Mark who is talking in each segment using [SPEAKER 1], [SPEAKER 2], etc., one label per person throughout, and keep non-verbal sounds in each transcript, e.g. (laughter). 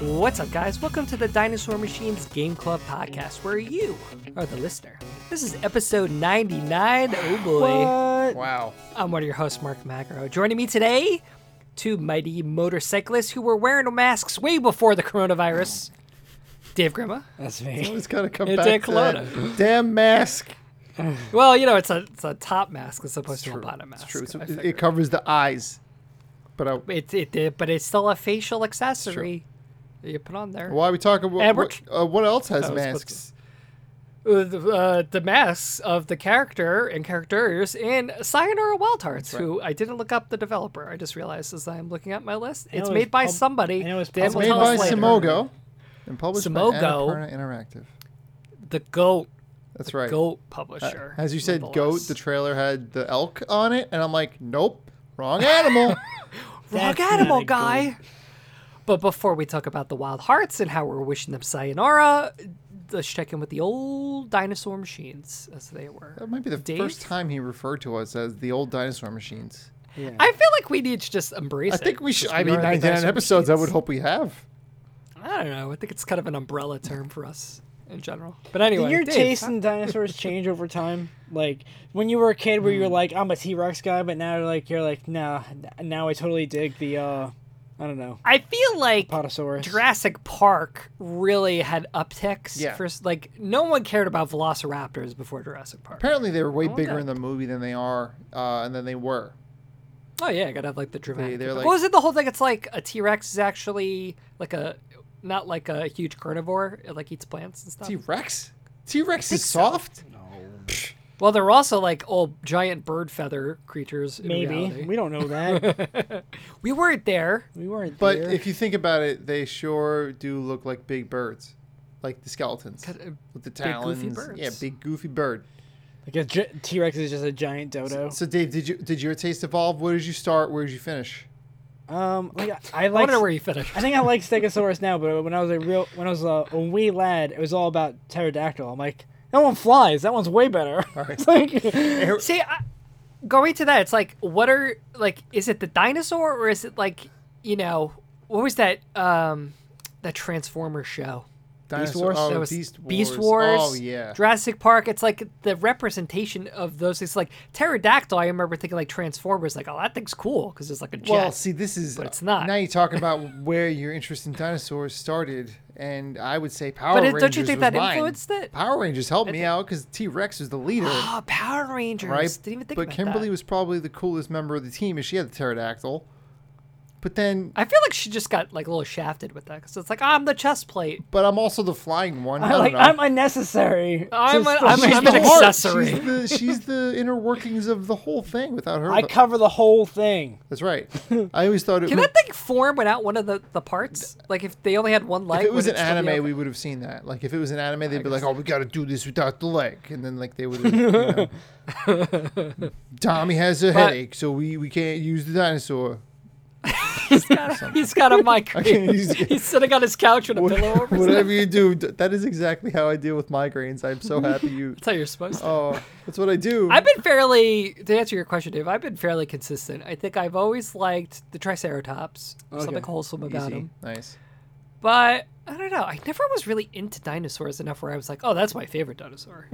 [SPEAKER 1] What's up, guys? Welcome to the Dinosaur Machines Game Club podcast, where you are the listener. This is episode 99. Oh boy.
[SPEAKER 2] Wow.
[SPEAKER 1] I'm one of your hosts, Mark Magro. Joining me today, two mighty motorcyclists who were wearing masks way before the coronavirus. Dave
[SPEAKER 2] (laughs)
[SPEAKER 1] Grima.
[SPEAKER 3] That's me.
[SPEAKER 2] It's gotta come
[SPEAKER 1] It's
[SPEAKER 2] back
[SPEAKER 1] a
[SPEAKER 2] to that damn mask.
[SPEAKER 1] Well, you know, it's a it's a top mask as opposed to a
[SPEAKER 2] True.
[SPEAKER 1] bottom mask.
[SPEAKER 2] It's true. It's-
[SPEAKER 1] I
[SPEAKER 2] it- it,
[SPEAKER 1] figured.
[SPEAKER 2] covers the eyes. But uh, I,
[SPEAKER 1] It, it did, but it's still a facial accessory that you put on there.
[SPEAKER 2] why are we talking about
[SPEAKER 1] And we're
[SPEAKER 2] what, uh, what else has
[SPEAKER 1] Oh, it's supposed
[SPEAKER 2] masks?
[SPEAKER 1] Uh, the, uh, the masks of the character and characters in Sayonara Wild Hearts, who I didn't look up the developer. I just realized as I'm looking at my list, it's
[SPEAKER 3] it was
[SPEAKER 1] made by
[SPEAKER 3] pub-
[SPEAKER 1] somebody.
[SPEAKER 3] I know it was
[SPEAKER 1] Dan
[SPEAKER 2] It's
[SPEAKER 1] will
[SPEAKER 3] published
[SPEAKER 2] made
[SPEAKER 1] tell us
[SPEAKER 2] by
[SPEAKER 1] later.
[SPEAKER 2] Simogo and published
[SPEAKER 1] Simogo.
[SPEAKER 2] by Annapurna Interactive.
[SPEAKER 1] the goat,
[SPEAKER 2] That's right. Uh,
[SPEAKER 1] goat publisher.
[SPEAKER 2] As you said, goat.
[SPEAKER 1] nonetheless.
[SPEAKER 2] The trailer had the elk on it, and I'm like, nope, wrong
[SPEAKER 1] (laughs)
[SPEAKER 2] animal.
[SPEAKER 1] Rock
[SPEAKER 3] That's not
[SPEAKER 1] animal
[SPEAKER 3] a
[SPEAKER 1] guy. But before we talk about the wild hearts and how we're wishing them sayonara, let's check in with the old dinosaur machines as they were.
[SPEAKER 2] that might be the
[SPEAKER 1] Dave?
[SPEAKER 2] first time he referred to us as the old dinosaur machines.
[SPEAKER 1] I feel like we need to just embrace
[SPEAKER 2] I
[SPEAKER 1] it.
[SPEAKER 2] think we should.
[SPEAKER 1] since
[SPEAKER 2] I mean,
[SPEAKER 1] are the
[SPEAKER 2] 99
[SPEAKER 1] dinosaur
[SPEAKER 2] episodes. I
[SPEAKER 1] machines.
[SPEAKER 2] would hope we have.
[SPEAKER 1] I don't know. I think it's kind of an umbrella term for us in general. But anyway,
[SPEAKER 3] Did your
[SPEAKER 1] Dave,
[SPEAKER 3] taste in dinosaurs change over time? Like when you were a kid, where you were
[SPEAKER 1] Hmm.
[SPEAKER 3] like, "I'm a T Rex guy," but now you're like, "You're like, nah." n- Now I totally dig the, uh I don't know,
[SPEAKER 1] I feel like
[SPEAKER 3] Potosaurus.
[SPEAKER 1] Jurassic Park really had upticks.
[SPEAKER 2] Yeah.
[SPEAKER 1] For, s- like no one cared about Velociraptors before Jurassic Park.
[SPEAKER 2] Apparently, they were way bigger
[SPEAKER 1] that-
[SPEAKER 2] in the movie than they are, uh, and then they were.
[SPEAKER 1] Oh yeah, I gotta have like the dramatic.
[SPEAKER 2] they're
[SPEAKER 1] effect.
[SPEAKER 2] like-
[SPEAKER 1] what was it? The whole thing. It's like a T Rex is actually like a not like a huge carnivore. It like eats plants and stuff.
[SPEAKER 2] T Rex? T Rex is soft?
[SPEAKER 1] well, they're also like old giant bird feather creatures. in
[SPEAKER 3] maybe
[SPEAKER 1] reality.
[SPEAKER 3] we don't
[SPEAKER 1] (laughs)
[SPEAKER 3] know that.
[SPEAKER 1] we weren't there.
[SPEAKER 3] we weren't
[SPEAKER 2] But
[SPEAKER 3] there.
[SPEAKER 2] if you think about it, they sure do look like big birds, like the skeletons
[SPEAKER 1] uh,
[SPEAKER 2] with the
[SPEAKER 1] goofy
[SPEAKER 2] talons. Yeah,
[SPEAKER 1] birds.
[SPEAKER 2] big goofy bird.
[SPEAKER 3] like a T Rex is just a giant dodo.
[SPEAKER 2] So, Dave, did you did your taste evolve? Where did you start? Where did you finish?
[SPEAKER 3] Um, like I, I
[SPEAKER 1] I
[SPEAKER 3] like.
[SPEAKER 1] wonder where you finished.
[SPEAKER 3] I think I like Stegosaurus now, but when I was a real, when I was a, a wee lad, it was all about pterodactyl. I'm like, that one flies. That one's way better. It's (laughs) like,
[SPEAKER 1] See, (laughs) I, going to that, it's like, what are like? Is it the dinosaur or is it like, you know, what was that? Um, that Transformer show.
[SPEAKER 2] Dinosaur-
[SPEAKER 3] Wars?
[SPEAKER 2] Oh,
[SPEAKER 1] that was
[SPEAKER 2] Beast Wars.
[SPEAKER 1] Beast Wars.
[SPEAKER 2] Oh yeah.
[SPEAKER 1] Jurassic Park. It's like the representation of those things. Like pterodactyl. I remember thinking like Transformers. Like, oh, that thing's cool because it's like a jet.
[SPEAKER 2] Well, see, this is
[SPEAKER 1] but it's not.
[SPEAKER 2] Now you're talking about where your interest in dinosaurs started, and I would say Power
[SPEAKER 1] But it-
[SPEAKER 2] Rangers.
[SPEAKER 1] don't you think
[SPEAKER 2] was
[SPEAKER 1] that
[SPEAKER 2] mine.
[SPEAKER 1] influenced it?
[SPEAKER 2] Power Rangers helped me out because T Rex was
[SPEAKER 1] (gasps)
[SPEAKER 2] the leader.
[SPEAKER 1] oh, Power Rangers.
[SPEAKER 2] right?
[SPEAKER 1] Didn't even think
[SPEAKER 2] but
[SPEAKER 1] about
[SPEAKER 2] Kimberly
[SPEAKER 1] that.
[SPEAKER 2] was probably the coolest member of the team, and she had the pterodactyl. But then,
[SPEAKER 1] I feel like she just got like a little shafted with that because it's like "Ah, I'm the chest plate.
[SPEAKER 2] but I'm also the flying one. I
[SPEAKER 3] I'm
[SPEAKER 2] don't
[SPEAKER 3] like,
[SPEAKER 2] know.
[SPEAKER 3] I'm unnecessary.
[SPEAKER 1] I'm
[SPEAKER 3] (laughs) Just
[SPEAKER 1] a- I'm a-
[SPEAKER 3] the-
[SPEAKER 2] She's
[SPEAKER 1] I'm
[SPEAKER 2] the
[SPEAKER 1] an
[SPEAKER 2] heart.
[SPEAKER 1] accessory.
[SPEAKER 2] She's the, she's the inner workings of the whole thing. Without her,
[SPEAKER 3] I cover the whole thing.
[SPEAKER 2] that's right.
[SPEAKER 1] (laughs)
[SPEAKER 2] I always thought it,
[SPEAKER 1] Can
[SPEAKER 2] would-
[SPEAKER 1] that thing form without one of the, the parts? Like if they only had one leg.
[SPEAKER 2] if it
[SPEAKER 1] would
[SPEAKER 2] was an
[SPEAKER 1] still be okay?
[SPEAKER 2] anime, we would have seen that. Like if it was an anime, they'd be like, "Oh, we got to do this without the leg," and then like they would. You know.
[SPEAKER 1] (laughs)
[SPEAKER 2] Tommy has a headache, so we we can't use the dinosaur.
[SPEAKER 1] He's got a
[SPEAKER 2] (laughs)
[SPEAKER 1] mic. (laughs)
[SPEAKER 2] can't use it.
[SPEAKER 1] He's sitting on his couch with a
[SPEAKER 2] What- (laughs)
[SPEAKER 1] pillow over his head.
[SPEAKER 2] Whatever you do, d- that is exactly how I deal with migraines. I'm so happy
[SPEAKER 1] (laughs)
[SPEAKER 2] you
[SPEAKER 1] That's how you're supposed to.
[SPEAKER 2] Oh, that's what I do.
[SPEAKER 1] I've been fairly, to answer your question, Dave, I've been fairly consistent. I think I've always liked the Triceratops. There's Something wholesome about
[SPEAKER 2] Easy.
[SPEAKER 1] him.
[SPEAKER 2] Nice.
[SPEAKER 1] But I don't know. I never was really into dinosaurs enough where I was like, oh, that's my favorite
[SPEAKER 2] (laughs)
[SPEAKER 1] dinosaur.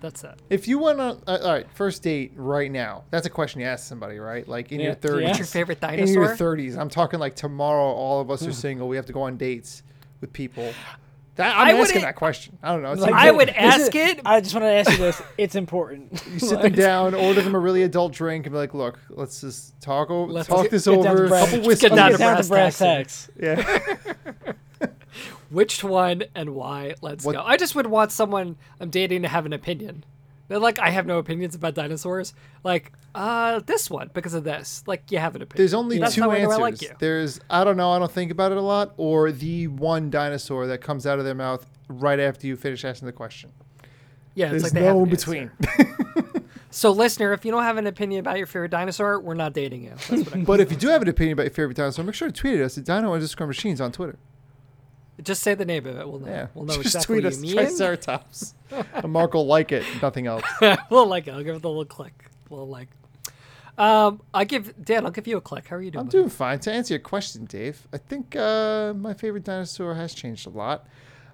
[SPEAKER 1] that's it.
[SPEAKER 2] If you went on, uh, all right, first date right now. That's a question you ask somebody, right? Like in your
[SPEAKER 3] Yeah.
[SPEAKER 2] thirties.
[SPEAKER 3] What's
[SPEAKER 1] Your favorite
[SPEAKER 2] In your
[SPEAKER 1] dinosaur?
[SPEAKER 2] thirties. I'm talking like tomorrow. All of us are single. We have to go on dates with people. That,
[SPEAKER 1] I
[SPEAKER 2] I'm asking
[SPEAKER 1] wouldn't-
[SPEAKER 2] that question. I don't know. It's
[SPEAKER 3] Like,
[SPEAKER 1] I
[SPEAKER 2] like
[SPEAKER 1] would
[SPEAKER 3] is
[SPEAKER 1] ask it-
[SPEAKER 3] I just want to ask you this. It's
[SPEAKER 2] (laughs)
[SPEAKER 3] important.
[SPEAKER 2] you sit them down, order them a really adult drink, and be like, "Look, let's just talk over,
[SPEAKER 1] Let's
[SPEAKER 2] talk
[SPEAKER 1] get-
[SPEAKER 2] this
[SPEAKER 3] get down to
[SPEAKER 2] over.
[SPEAKER 3] brass-
[SPEAKER 2] couple
[SPEAKER 1] let's get
[SPEAKER 2] whiskeys.
[SPEAKER 1] down to
[SPEAKER 3] Get down to
[SPEAKER 1] brass
[SPEAKER 3] brass
[SPEAKER 1] tacks.
[SPEAKER 3] tacks.
[SPEAKER 2] yeah.
[SPEAKER 1] Which one and why? Let's
[SPEAKER 2] What-
[SPEAKER 1] go. I just would want someone I'm dating to have an opinion. They're like, I have no opinions about dinosaurs. Like, uh, this one because of this. Like, you have an opinion.
[SPEAKER 2] There's only
[SPEAKER 1] That's
[SPEAKER 2] two
[SPEAKER 1] how I know
[SPEAKER 2] answers.
[SPEAKER 1] I like you.
[SPEAKER 2] There's I don't know, I don't think about it a lot, or the one dinosaur that comes out of their mouth right after you finish asking the question.
[SPEAKER 1] Yeah, it's
[SPEAKER 2] There's
[SPEAKER 1] like they have
[SPEAKER 2] no
[SPEAKER 1] an
[SPEAKER 2] in between.
[SPEAKER 1] answer. So, listener, if you don't have an opinion about your favorite dinosaur, we're not dating you. That's what I
[SPEAKER 2] but if you do have an opinion about your favorite dinosaur, make sure to tweet at us at dino underscore machines on Twitter.
[SPEAKER 1] (laughs) just say the name of it. We'll know.
[SPEAKER 2] Yeah.
[SPEAKER 1] We'll know
[SPEAKER 2] (laughs) Just
[SPEAKER 1] exactly
[SPEAKER 2] tweet
[SPEAKER 1] what
[SPEAKER 2] us
[SPEAKER 1] you mean. (laughs)
[SPEAKER 2] Triceratops. and Mark will like it, nothing else.
[SPEAKER 1] we'll like it. I'll give it a little click. We'll like. Um, I give Dan. I'll give you a click. How are you doing?
[SPEAKER 2] I'm
[SPEAKER 1] buddy?
[SPEAKER 2] doing fine. To answer your question, Dave, I think uh, my favorite dinosaur has changed a lot.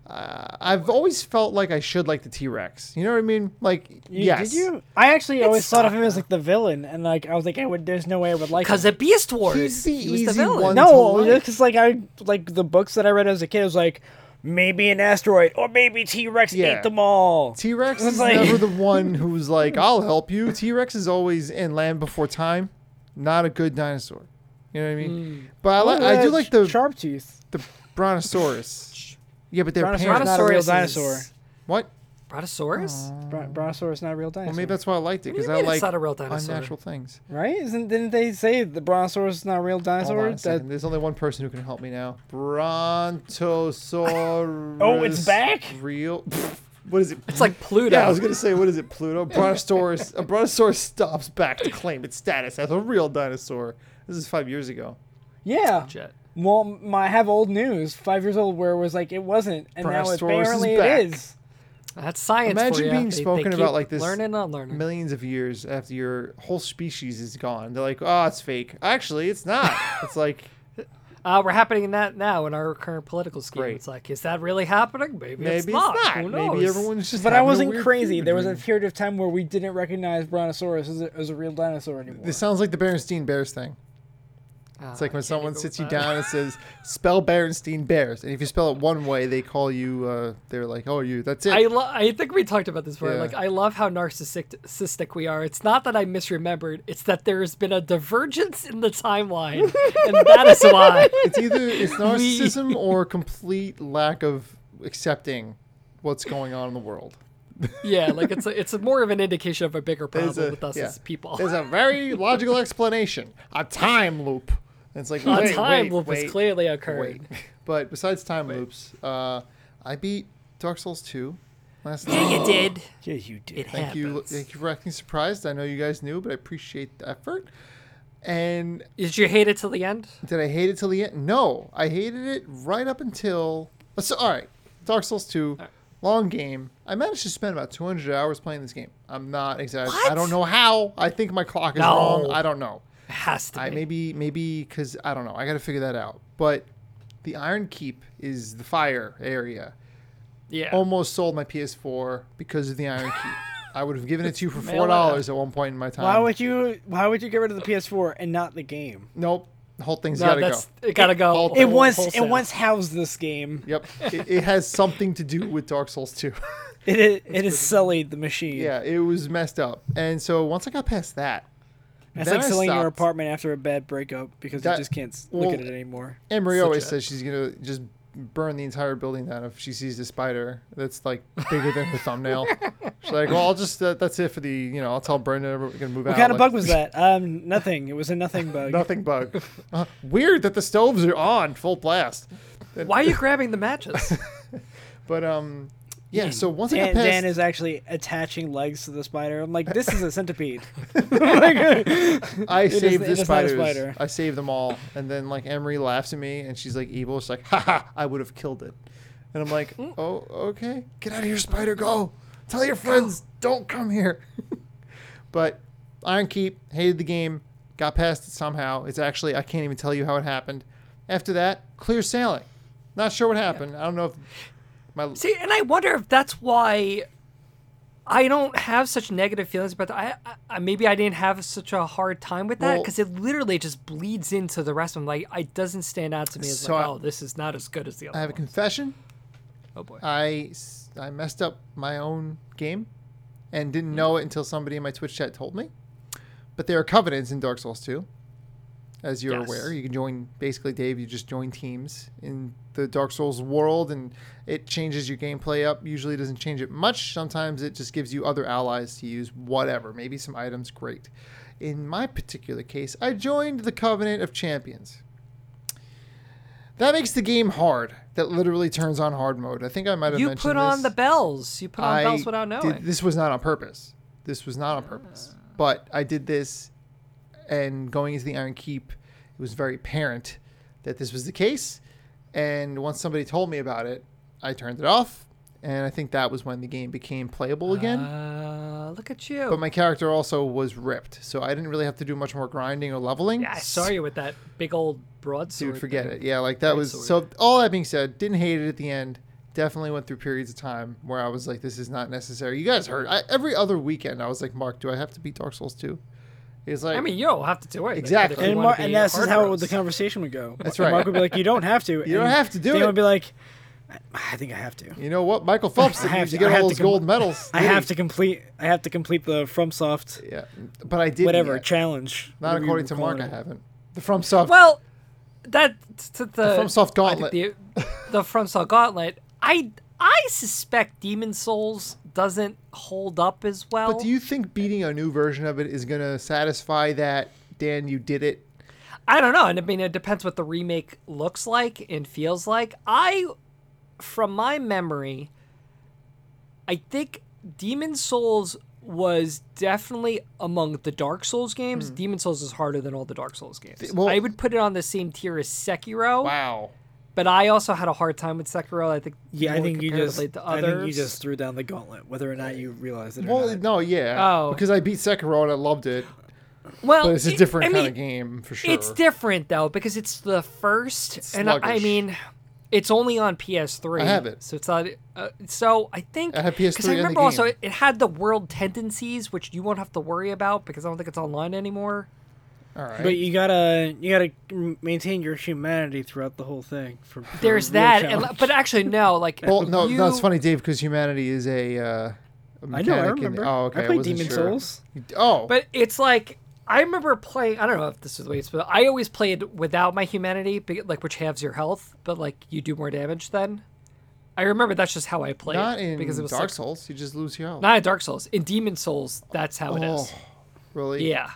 [SPEAKER 2] Uh, I've always felt like I should like the T Rex. You know what I mean? Like,
[SPEAKER 3] You,
[SPEAKER 2] yes. uh,
[SPEAKER 3] Did you? I actually always thought of
[SPEAKER 1] tough,
[SPEAKER 3] him as like the villain, and like I was like, I would. There's no way I would like.
[SPEAKER 1] Because
[SPEAKER 3] him.
[SPEAKER 1] of Beast Wars,
[SPEAKER 2] He's the
[SPEAKER 1] he was the
[SPEAKER 2] easy
[SPEAKER 1] villain.
[SPEAKER 2] one.
[SPEAKER 3] no,
[SPEAKER 2] to like.
[SPEAKER 3] because like I like the books that I read as a kid I was like, maybe an asteroid or maybe T Rex
[SPEAKER 2] Yeah.
[SPEAKER 3] ate them all.
[SPEAKER 1] (laughs)
[SPEAKER 2] T Rex
[SPEAKER 3] It's
[SPEAKER 2] is
[SPEAKER 3] like-
[SPEAKER 2] never the one who's like, I'll help you. T Rex is always in Land Before Time. Not a good dinosaur. You know what I mean?
[SPEAKER 1] Hmm.
[SPEAKER 2] But I,
[SPEAKER 3] Look
[SPEAKER 2] like
[SPEAKER 3] at
[SPEAKER 2] I do
[SPEAKER 3] that
[SPEAKER 2] like the
[SPEAKER 3] sharp tooth.
[SPEAKER 2] the Brontosaurus. Yeah, but they're
[SPEAKER 3] Brontosaurus
[SPEAKER 2] parents.
[SPEAKER 3] not a real
[SPEAKER 1] Brontosaurus
[SPEAKER 3] dinosaur.
[SPEAKER 1] is-
[SPEAKER 2] What?
[SPEAKER 1] Brontosaurus?
[SPEAKER 3] Bron- Brontosaurus not a real dinosaur.
[SPEAKER 2] Well, maybe that's why I liked it
[SPEAKER 1] What do you
[SPEAKER 2] because I
[SPEAKER 1] mean it's
[SPEAKER 2] like
[SPEAKER 1] not a real dinosaur?
[SPEAKER 2] unnatural things.
[SPEAKER 3] right? Isn't didn't they say the Brontosaurus is not a real
[SPEAKER 2] Hold
[SPEAKER 3] dinosaur?
[SPEAKER 2] on a
[SPEAKER 3] That-
[SPEAKER 2] second. There's only one person who can help me now. Brontosaurus.
[SPEAKER 3] Oh, it's back?
[SPEAKER 2] Real. What (laughs) is it?
[SPEAKER 1] It's like Pluto.
[SPEAKER 2] Yeah, I was gonna say, what is it, Pluto? Brontosaurus. a Brontosaurus stops back to claim its status as a real dinosaur. This is five years ago.
[SPEAKER 3] yeah.
[SPEAKER 1] Jet.
[SPEAKER 3] Well, my, I have old news. Five years old, where it was like it wasn't, and now it
[SPEAKER 2] Brontosaurus is
[SPEAKER 3] apparently
[SPEAKER 2] back.
[SPEAKER 3] it is.
[SPEAKER 1] That's science.
[SPEAKER 2] Imagine
[SPEAKER 1] for you.
[SPEAKER 2] being
[SPEAKER 1] They- they
[SPEAKER 2] spoken
[SPEAKER 1] keep
[SPEAKER 2] about like this
[SPEAKER 1] Learning, and unlearning.
[SPEAKER 2] Millions of years after your whole species is gone, they're like, "Oh, it's fake." Actually, it's not. it's like,
[SPEAKER 1] Uh, we're happening in that now in our current political scheme.
[SPEAKER 2] Great.
[SPEAKER 1] It's like, is that really happening? Maybe,
[SPEAKER 2] maybe
[SPEAKER 1] it's not. Who knows?
[SPEAKER 2] Maybe everyone's just.
[SPEAKER 3] But I
[SPEAKER 2] having a
[SPEAKER 3] wasn't
[SPEAKER 2] weird
[SPEAKER 3] crazy.
[SPEAKER 2] fever
[SPEAKER 3] There was a
[SPEAKER 2] dream.
[SPEAKER 3] period of time where we didn't recognize Brontosaurus as a, as a real dinosaur anymore.
[SPEAKER 2] This sounds like the Berenstein Bears thing.
[SPEAKER 1] Uh,
[SPEAKER 2] It's like
[SPEAKER 1] I
[SPEAKER 2] when
[SPEAKER 1] can't
[SPEAKER 2] someone
[SPEAKER 1] even
[SPEAKER 2] sits you
[SPEAKER 1] with
[SPEAKER 2] down and says, "Spell Berenstein Bears," and if you spell it one way, they call you. Uh, they're like, "Oh, you." That's it.
[SPEAKER 1] that. I lo- I think we talked about this before.
[SPEAKER 2] Yeah.
[SPEAKER 1] Like I love how narcissistic we are. It's not that I misremembered. It's that there has been a divergence in the timeline, and that is
[SPEAKER 2] (laughs)
[SPEAKER 1] why.
[SPEAKER 2] it's either it's
[SPEAKER 3] (laughs)
[SPEAKER 2] narcissism or complete lack of accepting what's going on in the
[SPEAKER 1] Uh,
[SPEAKER 2] world.
[SPEAKER 1] Yeah, like it's a, it's a more of an indication of a bigger
[SPEAKER 2] There's
[SPEAKER 1] problem
[SPEAKER 2] a-
[SPEAKER 1] with us
[SPEAKER 2] yeah.
[SPEAKER 1] as people.
[SPEAKER 2] There's a very logical explanation. A time loop. And it's like
[SPEAKER 1] A
[SPEAKER 2] wait,
[SPEAKER 1] time
[SPEAKER 2] wait,
[SPEAKER 1] loop
[SPEAKER 2] wait,
[SPEAKER 1] has clearly occurred.
[SPEAKER 2] wait. But besides time loops, uh, I beat Dark Souls 2 last night.
[SPEAKER 1] Yeah, you did.
[SPEAKER 3] yeah, you did.
[SPEAKER 1] It
[SPEAKER 2] Thank you,
[SPEAKER 1] happens.
[SPEAKER 2] thank you for acting surprised. I know you guys knew, but I appreciate the effort. And
[SPEAKER 1] Did you hate it till the end?
[SPEAKER 2] did I hate it till the end? No, I hated it right up until. So, all right, Dark Souls 2, long game. I managed to spend about 200 hours playing this game. I'm not exaggerating. I
[SPEAKER 1] What?
[SPEAKER 2] don't know how. I think my clock is
[SPEAKER 1] No.
[SPEAKER 2] wrong. I don't know.
[SPEAKER 1] It has to.
[SPEAKER 2] I
[SPEAKER 1] be.
[SPEAKER 2] maybe maybe because I don't know. I got to figure that out. But the Iron Keep is the fire area.
[SPEAKER 1] yeah.
[SPEAKER 2] Almost sold oh my PS4 because of the Iron Keep. I would have given it
[SPEAKER 3] (laughs)
[SPEAKER 2] to you for
[SPEAKER 1] Mail
[SPEAKER 2] four
[SPEAKER 1] it
[SPEAKER 2] dollars at one point in my time.
[SPEAKER 3] Why would you? Why would you get rid of the PS4 and not the game?
[SPEAKER 2] nope, the whole thing's
[SPEAKER 1] no,
[SPEAKER 2] got to go.
[SPEAKER 1] that's it. Gotta go.
[SPEAKER 2] It
[SPEAKER 3] It
[SPEAKER 1] whole-
[SPEAKER 3] once.
[SPEAKER 1] wholesale.
[SPEAKER 3] It once housed this game.
[SPEAKER 2] Yep, it, it has something to do with Dark Souls 2.
[SPEAKER 3] (laughs) It is, it is sullied the
[SPEAKER 2] (laughs)
[SPEAKER 3] machine.
[SPEAKER 2] yeah, it was messed up. And so once I got past that,
[SPEAKER 3] it's
[SPEAKER 2] then
[SPEAKER 3] like
[SPEAKER 2] I
[SPEAKER 3] selling your
[SPEAKER 2] stopped.
[SPEAKER 3] apartment after a bad breakup because
[SPEAKER 2] That-
[SPEAKER 3] you just can't s look
[SPEAKER 2] well,
[SPEAKER 3] at it anymore.
[SPEAKER 2] Anne Marie
[SPEAKER 1] Such
[SPEAKER 2] always
[SPEAKER 1] a-
[SPEAKER 2] says she's gonna just burn the entire building down if she sees a spider that's like bigger than her thumbnail. She's like, "Well, I'll just that, that's it for the you know I'll tell Brenda we're gonna move out."
[SPEAKER 3] What kind of
[SPEAKER 2] uh, like,
[SPEAKER 3] bug was that? Um, nothing. It was a nothing
[SPEAKER 2] (laughs)
[SPEAKER 3] bug.
[SPEAKER 2] Nothing bug. Uh, weird that the stoves are on full blast.
[SPEAKER 1] Why are you grabbing the matches?
[SPEAKER 2] But um, yeah. So once I
[SPEAKER 3] Dan,
[SPEAKER 2] got past,
[SPEAKER 3] Dan is actually attaching legs to the spider. I'm like, this is a centipede. Like,
[SPEAKER 2] I
[SPEAKER 3] is-
[SPEAKER 2] saved
[SPEAKER 3] it
[SPEAKER 2] the
[SPEAKER 3] is not a
[SPEAKER 2] spiders.
[SPEAKER 3] spider.
[SPEAKER 2] I saved them all. And then like Emery laughs at me and she's like evil. She's like, ha ha, I would have killed it. And I'm like,
[SPEAKER 3] Hmm.
[SPEAKER 2] oh, okay. Get out of here, spider. Go. Tell your friends, don't come here. (laughs) but Iron Keep, hated the game, got past it somehow. It's actually, I can't even tell you how it happened. After that, clear sailing. Not sure what happened. I don't know if my.
[SPEAKER 1] See, and I wonder if that's why I don't have such negative feelings about that. I, I- I maybe I didn't have such a hard time with that
[SPEAKER 2] Well-
[SPEAKER 1] because it literally just bleeds into the rest of them. Like, it doesn't stand out to me as
[SPEAKER 2] So
[SPEAKER 1] like,
[SPEAKER 2] I-
[SPEAKER 1] oh, this is not as good as the other.
[SPEAKER 2] I have a
[SPEAKER 1] one.
[SPEAKER 2] confession.
[SPEAKER 1] oh boy.
[SPEAKER 2] I, s- I messed up my own game and
[SPEAKER 1] Hmm.
[SPEAKER 2] didn't know it until somebody in my Twitch chat told me. But there are covenants in Dark Souls 2. As you're
[SPEAKER 1] Yes.
[SPEAKER 2] aware, you can join basically Dave, you just join teams in the Dark Souls world and it changes your gameplay up. Usually it doesn't change it much. Sometimes it just gives you other allies to use, whatever. Maybe some items, great. In my particular case, I joined the Covenant of Champions. That makes the game hard. That literally turns on hard mode. I think I might have
[SPEAKER 1] you
[SPEAKER 2] mentioned
[SPEAKER 1] put on
[SPEAKER 2] this.
[SPEAKER 1] the bells. You put on bells without
[SPEAKER 2] did-
[SPEAKER 1] knowing. Ah.
[SPEAKER 2] this was not on purpose. This was not on purpose. But I did this, and going into the Iron Keep, it was very apparent that this was the case. And once somebody told me about it, I turned it off and I think that was when the game became playable again.
[SPEAKER 1] Uh, look at you.
[SPEAKER 2] but my character also was ripped, so I didn't really have to do much more grinding or leveling.
[SPEAKER 1] yeah, I saw you with that big old broadsword.
[SPEAKER 2] Dude, forget
[SPEAKER 1] thing.
[SPEAKER 2] it. Yeah, like that was so.
[SPEAKER 1] Sword.
[SPEAKER 2] All that being said, didn't hate it at the end. Definitely went through periods of time where I was like, "This is not necessary." You guys heard I, every other weekend. I was like, "Mark, do I have to beat Dark Souls 2? He's like,
[SPEAKER 1] I mean, you don't have to do it.
[SPEAKER 2] Exactly.
[SPEAKER 3] And, Mar-
[SPEAKER 1] Mark,
[SPEAKER 3] and that's just how the conversation would go.
[SPEAKER 2] That's
[SPEAKER 3] And
[SPEAKER 2] right.
[SPEAKER 3] Mark would be like, "You don't have to.
[SPEAKER 2] (laughs) You don't
[SPEAKER 3] And
[SPEAKER 2] have to do
[SPEAKER 3] Dan
[SPEAKER 2] it.
[SPEAKER 3] would be like, "I- "I think I have to.
[SPEAKER 2] you know what? Michael Phelps
[SPEAKER 3] (laughs) I
[SPEAKER 2] didn't
[SPEAKER 3] have
[SPEAKER 2] need to
[SPEAKER 3] to-
[SPEAKER 2] get
[SPEAKER 3] I have
[SPEAKER 2] all
[SPEAKER 3] to
[SPEAKER 2] those
[SPEAKER 3] com-
[SPEAKER 2] gold medals.
[SPEAKER 3] (laughs) I
[SPEAKER 2] did
[SPEAKER 3] have
[SPEAKER 2] he?
[SPEAKER 3] to complete. I have to complete the FromSoft
[SPEAKER 2] Yeah, but I did
[SPEAKER 3] whatever challenge.
[SPEAKER 2] Not
[SPEAKER 3] whatever you
[SPEAKER 2] according
[SPEAKER 3] were
[SPEAKER 2] to
[SPEAKER 3] calling
[SPEAKER 2] Mark, I
[SPEAKER 3] it.
[SPEAKER 2] haven't. The FromSoft.
[SPEAKER 1] Well, that to the,
[SPEAKER 2] FromSoft
[SPEAKER 1] I
[SPEAKER 2] Gauntlet.
[SPEAKER 1] think The, the FromSoft Gauntlet. I I suspect Demon Souls doesn't hold up as well.
[SPEAKER 2] But do you think beating a new version of it is gonna satisfy that? Dan, you did it.
[SPEAKER 1] I don't know. And I mean, it depends what the remake looks like and feels like. I, from my memory, I think Demon Souls was definitely among the Dark Souls games. Demon Souls is harder than all the Dark Souls games.
[SPEAKER 2] Hmm. well-
[SPEAKER 1] I would put it on the same tier as Sekiro,
[SPEAKER 2] Wow.
[SPEAKER 1] but I also had a hard time with Sekiro. I think
[SPEAKER 3] Yeah, I
[SPEAKER 1] more
[SPEAKER 3] think you just.
[SPEAKER 1] comparatively to
[SPEAKER 3] I think you
[SPEAKER 1] others.
[SPEAKER 3] just threw down the gauntlet, whether or not you realized it. Or
[SPEAKER 2] Well,
[SPEAKER 3] not.
[SPEAKER 2] no, yeah.
[SPEAKER 1] Oh.
[SPEAKER 2] Because I beat Sekiro and I loved it.
[SPEAKER 1] well,
[SPEAKER 2] But
[SPEAKER 3] Oh,
[SPEAKER 2] it's a
[SPEAKER 1] it-
[SPEAKER 2] different
[SPEAKER 1] I
[SPEAKER 2] kind
[SPEAKER 1] mean,
[SPEAKER 2] of game for sure.
[SPEAKER 1] It's different though because it's the first, and I- I
[SPEAKER 2] sluggish.
[SPEAKER 1] mean, it's only on PS3.
[SPEAKER 2] I have it.
[SPEAKER 1] so it's not. Uh, so I think
[SPEAKER 2] I have
[SPEAKER 1] because I
[SPEAKER 2] PS3 and the
[SPEAKER 1] remember also
[SPEAKER 2] game.
[SPEAKER 1] it, it had the world tendencies, which you won't have to worry about because I don't think it's online anymore.
[SPEAKER 2] All right.
[SPEAKER 3] But you gotta you gotta m- maintain your humanity throughout the whole thing. For, for
[SPEAKER 1] There's
[SPEAKER 3] real
[SPEAKER 1] that, and,
[SPEAKER 3] challenge.
[SPEAKER 1] but actually no, like
[SPEAKER 2] well, no,
[SPEAKER 1] you,
[SPEAKER 2] no, it's funny, Dave, because humanity is a. Uh, a
[SPEAKER 3] I know. I
[SPEAKER 2] mechanic in-
[SPEAKER 3] remember.
[SPEAKER 2] oh, okay.
[SPEAKER 3] I played
[SPEAKER 2] wasn't
[SPEAKER 3] Demon
[SPEAKER 2] sure.
[SPEAKER 3] Souls.
[SPEAKER 2] You- Oh,
[SPEAKER 1] But it's like I remember playing. I don't know if this is the way it's, but I always played without my humanity, be- like which halves your health, but like you do more damage then. I remember that's just how I played
[SPEAKER 2] not in
[SPEAKER 1] because it was
[SPEAKER 2] Dark
[SPEAKER 1] like,
[SPEAKER 2] Souls. You just lose your health.
[SPEAKER 1] Not in Dark Souls. In Demon Souls, that's how it
[SPEAKER 2] oh,
[SPEAKER 1] is.
[SPEAKER 2] really?
[SPEAKER 1] Yeah.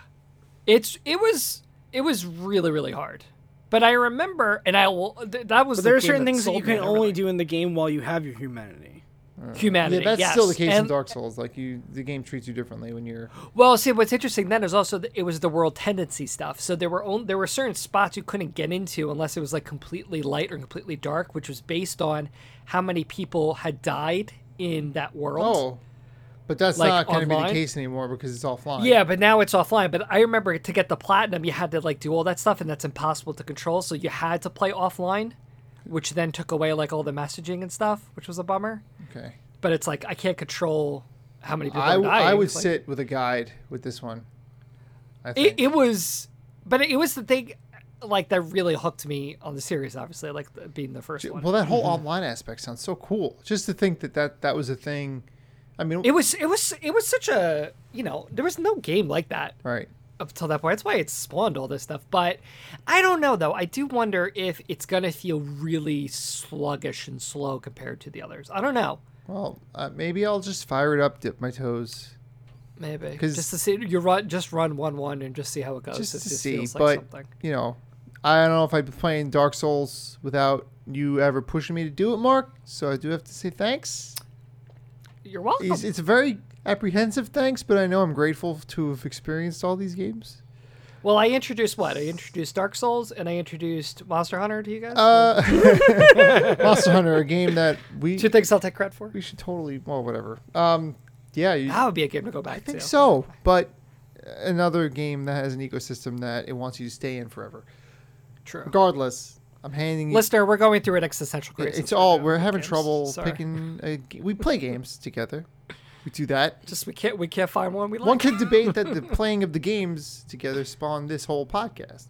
[SPEAKER 1] It's it was it was really really hard. But I remember and I will th- that was
[SPEAKER 3] But
[SPEAKER 1] the
[SPEAKER 3] there are
[SPEAKER 1] game
[SPEAKER 3] certain
[SPEAKER 1] that
[SPEAKER 3] things that you
[SPEAKER 1] sold
[SPEAKER 3] can
[SPEAKER 1] me on
[SPEAKER 3] only
[SPEAKER 1] everything.
[SPEAKER 3] do in the game while you have your humanity.
[SPEAKER 1] humanity.
[SPEAKER 2] Yeah, that's
[SPEAKER 1] yes.
[SPEAKER 2] still the case in
[SPEAKER 1] And-
[SPEAKER 2] Dark Souls. Like you, the game treats you differently when you're.
[SPEAKER 1] Well, see what's interesting then is also that it was the world tendency stuff. So there were only, there were certain spots you couldn't get into unless it was like completely light or completely dark, which was based on how many people had died in that world.
[SPEAKER 2] Oh, but that's
[SPEAKER 1] Like,
[SPEAKER 2] not going to be the
[SPEAKER 1] online?
[SPEAKER 2] case anymore because it's offline.
[SPEAKER 1] Yeah, but now it's offline. But I remember to get the platinum, you had to like do all that stuff, and that's impossible to control. So you had to play offline, which then took away like all the messaging and stuff, which was a bummer.
[SPEAKER 2] Okay.
[SPEAKER 1] But it's like I can't control how many people.
[SPEAKER 2] I,
[SPEAKER 1] are
[SPEAKER 2] w- I
[SPEAKER 1] dying.
[SPEAKER 2] would
[SPEAKER 1] Like,
[SPEAKER 2] sit with a guide with this one. I
[SPEAKER 1] It,
[SPEAKER 2] think.
[SPEAKER 1] it was, but it was the thing, like that really hooked me on the series. Obviously, like the, being the first one.
[SPEAKER 2] well, that whole
[SPEAKER 1] Mm-hmm.
[SPEAKER 2] online aspect sounds so cool. Just to think that that, that was a thing. I mean,
[SPEAKER 1] It was it was it was such a you know there was no game like that
[SPEAKER 2] right.
[SPEAKER 1] up till that point. That's why it spawned all this stuff. But I don't know though. I do wonder if it's gonna feel really sluggish and slow compared to the others. I don't know.
[SPEAKER 2] Well, uh, maybe I'll just fire it up, dip my toes,
[SPEAKER 1] Maybe
[SPEAKER 2] 'Cause-
[SPEAKER 1] just to see you run just run one one and just see how it goes.
[SPEAKER 2] just
[SPEAKER 1] Oh, It
[SPEAKER 2] to
[SPEAKER 1] just
[SPEAKER 2] see.
[SPEAKER 1] feels like
[SPEAKER 2] but
[SPEAKER 1] something.
[SPEAKER 2] you know, I don't know if I'd be playing Dark Souls without you ever pushing me to do it, Mark. So I do have to say thanks.
[SPEAKER 1] You're welcome.
[SPEAKER 2] It's, it's a very apprehensive thanks, but I know I'm grateful to have experienced all these games.
[SPEAKER 1] Well, I introduced what? I introduced Dark Souls and I introduced Monster Hunter to you guys. (laughs)
[SPEAKER 2] Uh, (laughs) Monster Hunter, a game that we
[SPEAKER 1] Two things I'll take credit for.
[SPEAKER 2] we should totally well whatever. Um, yeah, you,
[SPEAKER 1] That would be a game to go back
[SPEAKER 2] I think
[SPEAKER 1] to.
[SPEAKER 2] so. But another game that has an ecosystem that it wants you to stay in forever.
[SPEAKER 1] Oh. True.
[SPEAKER 2] Regardless, I'm handing you.
[SPEAKER 1] Listener, we're going through an existential
[SPEAKER 2] it-
[SPEAKER 1] crisis.
[SPEAKER 2] it's
[SPEAKER 1] right
[SPEAKER 2] all
[SPEAKER 1] now
[SPEAKER 2] we're
[SPEAKER 1] with
[SPEAKER 2] having
[SPEAKER 1] games.
[SPEAKER 2] trouble
[SPEAKER 1] Sorry.
[SPEAKER 2] picking. A, g- we play
[SPEAKER 1] (laughs)
[SPEAKER 2] games together. We do that.
[SPEAKER 1] Just we can't we can't find one we like. "Ah!"
[SPEAKER 2] One could debate that the playing of the games together spawned this whole podcast,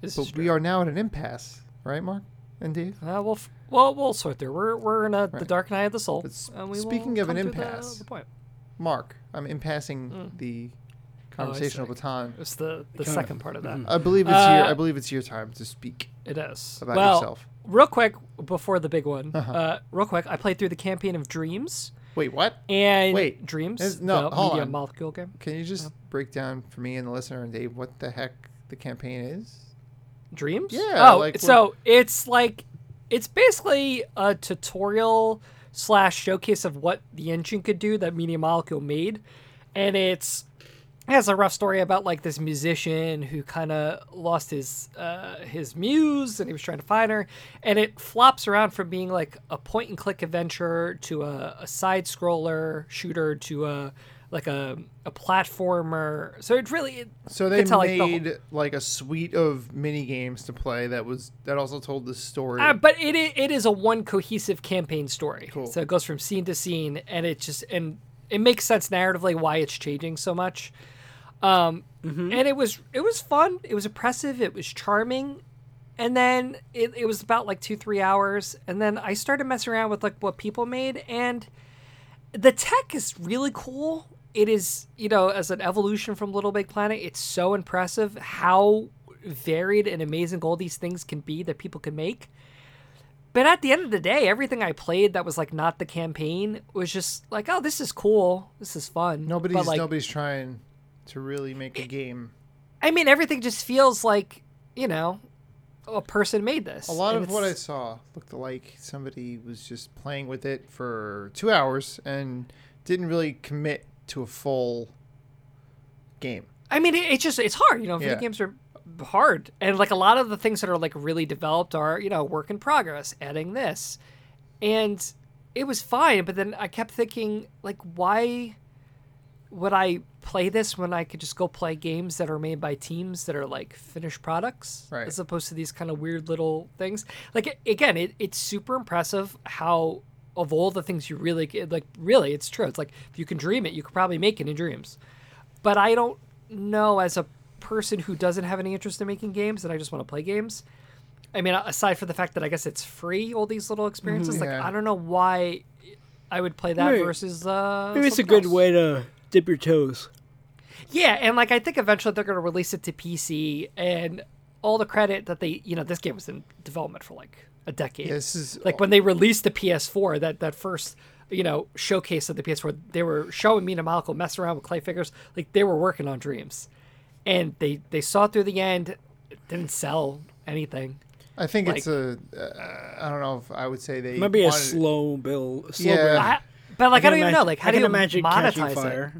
[SPEAKER 1] This is
[SPEAKER 2] but we
[SPEAKER 1] true.
[SPEAKER 2] are now at an impasse, right, Mark and Dave?
[SPEAKER 1] Uh, we'll, f- well, we'll sort through. We're, we're in a, the
[SPEAKER 2] Right.
[SPEAKER 1] dark night of the soul.
[SPEAKER 2] But s-
[SPEAKER 1] and Uh, we
[SPEAKER 2] speaking
[SPEAKER 1] will
[SPEAKER 2] of an
[SPEAKER 1] come to the-
[SPEAKER 2] impasse,
[SPEAKER 1] the point.
[SPEAKER 2] Mark, I'm impassing the conversational
[SPEAKER 1] Oh, see.
[SPEAKER 2] baton.
[SPEAKER 1] It's the, the
[SPEAKER 3] Kinda.
[SPEAKER 1] second part of that.
[SPEAKER 2] I believe it's your.
[SPEAKER 1] Uh,
[SPEAKER 2] I believe it's your time to speak.
[SPEAKER 1] It is.
[SPEAKER 2] About
[SPEAKER 1] well,
[SPEAKER 2] yourself. Uh-huh.
[SPEAKER 1] real quick, before the big one, uh, real quick, I played through the campaign of Dreams.
[SPEAKER 2] Wait, what?
[SPEAKER 1] And
[SPEAKER 2] Wait,
[SPEAKER 1] Dreams,
[SPEAKER 2] there's- no,
[SPEAKER 1] the
[SPEAKER 2] hold
[SPEAKER 1] Media
[SPEAKER 2] on.
[SPEAKER 1] Molecule game.
[SPEAKER 2] Can you
[SPEAKER 1] uh,
[SPEAKER 2] just break down for me and the listener and Dave what the heck the campaign is?
[SPEAKER 1] Dreams?
[SPEAKER 2] Yeah,
[SPEAKER 1] Oh,
[SPEAKER 2] like what-
[SPEAKER 1] so it's like it's basically a tutorial slash showcase of what the engine could do that Media Molecule made, and it's it has a rough story about like this musician who kind of lost his uh, his muse and he was trying to find her and it flops around from being like a point and click adventure to a, a side scroller shooter to a like a, a platformer so it really it,
[SPEAKER 2] So
[SPEAKER 1] you
[SPEAKER 2] they
[SPEAKER 1] could tell, like,
[SPEAKER 2] made
[SPEAKER 1] the whole-
[SPEAKER 2] like, a suite of mini games to play that was that also told the story.
[SPEAKER 1] Uh, but it i- it is a one cohesive campaign story.
[SPEAKER 2] Cool.
[SPEAKER 1] So it goes from scene to scene, and it just and it makes sense narratively why it's changing so much. Um, And it was it was fun. It was impressive. It was charming. And then it, it was about like two three hours, and then I started messing around with like what people made, and the tech is really cool. It is, you know, as an evolution from Little Big Planet, it's so impressive how varied and amazing all these things can be that people can make. But at the end of the day, everything I played that was like not the campaign was just like, oh, this is cool. This is fun.
[SPEAKER 2] nobody's
[SPEAKER 1] but, like,
[SPEAKER 2] nobody's trying to really make a game.
[SPEAKER 1] I mean, everything just feels like, you know, a person made this.
[SPEAKER 2] A lot
[SPEAKER 1] and
[SPEAKER 2] of what I
[SPEAKER 1] it's-
[SPEAKER 2] saw looked like somebody was just playing with it for two hours and didn't really commit to a full game.
[SPEAKER 1] I mean, it, it's just it's hard. You know, video
[SPEAKER 2] Yeah.
[SPEAKER 1] games are hard, and like a lot of the things that are like really developed are you know work in progress, adding this, and it was fine. But then I kept thinking like, why would I play this when I could just go play games that are made by teams that are like finished products,
[SPEAKER 2] Right.
[SPEAKER 1] as opposed to these kind of weird little things. Like a- again, it, it's super impressive how of all the things you really c- like, really, it's true. It's like if you can dream it, you could probably make it in dreams but I don't know as a person who doesn't have any interest in making games and I just want to play games. I mean, aside from the fact that I guess it's free, all these
[SPEAKER 3] Mm-hmm,
[SPEAKER 1] little experiences. Like
[SPEAKER 2] Yeah.
[SPEAKER 1] I don't know why I would play that
[SPEAKER 3] Maybe-
[SPEAKER 1] versus. Uh,
[SPEAKER 3] Maybe it's a
[SPEAKER 1] something
[SPEAKER 3] good
[SPEAKER 1] else.
[SPEAKER 3] way to dip your toes.
[SPEAKER 1] Yeah, and like I think eventually they're going to release it to PC, and all the credit that they, you know, this game was in development for like a decade.
[SPEAKER 2] This is
[SPEAKER 1] like when they released the PS4, that that first you know showcase of the PS4, they were showing me and Malcolm messing around with clay figures, like they were working on Dreams, and they they saw through the end, it didn't sell anything.
[SPEAKER 2] I think it's a. Uh, I don't know if I would say they
[SPEAKER 3] Might be a
[SPEAKER 2] wanted-
[SPEAKER 3] slow bill. Slow
[SPEAKER 2] Yeah.
[SPEAKER 3] build.
[SPEAKER 1] I, but like I,
[SPEAKER 3] can
[SPEAKER 1] don't even
[SPEAKER 3] imag-
[SPEAKER 1] know, like how
[SPEAKER 3] I
[SPEAKER 1] do
[SPEAKER 3] can
[SPEAKER 1] you
[SPEAKER 3] imagine catching
[SPEAKER 1] monetize it?
[SPEAKER 3] fire?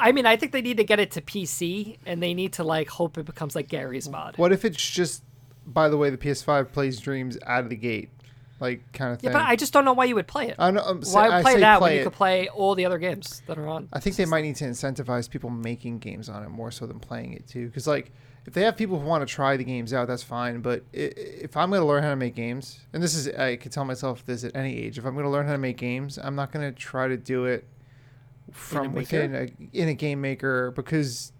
[SPEAKER 1] I mean, I think they need to get it to PC, and they need to like hope it becomes like Gary's mod.
[SPEAKER 2] What if it's just? By the way, the PS5 plays Dreams out of the gate, like kind of thing.
[SPEAKER 1] Yeah, but I just don't know why you would play it.
[SPEAKER 2] I know, I'm, sa-
[SPEAKER 1] Why
[SPEAKER 2] I
[SPEAKER 1] play
[SPEAKER 2] say
[SPEAKER 1] that
[SPEAKER 2] play
[SPEAKER 1] when you
[SPEAKER 2] it.
[SPEAKER 1] could play all the other games that are on?
[SPEAKER 2] I think they might need to incentivize people making games on it more so than playing it too. Because like, if they have people who want to try the games out, that's fine. But i- if I'm going to learn how to make games, and this is I could tell myself this at any age, if I'm going to learn how to make games, I'm not going to try to do it from
[SPEAKER 1] maker?
[SPEAKER 2] within a, in a game maker because.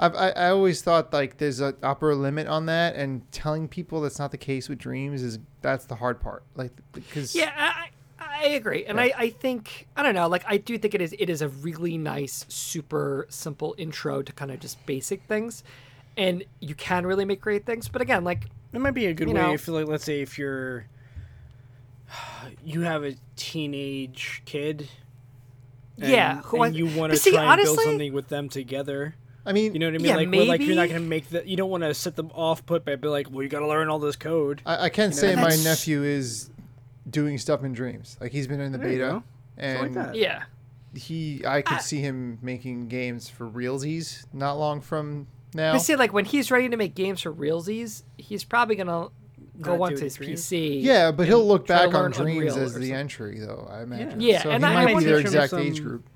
[SPEAKER 2] I've, I, I always thought like there's an upper limit on that, and telling people that's not the case with dreams is that's the hard part. Like, because
[SPEAKER 1] Yeah, I, I I agree, and I, I think I don't know. Like I do think it is it is a really nice, super simple intro to kind of just basic things, and you can really make great things. But again, like
[SPEAKER 3] It might be a good
[SPEAKER 1] You
[SPEAKER 3] way
[SPEAKER 1] know.
[SPEAKER 3] if, like, let's say if you're (sighs) you have a teenage kid. And,
[SPEAKER 1] Yeah, who
[SPEAKER 3] and
[SPEAKER 1] I-
[SPEAKER 3] you want
[SPEAKER 1] but
[SPEAKER 3] to
[SPEAKER 1] see,
[SPEAKER 3] try and
[SPEAKER 1] honestly-
[SPEAKER 3] build something with them together.
[SPEAKER 2] I mean,
[SPEAKER 3] You know what I mean?
[SPEAKER 1] Yeah,
[SPEAKER 3] like, where, like you're not
[SPEAKER 1] maybe.
[SPEAKER 3] gonna make that. You don't want to set them off put by being like, well, you got to learn all this code.
[SPEAKER 2] I, I can say my
[SPEAKER 1] That's-
[SPEAKER 2] nephew is doing stuff in dreams. Like he's been in the
[SPEAKER 3] There you
[SPEAKER 2] beta,
[SPEAKER 3] go.
[SPEAKER 2] and
[SPEAKER 3] that.
[SPEAKER 1] yeah,
[SPEAKER 2] he, I
[SPEAKER 1] Uh,
[SPEAKER 2] could see him making games for realsies not long from now.
[SPEAKER 1] but see, like when he's ready to make games for realsies, he's probably gonna go
[SPEAKER 3] do
[SPEAKER 1] onto
[SPEAKER 3] it
[SPEAKER 1] his
[SPEAKER 3] in Dreams?
[SPEAKER 1] PC.
[SPEAKER 2] yeah, but he'll look
[SPEAKER 1] try to
[SPEAKER 2] back on
[SPEAKER 1] learn
[SPEAKER 2] dreams
[SPEAKER 1] Unreal
[SPEAKER 2] as
[SPEAKER 1] or
[SPEAKER 2] the
[SPEAKER 1] something.
[SPEAKER 2] entry, though. I imagine.
[SPEAKER 1] Yeah,
[SPEAKER 2] so
[SPEAKER 1] and
[SPEAKER 2] he
[SPEAKER 1] I- I
[SPEAKER 2] might be
[SPEAKER 1] wonder
[SPEAKER 2] their
[SPEAKER 3] if there's
[SPEAKER 2] exact
[SPEAKER 3] some-
[SPEAKER 2] age group.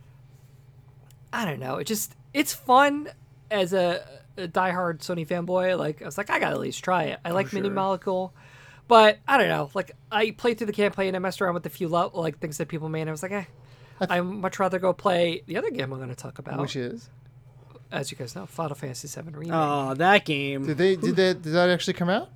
[SPEAKER 1] I don't know. It just it's fun as a, a diehard Sony fanboy. Like I was like, I gotta at least try it. I like Mini
[SPEAKER 3] sure.
[SPEAKER 1] Molecule, but I don't know. Like I played through the campaign and I messed around with a few lo- like things that people made. And I was like, eh, I would much rather go play the other game I'm gonna talk about,
[SPEAKER 2] Which is
[SPEAKER 1] as you guys know, Final Fantasy VII remake.
[SPEAKER 3] Oh, that game.
[SPEAKER 2] did they did that did that actually come out?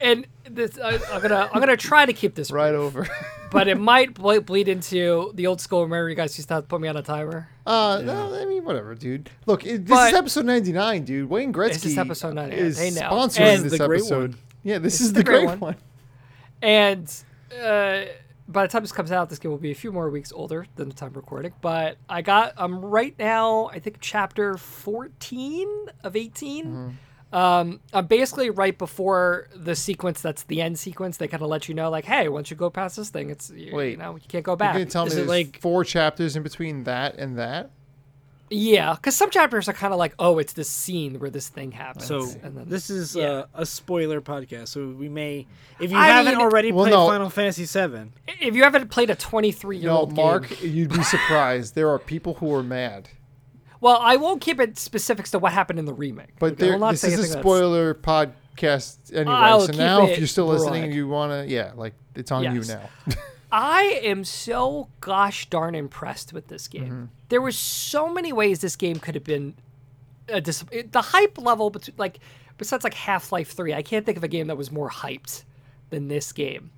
[SPEAKER 1] and this, I, I'm gonna I'm gonna try to keep this
[SPEAKER 2] Right over.
[SPEAKER 3] (laughs)
[SPEAKER 2] (laughs)
[SPEAKER 1] but it might ble- bleed into the old school. Remember, you guys used to have to put me on a timer.
[SPEAKER 2] Uh, no, I mean whatever, dude. Look, it, this
[SPEAKER 1] But-
[SPEAKER 2] is episode ninety nine, dude. Wayne Gretzky
[SPEAKER 1] is episode 99.
[SPEAKER 2] is
[SPEAKER 1] They know.
[SPEAKER 2] sponsoring
[SPEAKER 1] And-
[SPEAKER 2] this
[SPEAKER 3] The great
[SPEAKER 2] episode.
[SPEAKER 3] one.
[SPEAKER 2] Yeah, this, is, the great, one.
[SPEAKER 1] And uh, by the time this comes out, this game will be a few more weeks older than the time recording. But I got um right now. I think chapter fourteen of 18
[SPEAKER 2] Mm-hmm.
[SPEAKER 1] Um, I'm basically right before the sequence. That's the end sequence. They kind of let you know, like, hey, once you go past this thing, it's you, you
[SPEAKER 2] Wait.
[SPEAKER 1] know you can't go
[SPEAKER 2] You're
[SPEAKER 1] back.
[SPEAKER 2] gonna tell
[SPEAKER 3] Is
[SPEAKER 2] me
[SPEAKER 3] it
[SPEAKER 2] there's
[SPEAKER 3] like-
[SPEAKER 2] four chapters in between that and that?
[SPEAKER 1] Yeah, because some chapters are kind of like, oh, it's this scene where this thing happens.
[SPEAKER 3] So
[SPEAKER 1] and then,
[SPEAKER 3] this is
[SPEAKER 1] yeah.
[SPEAKER 3] uh, a spoiler podcast, so we may, if you
[SPEAKER 1] I
[SPEAKER 3] haven't
[SPEAKER 1] mean-
[SPEAKER 3] already
[SPEAKER 2] Well,
[SPEAKER 3] played
[SPEAKER 2] no.
[SPEAKER 3] Final Fantasy VII,
[SPEAKER 1] if you haven't played a 23 year
[SPEAKER 2] No,
[SPEAKER 1] old
[SPEAKER 2] Mark,
[SPEAKER 1] (laughs)
[SPEAKER 2] you'd be surprised. There are people who are mad.
[SPEAKER 1] well, I won't keep it specifics to what happened in the remake.
[SPEAKER 2] But
[SPEAKER 1] Okay, I
[SPEAKER 2] there,
[SPEAKER 1] will not
[SPEAKER 2] this
[SPEAKER 1] say
[SPEAKER 2] is a
[SPEAKER 1] anything that's-
[SPEAKER 2] spoiler podcast anyway.
[SPEAKER 1] I'll
[SPEAKER 2] so
[SPEAKER 1] keep
[SPEAKER 2] now,
[SPEAKER 1] it
[SPEAKER 2] if you're still listening
[SPEAKER 1] broad.
[SPEAKER 2] and you want to, yeah, like it's on
[SPEAKER 1] Yes.
[SPEAKER 2] you now. (laughs)
[SPEAKER 1] I am so gosh darn impressed with this game. There were so many ways this game could have been. A dis- it- the hype level, between, like besides like Half Life Three, I can't think of a game that was more hyped than this game.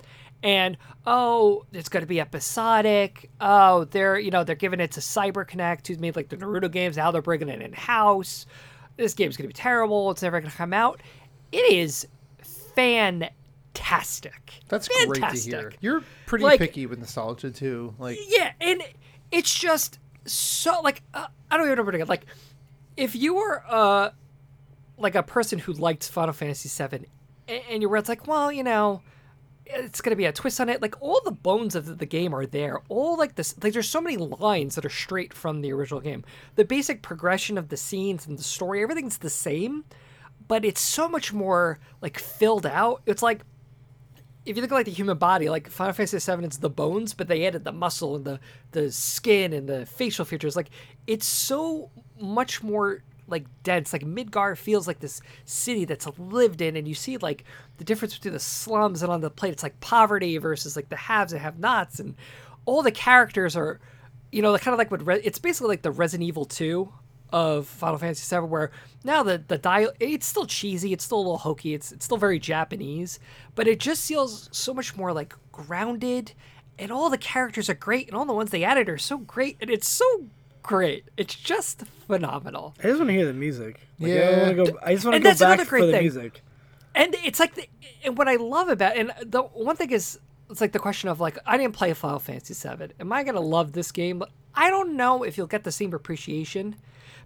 [SPEAKER 1] And oh, it's going to be episodic. Oh, they're you know they're giving it to CyberConnect, who's made like the Naruto games. Now they're bringing it in house. This game's going to be terrible. It's never going to come out. It is fantastic.
[SPEAKER 2] That's great to
[SPEAKER 1] fantastic.
[SPEAKER 2] hear. You're pretty
[SPEAKER 1] Like-
[SPEAKER 2] picky with nostalgia too. Like
[SPEAKER 1] Yeah, and it's just so like uh, I don't even know where to go. Like, if you were uh like a person who liked Final Fantasy VII, and, and you were it's like, well, you know, it's gonna be a twist on it. Like all the bones of the game are there. All like this, like there's so many lines that are straight from the original game. The basic progression of the scenes and the story, everything's the same, but it's so much more like filled out. It's like if you look at like the human body, like Final Fantasy VII, it's the bones, but they added the muscle and the the skin and the facial features. Like it's so much more like dense. Like Midgar feels like this city that's lived in, and you see like the difference between the slums and on the plate. It's like poverty versus like the haves and have-nots, and all the characters are, you know, kind of like what Re- it's basically like the Resident Evil Two of Final Fantasy VII, where now the the dial it's still cheesy, it's still a little hokey, it's it's still very Japanese, but it just feels so much more like grounded, and all the characters are great, and all the ones they added are so great, and it's so great, it's just phenomenal,
[SPEAKER 3] I just want to hear the music. Like, I
[SPEAKER 2] Yeah.
[SPEAKER 3] wanna go, I just want to
[SPEAKER 1] And
[SPEAKER 3] go
[SPEAKER 1] that's
[SPEAKER 3] back
[SPEAKER 1] another great
[SPEAKER 3] for the
[SPEAKER 1] thing.
[SPEAKER 3] music.
[SPEAKER 1] and it's like the, and what I love about and the one thing is it's like the question of like I didn't play Final Fantasy VII, am I gonna love this game? I don't know if you'll get the same appreciation.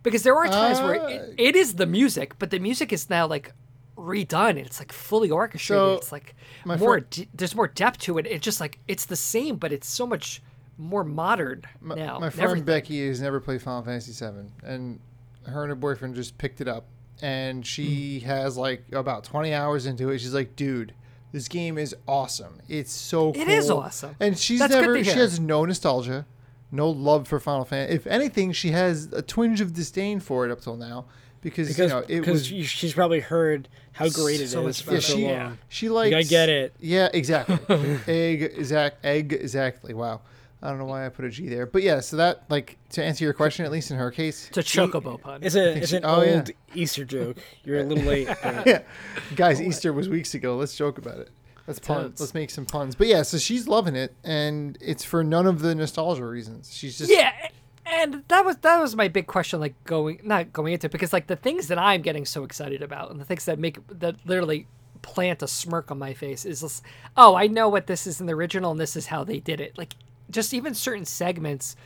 [SPEAKER 1] Because there are times where
[SPEAKER 2] Uh,
[SPEAKER 1] it, it is the music, but the music is now like redone and it's like fully orchestrated.
[SPEAKER 2] So,
[SPEAKER 1] it's like
[SPEAKER 2] my
[SPEAKER 1] more
[SPEAKER 2] fir-
[SPEAKER 1] d- there's more depth to it. It's just like it's the same, but it's so much more modern
[SPEAKER 2] my,
[SPEAKER 1] now.
[SPEAKER 2] my
[SPEAKER 1] and
[SPEAKER 2] friend
[SPEAKER 1] everything.
[SPEAKER 2] Becky has never played Final Fantasy VII, and her and her boyfriend just picked it up, and she
[SPEAKER 1] Hmm.
[SPEAKER 2] has like about 20 hours into it. She's like, dude. This game is awesome. It's so cool.
[SPEAKER 1] It is awesome.
[SPEAKER 2] And she's
[SPEAKER 1] That's good
[SPEAKER 2] never
[SPEAKER 1] to
[SPEAKER 2] she
[SPEAKER 1] hear.
[SPEAKER 2] has no nostalgia, no love for Final Fantasy. If anything, she has a twinge of disdain for it up till now because,
[SPEAKER 3] Because,
[SPEAKER 2] you know, it
[SPEAKER 3] because
[SPEAKER 2] was
[SPEAKER 3] she- she's probably heard how great it
[SPEAKER 1] So
[SPEAKER 3] is
[SPEAKER 1] much
[SPEAKER 3] for
[SPEAKER 2] yeah,
[SPEAKER 1] better.
[SPEAKER 3] so
[SPEAKER 2] she,
[SPEAKER 3] long.
[SPEAKER 2] she likes.
[SPEAKER 3] I get it.
[SPEAKER 2] Yeah,
[SPEAKER 3] (laughs)
[SPEAKER 2] exactly. egg, exact, egg, exactly. Wow, I don't know why I put a G there, but yeah. So that, like, to answer your question, at least in her case,
[SPEAKER 1] it's a chocobo pun. (laughs)
[SPEAKER 3] It's, a, it's
[SPEAKER 2] she-
[SPEAKER 3] an
[SPEAKER 2] oh, yeah.
[SPEAKER 3] old Easter joke. You're a little late.
[SPEAKER 1] (laughs)
[SPEAKER 3] but-
[SPEAKER 2] yeah, guys,
[SPEAKER 3] Oh,
[SPEAKER 2] Easter was weeks ago. Let's joke about it. Let's pun.
[SPEAKER 1] Totes.
[SPEAKER 2] Let's make some puns. But yeah, so she's loving it, and it's for none of the nostalgia reasons. She's just
[SPEAKER 1] yeah and that was that was my big question like going not going into it because like the things that i'm getting so excited about and the things that make that literally plant a smirk on my face is this, oh i know what this is in the original and this is how they did it like just even certain segments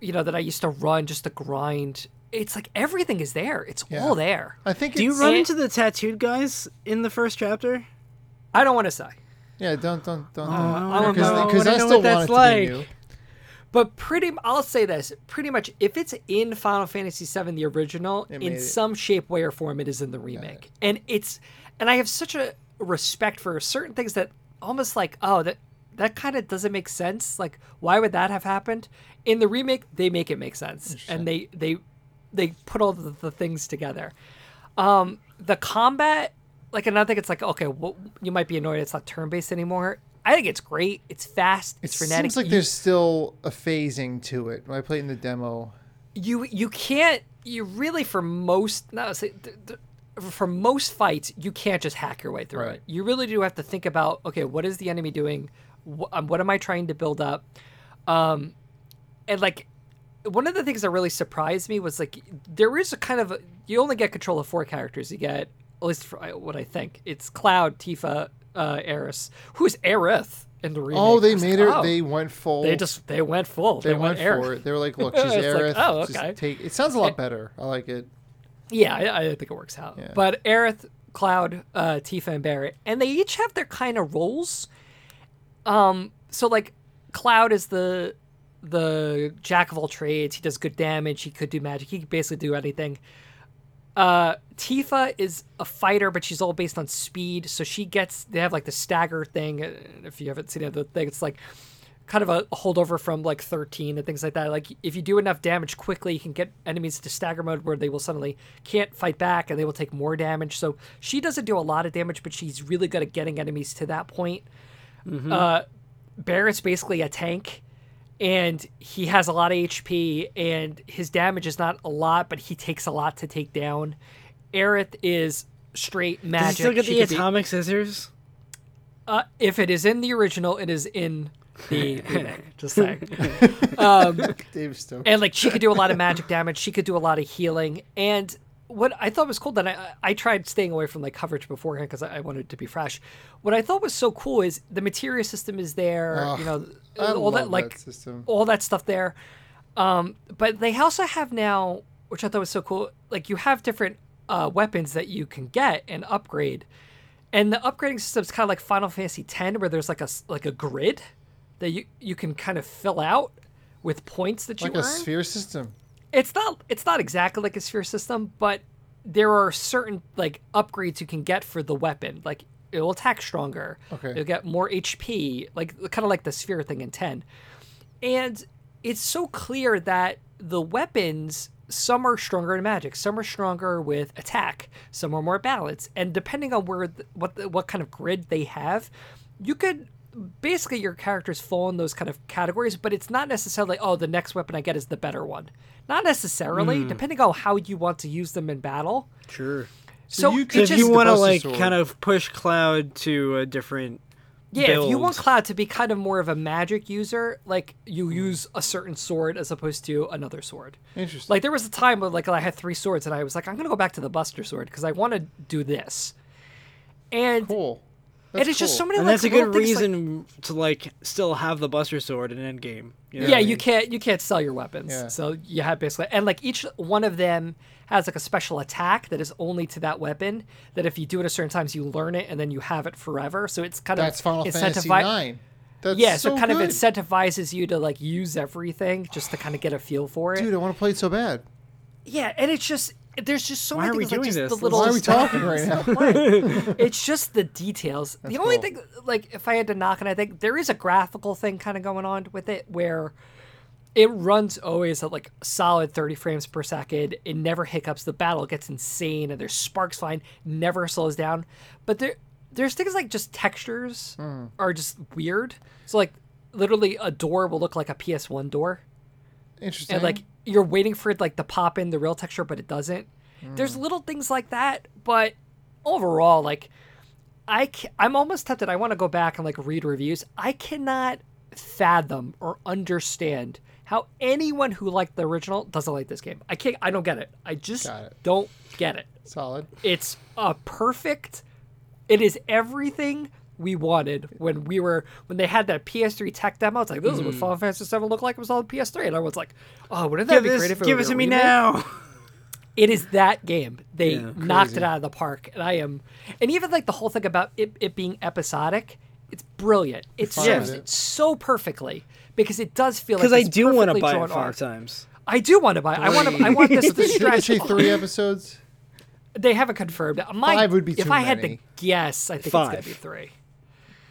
[SPEAKER 1] you know that i used to run just to grind it's like everything is there it's
[SPEAKER 2] Yeah.
[SPEAKER 1] all there
[SPEAKER 2] I think.
[SPEAKER 3] Do you
[SPEAKER 2] it's-
[SPEAKER 3] run
[SPEAKER 1] it-
[SPEAKER 3] into the tattooed guys in the first chapter?
[SPEAKER 1] i don't want to say
[SPEAKER 2] Yeah, don't don't don't.
[SPEAKER 3] Oh, I
[SPEAKER 2] don't
[SPEAKER 3] don't know.
[SPEAKER 2] because
[SPEAKER 3] I
[SPEAKER 2] I
[SPEAKER 3] don't know
[SPEAKER 2] still
[SPEAKER 3] what that's
[SPEAKER 2] want it
[SPEAKER 3] like.
[SPEAKER 2] to be new.
[SPEAKER 1] But pretty, m- I'll say this: pretty much, if it's in Final Fantasy VII, the original,
[SPEAKER 2] made
[SPEAKER 1] in
[SPEAKER 2] it.
[SPEAKER 1] some shape, way, or form, it is in the remake, and it's, and I have such a respect for certain things that almost like, oh, that that kind of doesn't make sense. Like, why would that have happened? In the remake, they make it make sense, and they they they put all the, the things together. Um, the combat, like another thing, it's like okay, well, you might be annoyed it's not turn based anymore. I think it's great. It's fast.
[SPEAKER 2] It
[SPEAKER 1] It's frenetic.
[SPEAKER 2] seems like
[SPEAKER 1] you-
[SPEAKER 2] there's still a phasing to it. When I played in the demo,
[SPEAKER 1] you you can't you really for most no say, th- th- for most fights you can't just hack your way through
[SPEAKER 2] Right.
[SPEAKER 1] it you really do have to think about okay what is the enemy doing Wh- um, what am i trying to build up um and like one of the things that really surprised me was like there is a kind of you only get control of four characters you get at least for uh, what i think it's cloud tifa uh eris who's Aerith in the remake
[SPEAKER 2] oh, they
[SPEAKER 1] I was like,
[SPEAKER 2] made her.
[SPEAKER 1] oh,
[SPEAKER 2] They went full.
[SPEAKER 1] they just they went full
[SPEAKER 2] They, went, for
[SPEAKER 1] Aerith.
[SPEAKER 2] it. They were like, "Look, she's
[SPEAKER 1] (laughs) It's like,
[SPEAKER 2] Aerith.
[SPEAKER 1] oh,
[SPEAKER 2] just
[SPEAKER 1] okay.
[SPEAKER 2] take- It sounds a lot better. I
[SPEAKER 1] (laughs)
[SPEAKER 2] like it.
[SPEAKER 1] Yeah, I, I think it works out. But Aerith, Cloud, uh, Tifa, and Barret, and they each have their kind of roles. Um, so like Cloud is the the jack of all trades. He does good damage. He could do magic. He could basically do anything. Uh, Tifa is a fighter, but she's all based on speed. So she gets they have like the stagger thing. uh, If you haven't seen it, the thing it's like kind of a holdover from like 13 and things like that. Like if you do enough damage quickly, you can get enemies to stagger mode where they will suddenly can't fight back and they will take more damage. So she doesn't do a lot of damage, but she's really good at getting enemies to that point. Uh, Barrett's basically a tank, and he has a lot of HP, and his damage is not a lot, but he takes a lot to take down. Aerith is straight magic.
[SPEAKER 3] Does he still get
[SPEAKER 1] She
[SPEAKER 3] the
[SPEAKER 1] could be-
[SPEAKER 3] atomic scissors?
[SPEAKER 1] uh, if it is in the original, it is in the
[SPEAKER 3] (laughs)
[SPEAKER 1] remake. Just saying.
[SPEAKER 2] Dave Stoker.
[SPEAKER 1] And like she could do a lot of magic damage, she could do a lot of healing. And what I thought was cool that I I tried staying away from like coverage beforehand because I, I wanted it to be fresh. What I thought was so cool is the material system is there. you know,
[SPEAKER 2] I
[SPEAKER 1] all
[SPEAKER 2] love
[SPEAKER 1] that like oh,
[SPEAKER 2] that system.
[SPEAKER 1] all that stuff there. Um, but they also have now, which I thought was so cool. Like you have different uh, weapons that you can get and upgrade, and the upgrading system is kind of like Final Fantasy X, where there's like a s- like a grid that you you can kind of fill out with points that you
[SPEAKER 2] like a
[SPEAKER 1] earn.
[SPEAKER 2] sphere system.
[SPEAKER 1] It's not it's not exactly like a sphere system, but there are certain like upgrades you can get for the weapon. Like it will attack stronger.
[SPEAKER 2] Okay.
[SPEAKER 1] It'll get more HP. Like kind of like the sphere thing in ten. And it's so clear that the weapons some are stronger in magic, some are stronger with attack, some are more balanced, and depending on where th- what the, what kind of grid they have, you could basically your characters fall in those kind of categories, but it's not necessarily oh the next weapon I get is the better one. Not necessarily, depending on how you want to use them in battle.
[SPEAKER 3] Sure.
[SPEAKER 1] So,
[SPEAKER 2] you
[SPEAKER 1] it
[SPEAKER 2] could-
[SPEAKER 3] if
[SPEAKER 1] just,
[SPEAKER 3] you want to
[SPEAKER 2] Buster
[SPEAKER 3] like
[SPEAKER 2] Sword.
[SPEAKER 3] kind of push Cloud to a different
[SPEAKER 1] Yeah, if you want
[SPEAKER 3] build.
[SPEAKER 1] Cloud to be kind of more of a magic user, like you use a certain sword as opposed to another sword.
[SPEAKER 2] Interesting.
[SPEAKER 1] Like there was a time where like I had three swords and I was like, I'm gonna go back to the Buster sword because I want to do this. And
[SPEAKER 2] cool.
[SPEAKER 1] and it's just so
[SPEAKER 2] cool.
[SPEAKER 1] many.
[SPEAKER 3] and
[SPEAKER 1] like,
[SPEAKER 3] that's a
[SPEAKER 1] little
[SPEAKER 3] good
[SPEAKER 1] things, like-
[SPEAKER 3] reason to like still have the Buster Sword in Endgame. know
[SPEAKER 1] yeah,
[SPEAKER 3] what I
[SPEAKER 1] you
[SPEAKER 3] mean?
[SPEAKER 1] can't you can't sell your weapons.
[SPEAKER 2] Yeah.
[SPEAKER 1] So you have basically and like each one of them has like a special attack that is only to that weapon. That if you do it a certain times, you learn it and then you have it forever. So it's kind
[SPEAKER 2] That's
[SPEAKER 1] of
[SPEAKER 2] Final Fantasy Nine. That's
[SPEAKER 1] Yeah,
[SPEAKER 2] so,
[SPEAKER 1] so, it kind
[SPEAKER 2] good.
[SPEAKER 1] of incentivizes you to like use everything just to kind of get a feel for it.
[SPEAKER 2] Dude, I want to play it so bad.
[SPEAKER 1] Yeah, and it's just there's just so
[SPEAKER 3] Why
[SPEAKER 1] many
[SPEAKER 3] are we
[SPEAKER 1] things like
[SPEAKER 3] doing
[SPEAKER 1] just
[SPEAKER 3] this?
[SPEAKER 1] the
[SPEAKER 3] This
[SPEAKER 1] little
[SPEAKER 2] Why are we
[SPEAKER 1] stuff.
[SPEAKER 2] talking right now? (laughs)
[SPEAKER 1] it's just the details. the only
[SPEAKER 2] cool.
[SPEAKER 1] thing, like, if I had to knock, and I think there is a graphical thing kind of going on with it where it runs always at like solid 30 frames per second. It never hiccups. The battle gets insane, and there's sparks flying. Never slows down. But there, there's things like just textures
[SPEAKER 2] Hmm.
[SPEAKER 1] are just weird. So like, literally, a door will look like a PS1 door
[SPEAKER 2] Interesting.
[SPEAKER 1] and like you're waiting for it like to pop in the real texture but it doesn't there's
[SPEAKER 2] Hmm.
[SPEAKER 1] little things like that but overall like i ca- i'm almost tempted i want to go back and like read reviews i cannot fathom or understand how anyone who liked the original doesn't like this game i can't i don't get it i just
[SPEAKER 2] Got it.
[SPEAKER 1] don't get it
[SPEAKER 2] solid.
[SPEAKER 1] it's a perfect. It is everything we wanted when we were when they had that PS3 tech demo. It's like this
[SPEAKER 3] Mm.
[SPEAKER 1] is what Final Fantasy VII looked like. It was on PS3, and everyone's like, "Oh, wouldn't that
[SPEAKER 3] Give
[SPEAKER 1] be great
[SPEAKER 3] this,
[SPEAKER 1] if it
[SPEAKER 3] give
[SPEAKER 1] were
[SPEAKER 3] it to me
[SPEAKER 1] remade?
[SPEAKER 3] now.
[SPEAKER 1] It is that game. They
[SPEAKER 3] Yeah,
[SPEAKER 1] knocked it out of the park, and I am. And even like the whole thing about it, it being episodic, it's brilliant. It serves
[SPEAKER 2] it.
[SPEAKER 1] it so perfectly because it does feel like
[SPEAKER 3] Because I
[SPEAKER 1] it's
[SPEAKER 3] do want to
[SPEAKER 1] perfectly
[SPEAKER 3] buy
[SPEAKER 1] drawn
[SPEAKER 3] it five
[SPEAKER 1] art.
[SPEAKER 3] times.
[SPEAKER 1] I do want to buy. It. I want to. I want
[SPEAKER 3] (laughs)
[SPEAKER 1] this to
[SPEAKER 2] Did I
[SPEAKER 1] stretch.
[SPEAKER 2] say three
[SPEAKER 1] (laughs)
[SPEAKER 2] episodes?
[SPEAKER 1] They haven't confirmed. My,
[SPEAKER 2] Five would be
[SPEAKER 1] If
[SPEAKER 2] too
[SPEAKER 1] I had
[SPEAKER 2] many.
[SPEAKER 1] to guess, I think
[SPEAKER 3] Five.
[SPEAKER 1] it's gonna be three.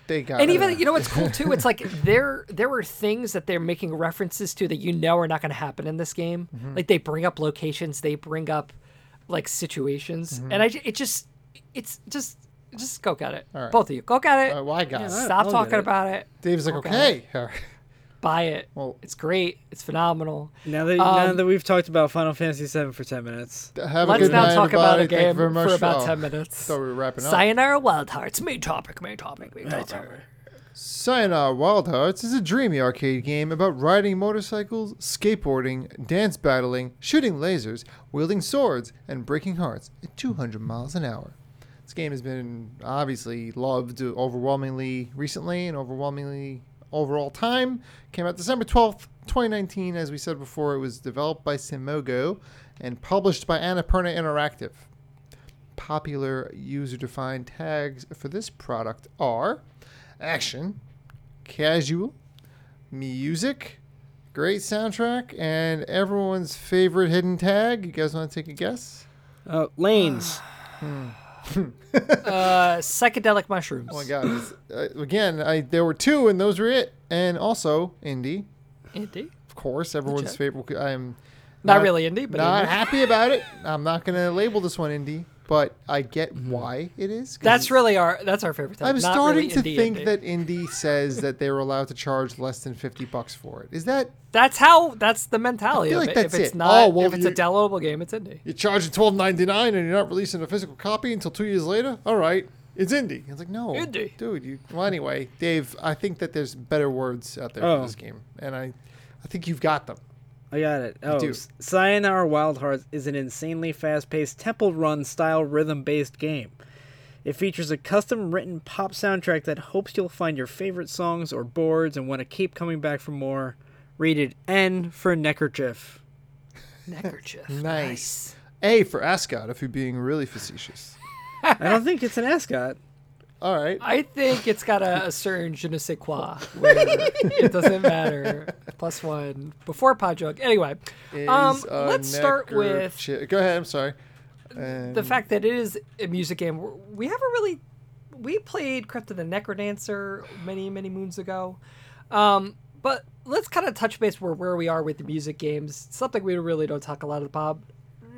[SPEAKER 2] They got
[SPEAKER 1] And
[SPEAKER 2] it.
[SPEAKER 1] even you know what's cool too? It's like there there were things that they're making references to that you know are not gonna happen in this game.
[SPEAKER 2] Mm-hmm.
[SPEAKER 1] Like they bring up locations, they bring up like situations,
[SPEAKER 2] Mm-hmm.
[SPEAKER 1] and I ju- it just it's just just go get it,
[SPEAKER 2] right.
[SPEAKER 1] both of you. Go get it.
[SPEAKER 2] Uh, why, guys?
[SPEAKER 3] Yeah,
[SPEAKER 1] Stop
[SPEAKER 3] I'll get
[SPEAKER 1] talking
[SPEAKER 3] it.
[SPEAKER 1] about it.
[SPEAKER 2] Dave's like,
[SPEAKER 1] Okay.
[SPEAKER 2] okay. all right.
[SPEAKER 1] Buy it.
[SPEAKER 2] Well- (laughs)
[SPEAKER 1] it's great. It's phenomenal.
[SPEAKER 3] Now that now
[SPEAKER 1] Um,
[SPEAKER 3] that we've talked about Final Fantasy VII for ten minutes,
[SPEAKER 2] Have a
[SPEAKER 1] Let's
[SPEAKER 2] good
[SPEAKER 1] now
[SPEAKER 2] night,
[SPEAKER 1] talk about
[SPEAKER 2] everybody.
[SPEAKER 1] a
[SPEAKER 2] Thank you
[SPEAKER 1] game
[SPEAKER 2] very much.
[SPEAKER 1] for about
[SPEAKER 2] Oh,
[SPEAKER 1] ten minutes.
[SPEAKER 2] Thought we were wrapping up.
[SPEAKER 1] Sayonara Wild Hearts. Main topic. Main topic. Main topic.
[SPEAKER 2] Sayonara Wild Hearts is a dreamy arcade game about riding motorcycles, skateboarding, dance battling, shooting lasers, wielding swords, and breaking hearts at 200 miles an hour. This game has been obviously loved overwhelmingly recently and overwhelmingly overall time. Came out December 12th, 2019. As we said before, it was developed by Simogo and published by Annapurna Interactive. Popular user defined tags for this product are action, casual, music, Great soundtrack and everyone's favorite hidden tag. You guys want to take a guess?
[SPEAKER 3] Uh, lanes.
[SPEAKER 1] Uh, psychedelic mushrooms.
[SPEAKER 2] Oh my god! it's- uh, again, I there were two, and those were it. And also indie,
[SPEAKER 1] Indie?
[SPEAKER 2] of course, everyone's
[SPEAKER 1] check.
[SPEAKER 2] favorite. I'm
[SPEAKER 1] Not, really indie, but
[SPEAKER 2] not
[SPEAKER 1] indie.
[SPEAKER 2] happy about it. I'm not gonna label this one indie, but I get why it is. 'cause
[SPEAKER 1] Mm-hmm. that's
[SPEAKER 2] it-
[SPEAKER 1] really our that's our favorite. Type.
[SPEAKER 2] I'm
[SPEAKER 1] Not
[SPEAKER 2] starting
[SPEAKER 1] really
[SPEAKER 2] to
[SPEAKER 1] indie,
[SPEAKER 2] think
[SPEAKER 1] indie.
[SPEAKER 2] that indie says that they were allowed to charge less than fifty bucks for it. Is that
[SPEAKER 1] that's how that's the mentality
[SPEAKER 2] I feel
[SPEAKER 1] of
[SPEAKER 2] like
[SPEAKER 1] it.
[SPEAKER 2] that's
[SPEAKER 1] if it's
[SPEAKER 2] it.
[SPEAKER 1] not
[SPEAKER 2] Oh, well,
[SPEAKER 1] if it's a
[SPEAKER 2] you-
[SPEAKER 1] downloadable game, it's indie.
[SPEAKER 2] you're charging twelve ninety nine and you're not releasing a physical copy until two years later? All right, it's indie. It's like no,
[SPEAKER 1] Indie.
[SPEAKER 2] dude. You well anyway, Dave. I think that there's better words out there
[SPEAKER 3] Oh.
[SPEAKER 2] for this game, and I, I think you've got them.
[SPEAKER 3] I got it. Oh,
[SPEAKER 2] do.
[SPEAKER 3] S- Sayonara Wild Hearts is an insanely fast-paced temple run style rhythm-based game. It features a custom written pop soundtrack that hopes you'll find your favorite songs or boards and want to keep coming back for more. Rated N for neckerchief.
[SPEAKER 1] Neckerchief.
[SPEAKER 2] Nice. A for Ascot, if you're being really facetious.
[SPEAKER 3] I don't think it's an ascot.
[SPEAKER 2] All right.
[SPEAKER 1] I think it's got a, a certain je ne sais quoi.
[SPEAKER 2] (laughs)
[SPEAKER 1] Where it doesn't matter. Plus one before pod joke. Anyway, um,
[SPEAKER 2] Is a
[SPEAKER 1] let's start with
[SPEAKER 2] neckerchief- Go ahead. I'm sorry. Um,
[SPEAKER 1] the fact that it is a music game. We haven't really we played Crypt of the Necrodancer many many moons ago, um, but let's kind of touch base where where we are with the music games. Something we really don't talk a lot about.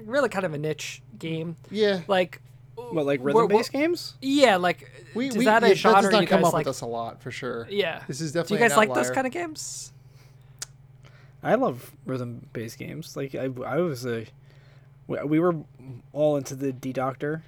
[SPEAKER 1] Really, kind of a niche game.
[SPEAKER 2] yeah.
[SPEAKER 1] Like,
[SPEAKER 3] What, like
[SPEAKER 1] (laughs) Wha- wha-
[SPEAKER 3] rhythm-based games?
[SPEAKER 1] yeah, like
[SPEAKER 2] we,
[SPEAKER 1] is
[SPEAKER 2] we,
[SPEAKER 1] that
[SPEAKER 2] yeah,
[SPEAKER 1] a genre
[SPEAKER 2] that does not
[SPEAKER 1] you
[SPEAKER 2] come
[SPEAKER 1] guys
[SPEAKER 2] up
[SPEAKER 1] like?
[SPEAKER 2] with us a lot for sure.
[SPEAKER 1] Yeah.
[SPEAKER 2] This is
[SPEAKER 1] Do you
[SPEAKER 2] definitely.
[SPEAKER 1] guys like those
[SPEAKER 2] outlier.
[SPEAKER 1] kind of games?
[SPEAKER 2] (laughs)
[SPEAKER 3] I love rhythm-based games. Like I, I was a, we we were all into the D Doctor,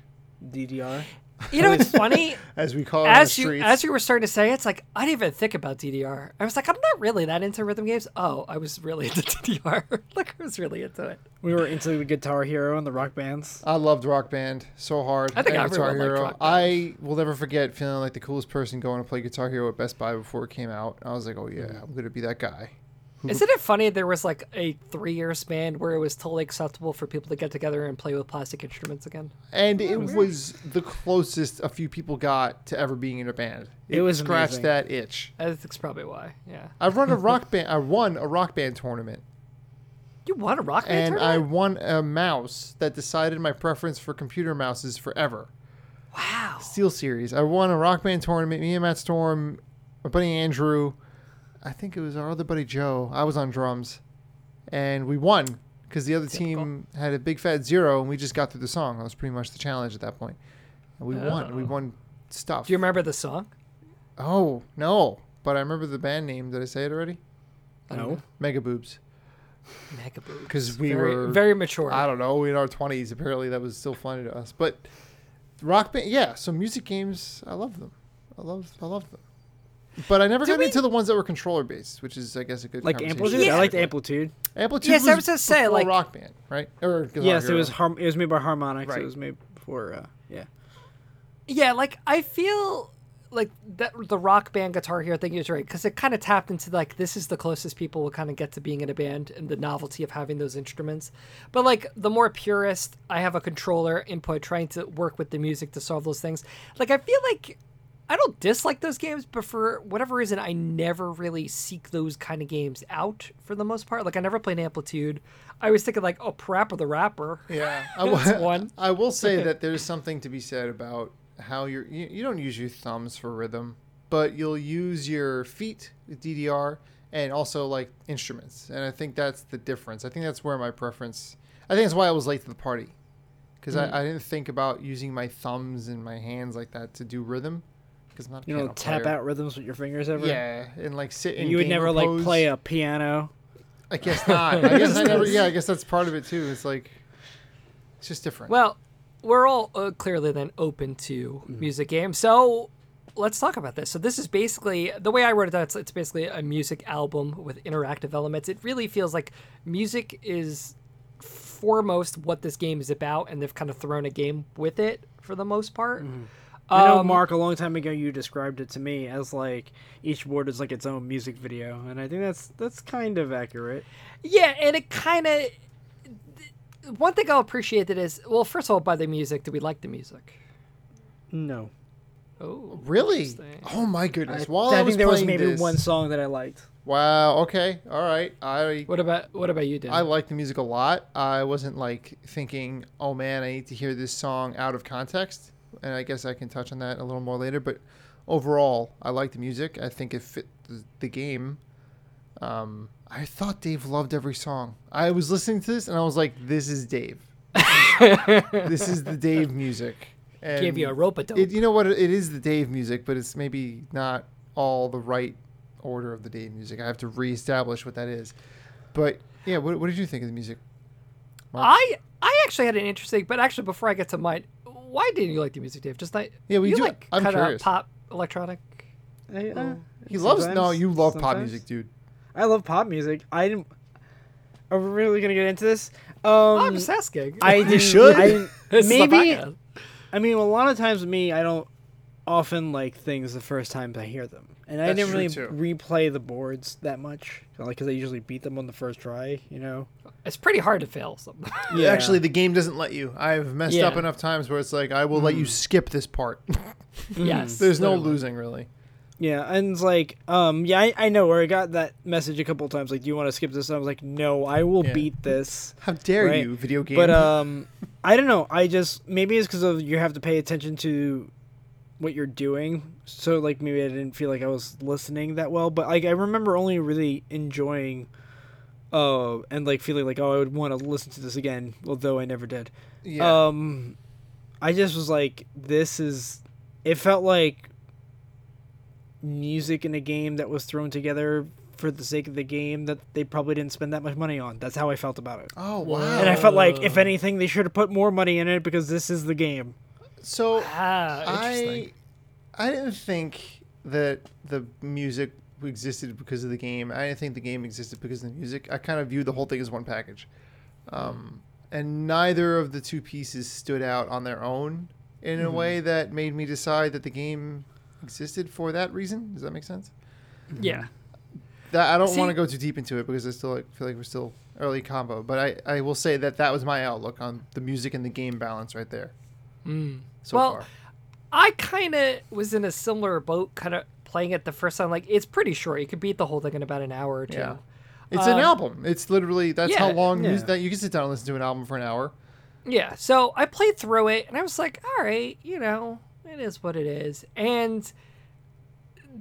[SPEAKER 3] DDR.
[SPEAKER 1] You know, it's
[SPEAKER 2] (laughs)
[SPEAKER 1] funny.
[SPEAKER 2] as we call it on the
[SPEAKER 1] as you
[SPEAKER 2] streets?
[SPEAKER 1] as you were starting to say, it's like I didn't even think about DDR. I was like, I'm not really that into rhythm games. Oh, I was really (laughs) into DDR. like I was really into it.
[SPEAKER 3] We were into the Guitar Hero and the rock bands.
[SPEAKER 2] I loved Rock Band so hard.
[SPEAKER 1] I think
[SPEAKER 2] and
[SPEAKER 1] everyone liked Rock Band.
[SPEAKER 2] I will never forget feeling like the coolest person going to play Guitar Hero at Best Buy before it came out. I was like, oh yeah, I'm gonna be that guy. Hmm.
[SPEAKER 1] Isn't it funny there was like a three year span where it was totally acceptable for people to get together and play with plastic instruments again?
[SPEAKER 2] And it was the closest a few people got to ever being in a band.
[SPEAKER 3] It was
[SPEAKER 2] scratched
[SPEAKER 3] amazing.
[SPEAKER 2] that itch.
[SPEAKER 1] I think that's probably why. Yeah.
[SPEAKER 2] I run a rock band. I won a rock band tournament,
[SPEAKER 1] You want a rock band
[SPEAKER 2] and I
[SPEAKER 1] tournament?
[SPEAKER 2] won a mouse that decided my preference for computer mouses forever.
[SPEAKER 1] Wow.
[SPEAKER 2] Steel Series. I won a rock band tournament. Me and Matt Storm, my buddy Andrew, I think it was our other buddy Joe. I was on drums, and we won because the other team had a big fat zero, and we just got through the song. That was pretty much the challenge at that point. And we won. We
[SPEAKER 1] Oh.
[SPEAKER 2] won stuff.
[SPEAKER 1] Do you remember the song?
[SPEAKER 2] Oh no! But I remember the band name. Did I say it already? Oh,
[SPEAKER 3] No.
[SPEAKER 2] Mega Boobs.
[SPEAKER 1] Mega Boobs.
[SPEAKER 2] 'Cause we
[SPEAKER 1] very,
[SPEAKER 2] were-
[SPEAKER 1] very mature.
[SPEAKER 2] I don't know. In our twenties, apparently that was still funny to us. But rock band, yeah. So music games, I love them. I love, I love them. But I never
[SPEAKER 1] Did
[SPEAKER 2] got
[SPEAKER 1] we-
[SPEAKER 2] into the ones that were controller based, which is, I guess, a good
[SPEAKER 3] Like
[SPEAKER 2] conversation.
[SPEAKER 3] Amplitude?
[SPEAKER 1] Yeah.
[SPEAKER 3] I liked Amplitude.
[SPEAKER 2] Amplitude.
[SPEAKER 1] Yes,
[SPEAKER 2] was
[SPEAKER 1] I was gonna say,
[SPEAKER 2] before
[SPEAKER 1] like-
[SPEAKER 2] rock band, right? Or Guitar
[SPEAKER 3] yes, it
[SPEAKER 2] Hero.
[SPEAKER 3] was harm. It was made by Harmonix.
[SPEAKER 2] Right.
[SPEAKER 3] It was made before. Uh, yeah.
[SPEAKER 1] Yeah, like I feel like that the rock band guitar hero thing is right because it kind of tapped into like this is the closest people will kind of get to being in a band and the novelty of having those instruments. But like the more purist, I have a controller input trying to work with the music to solve those things. Like I feel like I don't dislike those games, but for whatever reason, I never really seek those kind of games out for the most part. Like I never played Amplitude. I was thinking like, oh, Parappa the Rapper. (laughs)
[SPEAKER 2] Yeah, (laughs)
[SPEAKER 1] That's one.
[SPEAKER 2] I will
[SPEAKER 3] (laughs)
[SPEAKER 2] say that there's something to be said about how you're, you you don't use your thumbs for rhythm, but you'll use your feet with DDR and also like instruments, and I think that's the difference. I think that's where my preference. I think that's why I was late to the party, because
[SPEAKER 3] Mm.
[SPEAKER 2] I, I didn't think about using my thumbs and my hands like that to do rhythm, because I'm not a
[SPEAKER 3] You know,
[SPEAKER 2] piano
[SPEAKER 3] tap
[SPEAKER 2] player.
[SPEAKER 3] out rhythms with your fingers ever.
[SPEAKER 2] Yeah, and like sit in.
[SPEAKER 3] You would
[SPEAKER 2] game
[SPEAKER 3] never like
[SPEAKER 2] repose.
[SPEAKER 3] play a piano.
[SPEAKER 2] I guess not. I guess I
[SPEAKER 3] (laughs)
[SPEAKER 2] never. Yeah, I guess that's part of it too. It's like, it's just different.
[SPEAKER 1] Well, we're all uh, clearly then open to
[SPEAKER 2] Mm-hmm.
[SPEAKER 1] music games. So let's talk about this. So this is basically the way I wrote it down. It's, it's basically a music album with interactive elements. It really feels like music is foremost what this game is about, and they've kind of thrown a game with it for the most part.
[SPEAKER 2] Mm-hmm.
[SPEAKER 3] I know, Mark, a long time ago, you described it to me as like each board is like its own music video, and I think that's that's kind of accurate.
[SPEAKER 1] Yeah, and it kind of. One thing I'll appreciate that is well, first of all, by the music, do we like the music?
[SPEAKER 3] No,
[SPEAKER 1] Oh,
[SPEAKER 2] Really?
[SPEAKER 1] Interesting.
[SPEAKER 2] Oh my goodness! While I,
[SPEAKER 3] I,
[SPEAKER 2] was
[SPEAKER 3] think there was
[SPEAKER 2] playing
[SPEAKER 3] maybe
[SPEAKER 2] this,
[SPEAKER 3] one song that I liked.
[SPEAKER 2] Wow. Okay. All right. I
[SPEAKER 1] What about what about you, Dan?
[SPEAKER 2] I like the music a lot. I wasn't like thinking, oh man, I need to hear this song out of context. And I guess I can touch on that a little more later. But overall, I like the music. I think it fit the, the game. Um, I thought Dave loved every song. I was listening to this and I was like, this is
[SPEAKER 3] (laughs)
[SPEAKER 2] Dave. this is the Dave music. And
[SPEAKER 1] Gave you a rope a dope.
[SPEAKER 2] It, you know what? It is the Dave music, but it's maybe not all the right order of the Dave music. I have to reestablish what that is. But yeah, what, what did you think of the music?
[SPEAKER 1] I I actually had an interesting, but actually before I get to mine, why didn't you like the music, Dave? Just like
[SPEAKER 2] Yeah, we
[SPEAKER 1] you
[SPEAKER 2] do-
[SPEAKER 1] like
[SPEAKER 2] I'm
[SPEAKER 1] kinda
[SPEAKER 2] curious.
[SPEAKER 1] pop electronic.
[SPEAKER 3] I, uh,
[SPEAKER 2] Oh. He loves no,
[SPEAKER 3] sometimes-
[SPEAKER 2] you love pop
[SPEAKER 3] sometimes.
[SPEAKER 2] music, dude.
[SPEAKER 3] I love pop music. I didn't. Are we really gonna get into this? Um,
[SPEAKER 1] I'm just asking.
[SPEAKER 2] (laughs)
[SPEAKER 1] (laughs)
[SPEAKER 3] I (laughs) didn't,
[SPEAKER 2] should.
[SPEAKER 3] I didn't-
[SPEAKER 1] This is the
[SPEAKER 3] maybe.
[SPEAKER 1] podcast.
[SPEAKER 3] I mean, a lot of times with me, I don't often like things the first time I hear them, and I
[SPEAKER 2] That's
[SPEAKER 3] didn't
[SPEAKER 2] true,
[SPEAKER 3] really
[SPEAKER 2] too.
[SPEAKER 3] replay the boards that much, like because I usually beat them on the first try. You know.
[SPEAKER 1] it's pretty hard to fail (laughs) something.
[SPEAKER 3] Yeah.
[SPEAKER 2] Actually, the game doesn't let you. I've messed up
[SPEAKER 1] Yeah.
[SPEAKER 2] enough times where it's like I will let you skip this part. (laughs)
[SPEAKER 1] yes.
[SPEAKER 2] Mm, There's no losing really.
[SPEAKER 3] Yeah, and it's like, um, yeah, I, I know where I got that message a couple times. Like, do you want to skip this? And I was like, no, I will
[SPEAKER 2] Yeah.
[SPEAKER 3] beat this.
[SPEAKER 2] How dare
[SPEAKER 3] Right.
[SPEAKER 2] you, video game?
[SPEAKER 3] But um, I don't know. I just maybe it's because of you have to pay attention to what you're doing. So like maybe I didn't feel like I was listening that well. But like I remember only really enjoying, uh, and like feeling like oh I would want to listen to this again, although I never did.
[SPEAKER 2] yeah,
[SPEAKER 3] Um, I just was like, this is. It felt like music in a game that was thrown together for the sake of the game that they probably didn't spend that much money on. That's how I felt about it.
[SPEAKER 2] oh wow.
[SPEAKER 3] And I felt like,
[SPEAKER 2] Oh.
[SPEAKER 3] if anything, they should have put more money in it because this is the game.
[SPEAKER 2] so
[SPEAKER 1] ah,
[SPEAKER 2] I
[SPEAKER 1] interesting.
[SPEAKER 2] I didn't think that the music existed because of the game. I didn't think the game existed because of the music. I kind of viewed the whole thing as one package. Um, and neither of the two pieces stood out on their own in
[SPEAKER 1] Mm-hmm.
[SPEAKER 2] a way that made me decide that the game existed for that reason. Does that make sense?
[SPEAKER 1] yeah.
[SPEAKER 2] That I don't
[SPEAKER 1] See-
[SPEAKER 2] want to go too deep into it because I still like, feel like we're still early combo, but I, I will say that that was my outlook on the music and the game balance right there. So
[SPEAKER 1] Mm. Well,
[SPEAKER 2] far.
[SPEAKER 1] I kind of was in a similar boat, kind of playing it the first time. Like it's pretty short. You could beat the whole thing in about an hour or two.
[SPEAKER 2] Yeah. It's an
[SPEAKER 1] Um,
[SPEAKER 2] album. It's literally that's how
[SPEAKER 1] yeah,
[SPEAKER 2] long mus-
[SPEAKER 3] yeah.
[SPEAKER 2] that you can sit down and listen to an album for an hour.
[SPEAKER 1] Yeah, so I played through it and I was like, all right, you know, it is what it is. And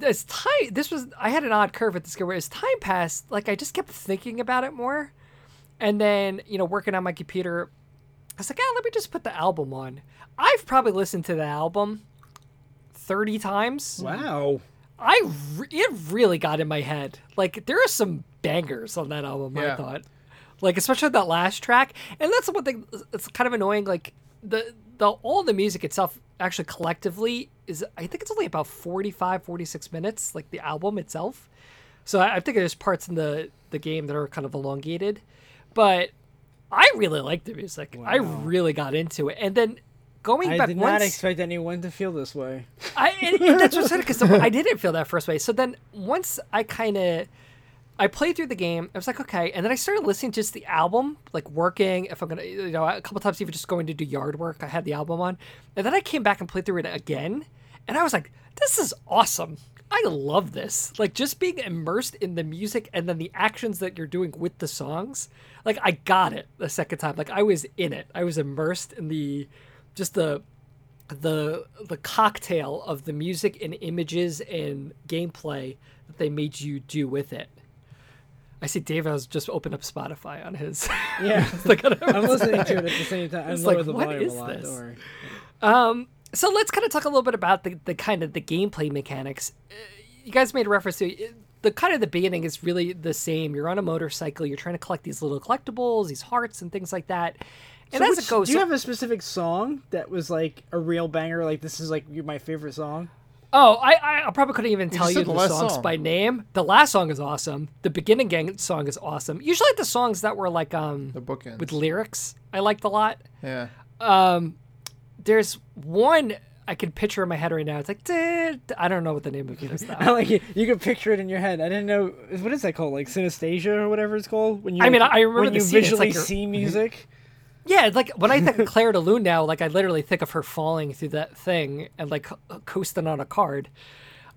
[SPEAKER 1] as time, this was, I had an odd curve with this game where as time passed, like I just kept thinking about it more. And then, you know, working on my computer, I was like, ah, let me just put the album on. I've probably listened to the album 30 times.
[SPEAKER 3] Wow.
[SPEAKER 1] I, re- it really got in my head. Like, there are some bangers on that album,
[SPEAKER 2] Yeah.
[SPEAKER 1] I thought like especially that last track and that's the one thing it's kind of annoying like the the all the music itself actually collectively is i think it's only about 45 46 minutes like the album itself so i, I think there's parts in the the game that are kind of elongated but i really liked the music i
[SPEAKER 3] Wow.
[SPEAKER 1] really got into it and then going
[SPEAKER 3] I
[SPEAKER 1] back
[SPEAKER 3] did
[SPEAKER 1] once
[SPEAKER 3] not expect anyone to feel this way.
[SPEAKER 1] I and, and that's what's funny because I didn't feel that first way. So then once I kind of I played through the game, I was like, okay, and then I started listening to just the album, like working. If I'm gonna, you know, a couple times even just going to do yard work, I had the album on, and then I came back and played through it again, and I was like, this is awesome. I love this. Like just being immersed in the music and then the actions that you're doing with the songs. Like I got it the second time. Like I was in it. I was immersed in the just the the the cocktail of the music and images and gameplay that they made you do with it. I see Dave has just opened up Spotify on his. (laughs)
[SPEAKER 3] Yeah.
[SPEAKER 1] Look at him.
[SPEAKER 3] I'm listening to it at the (laughs) same time. I'm
[SPEAKER 1] It's
[SPEAKER 3] lower
[SPEAKER 1] like,
[SPEAKER 3] the
[SPEAKER 1] what
[SPEAKER 3] volume a
[SPEAKER 1] is
[SPEAKER 3] lot.
[SPEAKER 1] this?
[SPEAKER 3] Don't worry.
[SPEAKER 1] so let's kind of talk a little bit about the, the kind of the gameplay mechanics. Uh, you guys made a reference to it. the kind of the beginning is really the same. You're on a motorcycle. You're trying to collect these little collectibles, these hearts and things like that. And
[SPEAKER 3] So
[SPEAKER 1] as
[SPEAKER 3] which-
[SPEAKER 1] it goes,
[SPEAKER 3] do you have a specific song that was like a real banger? Like this is like your- my favorite song. (laughs)
[SPEAKER 1] Oh, I- I I probably couldn't even tell
[SPEAKER 2] just
[SPEAKER 1] you
[SPEAKER 2] said the
[SPEAKER 1] the,
[SPEAKER 2] last
[SPEAKER 1] songs
[SPEAKER 2] song.
[SPEAKER 1] by name. The last song is awesome. The beginning gang song is awesome. Usually the songs that were like um
[SPEAKER 2] The bookends.
[SPEAKER 1] with lyrics I liked a lot.
[SPEAKER 2] yeah.
[SPEAKER 1] There's one I can picture in my head right now. It's like "Duh, duh," I don't know what the name of it is
[SPEAKER 3] I
[SPEAKER 1] though.
[SPEAKER 3] like it. You can picture it in your head. I didn't know what is that called? Like synesthesia or whatever it's called. When you,
[SPEAKER 1] I mean,
[SPEAKER 3] like,
[SPEAKER 1] I remember
[SPEAKER 3] when
[SPEAKER 1] the
[SPEAKER 3] you
[SPEAKER 1] scene, it's
[SPEAKER 3] visually
[SPEAKER 1] like you're-
[SPEAKER 3] (laughs) see music.
[SPEAKER 1] yeah, it's like when I think of Claire de uh, Lune now, like I literally think of her falling through that thing and like co- coasting on a card.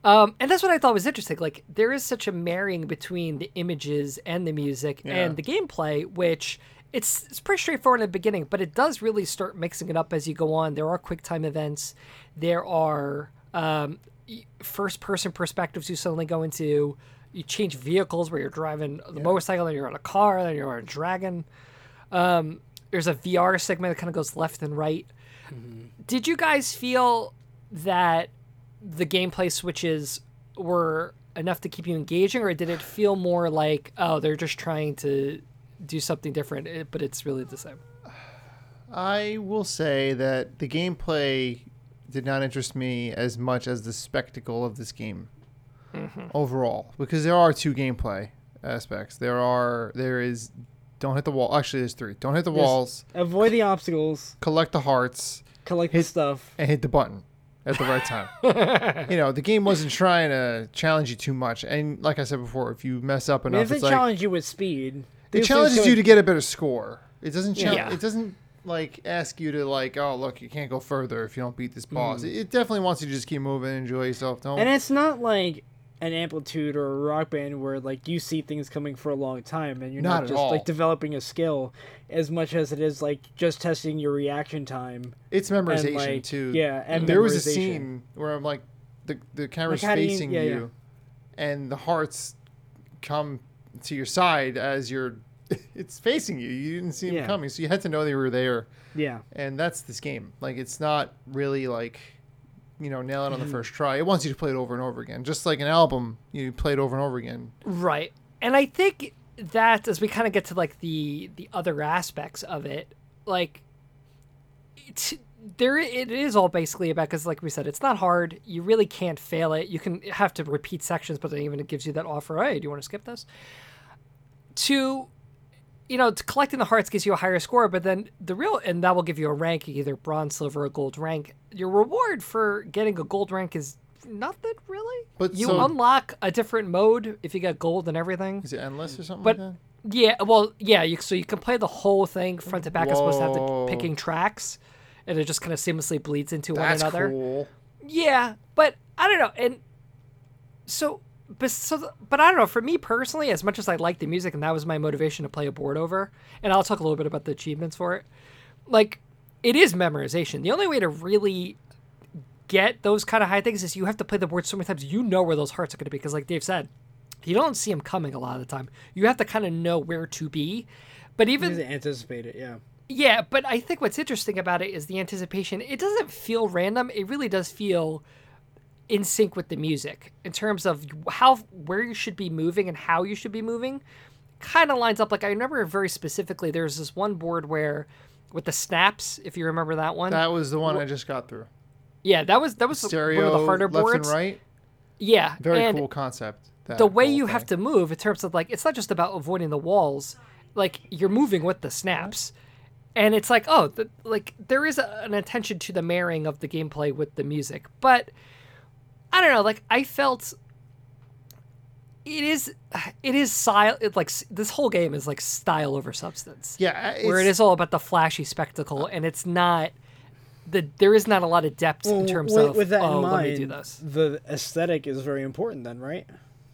[SPEAKER 1] Um, and that's what I thought was interesting. Like there is such a marrying between the images and the music and the gameplay, which it's it's pretty straightforward at the beginning, but it does really start mixing it up as you go on. There are quick time events, there are um, first person perspectives you suddenly go into. You change vehicles where you're driving the motorcycle, then you're on a car, then you're on a dragon. Um, there's a VR segment that kind of goes left and right. Did you guys feel that the gameplay switches were enough to keep you engaging, or did it feel more like, oh, they're just trying to do something different, eh, but it's really the same?
[SPEAKER 2] I will say that the gameplay did not interest me as much as the spectacle of this game
[SPEAKER 1] Mm-hmm.
[SPEAKER 2] overall, because there are two gameplay aspects. There are there is don't hit the wall. Actually, there's three. Don't hit the walls.
[SPEAKER 3] Avoid the obstacles,
[SPEAKER 2] Collect the hearts
[SPEAKER 3] collect the stuff.
[SPEAKER 2] and hit the button at the right
[SPEAKER 1] (laughs)
[SPEAKER 2] time. you know, the game wasn't trying to challenge you too much. And like I said before, if you mess up
[SPEAKER 3] I mean,
[SPEAKER 2] enough,
[SPEAKER 3] if they
[SPEAKER 2] it's like
[SPEAKER 3] challenge you with speed,
[SPEAKER 2] it
[SPEAKER 3] these things
[SPEAKER 2] challenges
[SPEAKER 3] go-
[SPEAKER 2] you to get a better score. It doesn't challenge.
[SPEAKER 1] Yeah.
[SPEAKER 2] It doesn't like ask you to like, oh look, you can't go further if you don't beat this boss. It, it definitely wants you to just keep moving, enjoy yourself.
[SPEAKER 1] Oh.
[SPEAKER 2] Don't.
[SPEAKER 3] Mm. And it's not like an amplitude or a rock band where like you see things coming for a long time and you're
[SPEAKER 2] Not
[SPEAKER 3] not,
[SPEAKER 2] at
[SPEAKER 3] just
[SPEAKER 2] all.
[SPEAKER 3] like developing a skill as much as it is like just testing your reaction time.
[SPEAKER 2] it's memorization
[SPEAKER 3] and, like,
[SPEAKER 2] too.
[SPEAKER 3] yeah, and
[SPEAKER 2] there was a
[SPEAKER 3] memorization.
[SPEAKER 2] scene where I'm like, the the camera's
[SPEAKER 3] Like, how do you-
[SPEAKER 2] facing you,
[SPEAKER 3] yeah, yeah.
[SPEAKER 2] and the hearts come to your side as you're. (laughs) It's facing you. You didn't see them
[SPEAKER 3] Yeah.
[SPEAKER 2] coming, so you had to know they were there.
[SPEAKER 3] Yeah.
[SPEAKER 2] and that's this game. Like it's not really like you know nail it
[SPEAKER 1] Mm-hmm.
[SPEAKER 2] on the first try. It wants you to play it over and over again, just like an album you play it over and over again.
[SPEAKER 1] Right. And I think that as we kind of get to like the the other aspects of it, like it's there it is all basically about because like we said it's not hard you really can't fail it you can have to repeat sections but then even it gives you that offer hey do you want to skip this to you know to collecting the hearts gives you a higher score but then the real and that will give you a rank either bronze silver or gold rank your reward for getting a gold rank is nothing really
[SPEAKER 2] But
[SPEAKER 1] you
[SPEAKER 2] so-
[SPEAKER 1] unlock a different mode if you got gold and everything
[SPEAKER 2] Is it endless or something
[SPEAKER 1] but
[SPEAKER 2] like that?
[SPEAKER 1] yeah, well, yeah. You, so you can play the whole thing front to back. It's supposed to have
[SPEAKER 2] Whoa.
[SPEAKER 1] the picking tracks, and it just kind of seamlessly bleeds into
[SPEAKER 2] That's
[SPEAKER 1] one another.
[SPEAKER 2] cool.
[SPEAKER 1] Yeah, but I don't know. And so, but so, the- but I don't know. For me personally, as much as I like the music, and that was my motivation to play a board over, and I'll talk a little bit about the achievements for it. Like, it is memorization. The only way to really get those kind of high things is you have to play the board so many times. You know where those hearts are going to be because, like Dave said, you don't see them coming a lot of the time. You have to kind of know where to be. But
[SPEAKER 3] You
[SPEAKER 1] even
[SPEAKER 3] have to anticipate it, yeah.
[SPEAKER 1] yeah, but I think what's interesting about it is the anticipation. It doesn't feel random. It really does feel in sync with the music in terms of how where you should be moving and how you should be moving. Kind of lines up. Like I remember very specifically, there's this one board where with the snaps, if you remember that one.
[SPEAKER 2] That was the one I just got through.
[SPEAKER 1] yeah, that was that was
[SPEAKER 2] Stereo
[SPEAKER 1] one of the harder
[SPEAKER 2] left
[SPEAKER 1] boards.
[SPEAKER 2] and right.
[SPEAKER 1] Yeah,
[SPEAKER 2] Very
[SPEAKER 1] and
[SPEAKER 2] cool concept. that
[SPEAKER 1] the way
[SPEAKER 2] whole
[SPEAKER 1] you have
[SPEAKER 2] thing.
[SPEAKER 1] to move in terms of like it's not just about avoiding the walls like you're moving with the snaps and it's like oh the, like there is a, an attention to the marrying of the gameplay with the music but i don't know like i felt it is it is style it like s- this whole game is like style over substance
[SPEAKER 2] yeah, I-
[SPEAKER 1] where it
[SPEAKER 2] it's-
[SPEAKER 1] is all about the flashy spectacle and it's not the there is not a lot of depth in terms
[SPEAKER 3] with,
[SPEAKER 1] of
[SPEAKER 3] with that
[SPEAKER 1] oh
[SPEAKER 3] in
[SPEAKER 1] let
[SPEAKER 3] mind,
[SPEAKER 1] me do this
[SPEAKER 3] the aesthetic is very important then, right?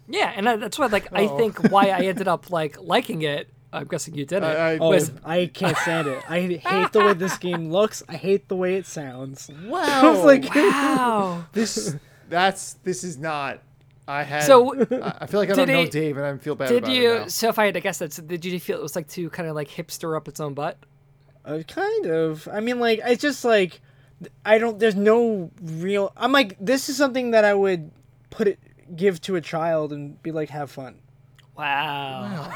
[SPEAKER 1] Yeah, and I, that's why, like, I
[SPEAKER 2] Oh.
[SPEAKER 1] think why I ended up like liking it. I'm guessing you didn't.
[SPEAKER 2] I- I-
[SPEAKER 3] Oh,
[SPEAKER 1] was
[SPEAKER 3] I can't stand it. I hate the way this game looks. I hate the way
[SPEAKER 1] (laughs)
[SPEAKER 3] it sounds.
[SPEAKER 2] Wow.
[SPEAKER 3] (laughs) I was like,
[SPEAKER 1] wow.
[SPEAKER 2] this. (laughs) That's this is not. I had.
[SPEAKER 1] So,
[SPEAKER 2] I I feel like I
[SPEAKER 1] did
[SPEAKER 2] don't know
[SPEAKER 1] it-
[SPEAKER 2] Dave, and I feel bad
[SPEAKER 1] Did
[SPEAKER 2] about it now.
[SPEAKER 1] you? So, if I had to guess that, so did you feel it was like too kind of like hipster up its own butt?
[SPEAKER 3] Uh, kind of. I mean, like, it's just like, th- I don't, there's no real, I'm like, this is something that I would put it, give to a child and be like, have fun.
[SPEAKER 1] Wow.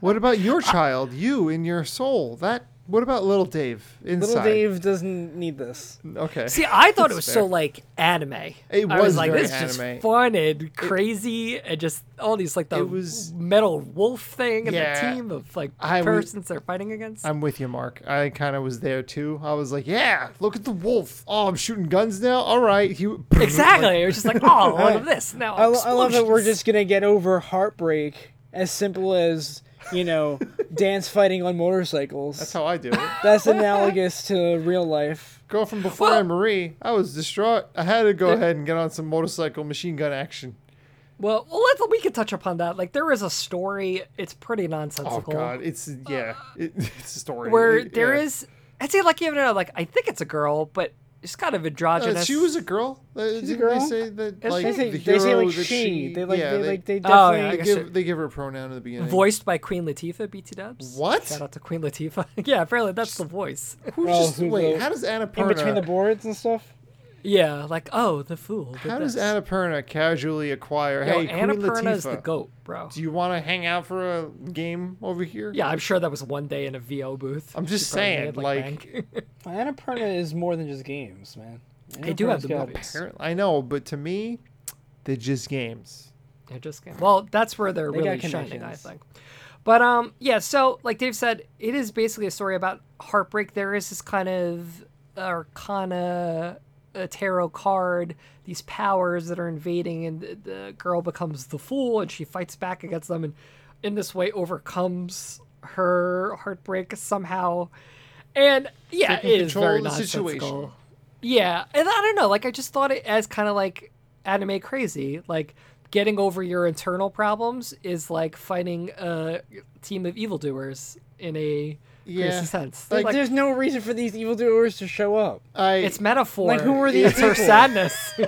[SPEAKER 2] What
[SPEAKER 1] (laughs)
[SPEAKER 2] about your child? You in your soul. That. What about little Dave inside?
[SPEAKER 3] Little Dave doesn't need this.
[SPEAKER 2] Okay.
[SPEAKER 1] See, I thought it was
[SPEAKER 2] That's
[SPEAKER 1] so like anime.
[SPEAKER 2] It
[SPEAKER 1] I was
[SPEAKER 2] was
[SPEAKER 1] like,
[SPEAKER 2] very
[SPEAKER 1] this is
[SPEAKER 2] anime.
[SPEAKER 1] just fun and crazy, and just all these like the
[SPEAKER 2] It was-
[SPEAKER 1] metal wolf thing and
[SPEAKER 2] Yeah.
[SPEAKER 1] the team of like
[SPEAKER 2] I was-
[SPEAKER 1] persons they're fighting against.
[SPEAKER 2] I'm with you, Mark. I kind of was there too. I was like, yeah, look at the wolf. Oh, I'm shooting guns now. All right. He, (laughs)
[SPEAKER 1] exactly. it was just like, oh, all of this now.
[SPEAKER 3] I, lo- I love that we're
[SPEAKER 1] explosions.
[SPEAKER 3] just going to get over heartbreak as simple as
[SPEAKER 2] (laughs)
[SPEAKER 3] you know, dance fighting on motorcycles.
[SPEAKER 2] That's how I do it.
[SPEAKER 3] That's analogous to real life.
[SPEAKER 2] Girl from before Anne Marie, I was distraught. I had to go ahead and get on some motorcycle machine gun action.
[SPEAKER 1] Well, well, let's we could touch upon that. Like there is a story. It's pretty
[SPEAKER 2] Oh
[SPEAKER 1] nonsensical.
[SPEAKER 2] God, it's yeah,
[SPEAKER 3] Uh,
[SPEAKER 2] it, (laughs) it's a story.
[SPEAKER 1] Where
[SPEAKER 2] It-
[SPEAKER 1] there
[SPEAKER 2] yeah.
[SPEAKER 1] is, I'd say like even know, like I think it's a girl, but it's kind of
[SPEAKER 2] Uh,
[SPEAKER 1] androgynous.
[SPEAKER 2] she was a girl. Uh, didn't
[SPEAKER 3] girl?
[SPEAKER 2] They say that
[SPEAKER 1] Is
[SPEAKER 2] like
[SPEAKER 1] she?
[SPEAKER 3] They say,
[SPEAKER 2] the
[SPEAKER 3] they
[SPEAKER 2] hero
[SPEAKER 3] say like
[SPEAKER 2] that
[SPEAKER 3] she.
[SPEAKER 2] she.
[SPEAKER 3] They like
[SPEAKER 2] yeah,
[SPEAKER 3] they, like they
[SPEAKER 1] Oh, yeah,
[SPEAKER 3] definitely.
[SPEAKER 1] I guess
[SPEAKER 2] give
[SPEAKER 1] it-
[SPEAKER 2] they give her a pronoun in the beginning.
[SPEAKER 1] voiced by Queen Latifah. BT Dubs.
[SPEAKER 2] What?
[SPEAKER 1] Shout out to Queen Latifah. (laughs) yeah, apparently that's the voice.
[SPEAKER 2] (laughs) Who
[SPEAKER 3] Well,
[SPEAKER 2] just
[SPEAKER 3] who
[SPEAKER 2] wait?
[SPEAKER 3] the-
[SPEAKER 2] How does Annapurna?
[SPEAKER 3] in between the boards and stuff.
[SPEAKER 1] (laughs) yeah, like oh, the fool. did
[SPEAKER 2] how does
[SPEAKER 1] this.
[SPEAKER 2] Annapurna casually acquire?
[SPEAKER 1] Yo,
[SPEAKER 2] hey, Queen
[SPEAKER 1] Annapurna
[SPEAKER 2] Latifah,
[SPEAKER 1] is the goat, bro.
[SPEAKER 2] do you want to hang out for a game over here?
[SPEAKER 1] Yeah, I'm sure that was one day in a VO booth.
[SPEAKER 2] I'm just
[SPEAKER 1] She probably
[SPEAKER 2] saying,
[SPEAKER 1] made,
[SPEAKER 2] like-
[SPEAKER 1] (laughs) bank.
[SPEAKER 3] Annapurna is more than just games, man.
[SPEAKER 1] They do have
[SPEAKER 3] Annapurna's
[SPEAKER 1] the
[SPEAKER 3] got-
[SPEAKER 1] movies.
[SPEAKER 2] Apparently- I know, but to me, they're just games.
[SPEAKER 1] They're just gonna- well, that's where they're
[SPEAKER 3] They got
[SPEAKER 1] really shining, I
[SPEAKER 3] connections.
[SPEAKER 1] think. But um, yeah. So like Dave said, it is basically a story about heartbreak. There is this kind of arcana, a tarot card, these powers that are invading, and the, the girl becomes the fool, and she fights back against them, and in this way overcomes her heartbreak somehow. And yeah,
[SPEAKER 2] Taking
[SPEAKER 1] it is
[SPEAKER 2] control
[SPEAKER 1] very
[SPEAKER 2] of the
[SPEAKER 1] nonsensical.
[SPEAKER 2] situation.
[SPEAKER 1] Yeah, and I don't know. Like I just thought it as kind of like anime crazy. Like getting over your internal problems is like fighting a team of evildoers in a
[SPEAKER 2] Yeah.
[SPEAKER 1] crazy sense.
[SPEAKER 2] Like,
[SPEAKER 1] Like,
[SPEAKER 3] Like, there's no reason for these evildoers to show up.
[SPEAKER 2] I
[SPEAKER 1] it's metaphor.
[SPEAKER 3] like, who are these
[SPEAKER 1] It's her
[SPEAKER 3] people?
[SPEAKER 1] sadness.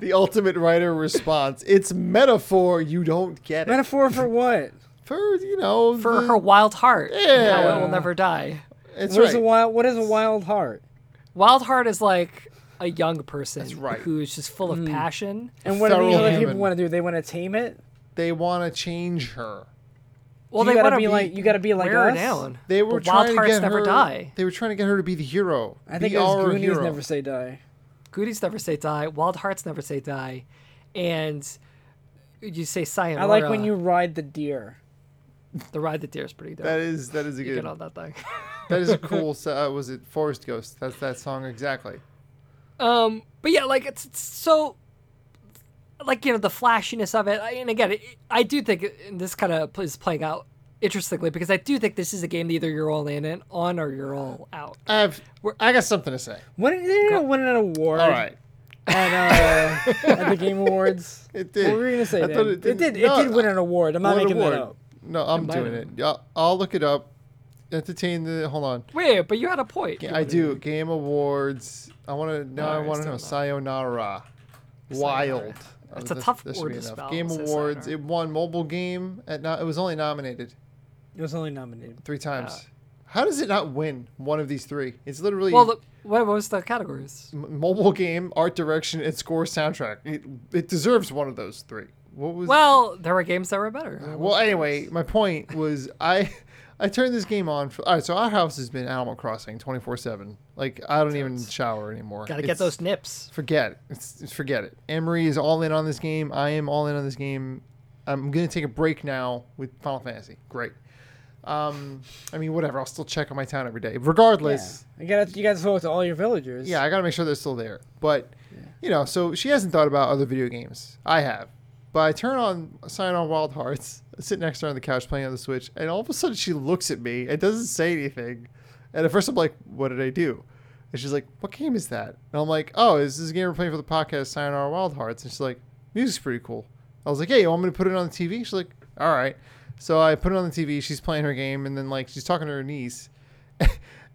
[SPEAKER 2] the ultimate writer response. It's metaphor. You don't get it.
[SPEAKER 3] Metaphor for what?
[SPEAKER 2] for you know
[SPEAKER 1] For
[SPEAKER 3] (laughs)
[SPEAKER 2] the-
[SPEAKER 1] her wild heart, and how it
[SPEAKER 2] Yeah.
[SPEAKER 1] will never die.
[SPEAKER 2] It's
[SPEAKER 3] What
[SPEAKER 2] right.
[SPEAKER 3] is a wild? What is a wild heart?
[SPEAKER 1] Wild heart is like a young person
[SPEAKER 2] right.
[SPEAKER 1] who is just full of
[SPEAKER 3] Mm.
[SPEAKER 1] passion.
[SPEAKER 3] And what do these
[SPEAKER 2] Feral
[SPEAKER 3] other
[SPEAKER 2] human.
[SPEAKER 3] people want to do? They want to tame it.
[SPEAKER 2] they want to change her.
[SPEAKER 1] Well,
[SPEAKER 3] you
[SPEAKER 1] they
[SPEAKER 3] gotta
[SPEAKER 1] want to
[SPEAKER 3] be like- you gotta be like
[SPEAKER 1] wear her
[SPEAKER 3] us.
[SPEAKER 1] down.
[SPEAKER 2] They were
[SPEAKER 1] but
[SPEAKER 2] trying
[SPEAKER 1] wild
[SPEAKER 2] to
[SPEAKER 1] hearts
[SPEAKER 2] get
[SPEAKER 1] never
[SPEAKER 2] her.
[SPEAKER 1] die.
[SPEAKER 2] They were trying to get her to be the hero.
[SPEAKER 3] I think
[SPEAKER 2] be
[SPEAKER 3] those
[SPEAKER 2] our
[SPEAKER 3] Goonies
[SPEAKER 2] hero.
[SPEAKER 3] never say die.
[SPEAKER 1] Goonies never say die. Wild hearts never say die, and you say sayonara.
[SPEAKER 3] I like when you ride the deer.
[SPEAKER 1] the ride the deer is pretty dope.
[SPEAKER 2] That is that is a
[SPEAKER 1] you
[SPEAKER 2] good.
[SPEAKER 1] get on that thing. (laughs)
[SPEAKER 2] that is a cool. s- Uh, was it Forest Ghost? That's that song exactly.
[SPEAKER 1] um, but yeah, like it's, it's so, like you know the flashiness of it, I- and again, it, I do think it- and this kind of is playing out interestingly because I do think this is a game that either you're all in it on or you're all out.
[SPEAKER 2] I have. I got something to say.
[SPEAKER 3] When they didn't win an award
[SPEAKER 2] All right.
[SPEAKER 3] at, uh, at the Game Awards.
[SPEAKER 2] (laughs) It did.
[SPEAKER 3] What were you gonna say?
[SPEAKER 2] I
[SPEAKER 3] Dan?
[SPEAKER 2] thought
[SPEAKER 3] it,
[SPEAKER 2] it
[SPEAKER 3] did.
[SPEAKER 2] didn't-
[SPEAKER 3] It
[SPEAKER 2] no,
[SPEAKER 3] did win an award. I'm not
[SPEAKER 2] What
[SPEAKER 3] making that
[SPEAKER 2] award?
[SPEAKER 3] up.
[SPEAKER 2] No, I'm
[SPEAKER 1] might
[SPEAKER 2] doing
[SPEAKER 1] have.
[SPEAKER 2] it. I'll, I'll look it up. Entertain the. Hold on.
[SPEAKER 1] Wait, but you had a point.
[SPEAKER 2] I do Game Awards. I want to. Now I
[SPEAKER 1] Alright,
[SPEAKER 2] want to
[SPEAKER 1] still
[SPEAKER 2] know
[SPEAKER 1] not.
[SPEAKER 2] Sayonara. Wild.
[SPEAKER 1] It's a
[SPEAKER 2] Uh, that-
[SPEAKER 1] tough
[SPEAKER 2] that should
[SPEAKER 1] word
[SPEAKER 2] be
[SPEAKER 1] to
[SPEAKER 2] enough.
[SPEAKER 1] spell,
[SPEAKER 2] Game
[SPEAKER 1] say
[SPEAKER 2] Awards.
[SPEAKER 1] sayonara.
[SPEAKER 2] It won mobile game. At no, it was only nominated
[SPEAKER 3] It was only nominated.
[SPEAKER 2] three times. How does it not win one of these three? It's literally
[SPEAKER 1] Well, the, what what was the categories?
[SPEAKER 2] m- mobile game, art direction, and score soundtrack. It, it deserves one of those three. What was
[SPEAKER 1] Well, there were games that were better.
[SPEAKER 2] Well, anyway, my point was I (laughs) I turned this game on. For, all right, so our house has been Animal Crossing twenty four seven. Like I don't even shower anymore.
[SPEAKER 1] Gotta get
[SPEAKER 2] It's-
[SPEAKER 1] those nips.
[SPEAKER 2] Forget it. It's, it's- forget it. Emery is all in on this game. I am all in on this game. I'm gonna take a break now with Final Fantasy. Great. Um, I mean, whatever. I'll still check on my town every day. Regardless,
[SPEAKER 3] Yeah. You got you got to talk to all your villagers.
[SPEAKER 2] yeah, I gotta make sure they're still there. But you know, so she hasn't thought about other video games. I have. But I turn on sign on Wild Hearts, (laughs) sit next to her on the couch playing on the Switch, and all of a sudden she looks at me and doesn't say anything. And at first I'm like, what did I do? And she's like, what game is that? And I'm like, oh, is this a game we're playing for the podcast, Sayonara Wild Hearts? And she's like, music's pretty cool. I was like, hey, you want me to put it on the TV? She's like, all right. So I put it on the TV. She's playing her game, and then like she's talking to her niece. (laughs)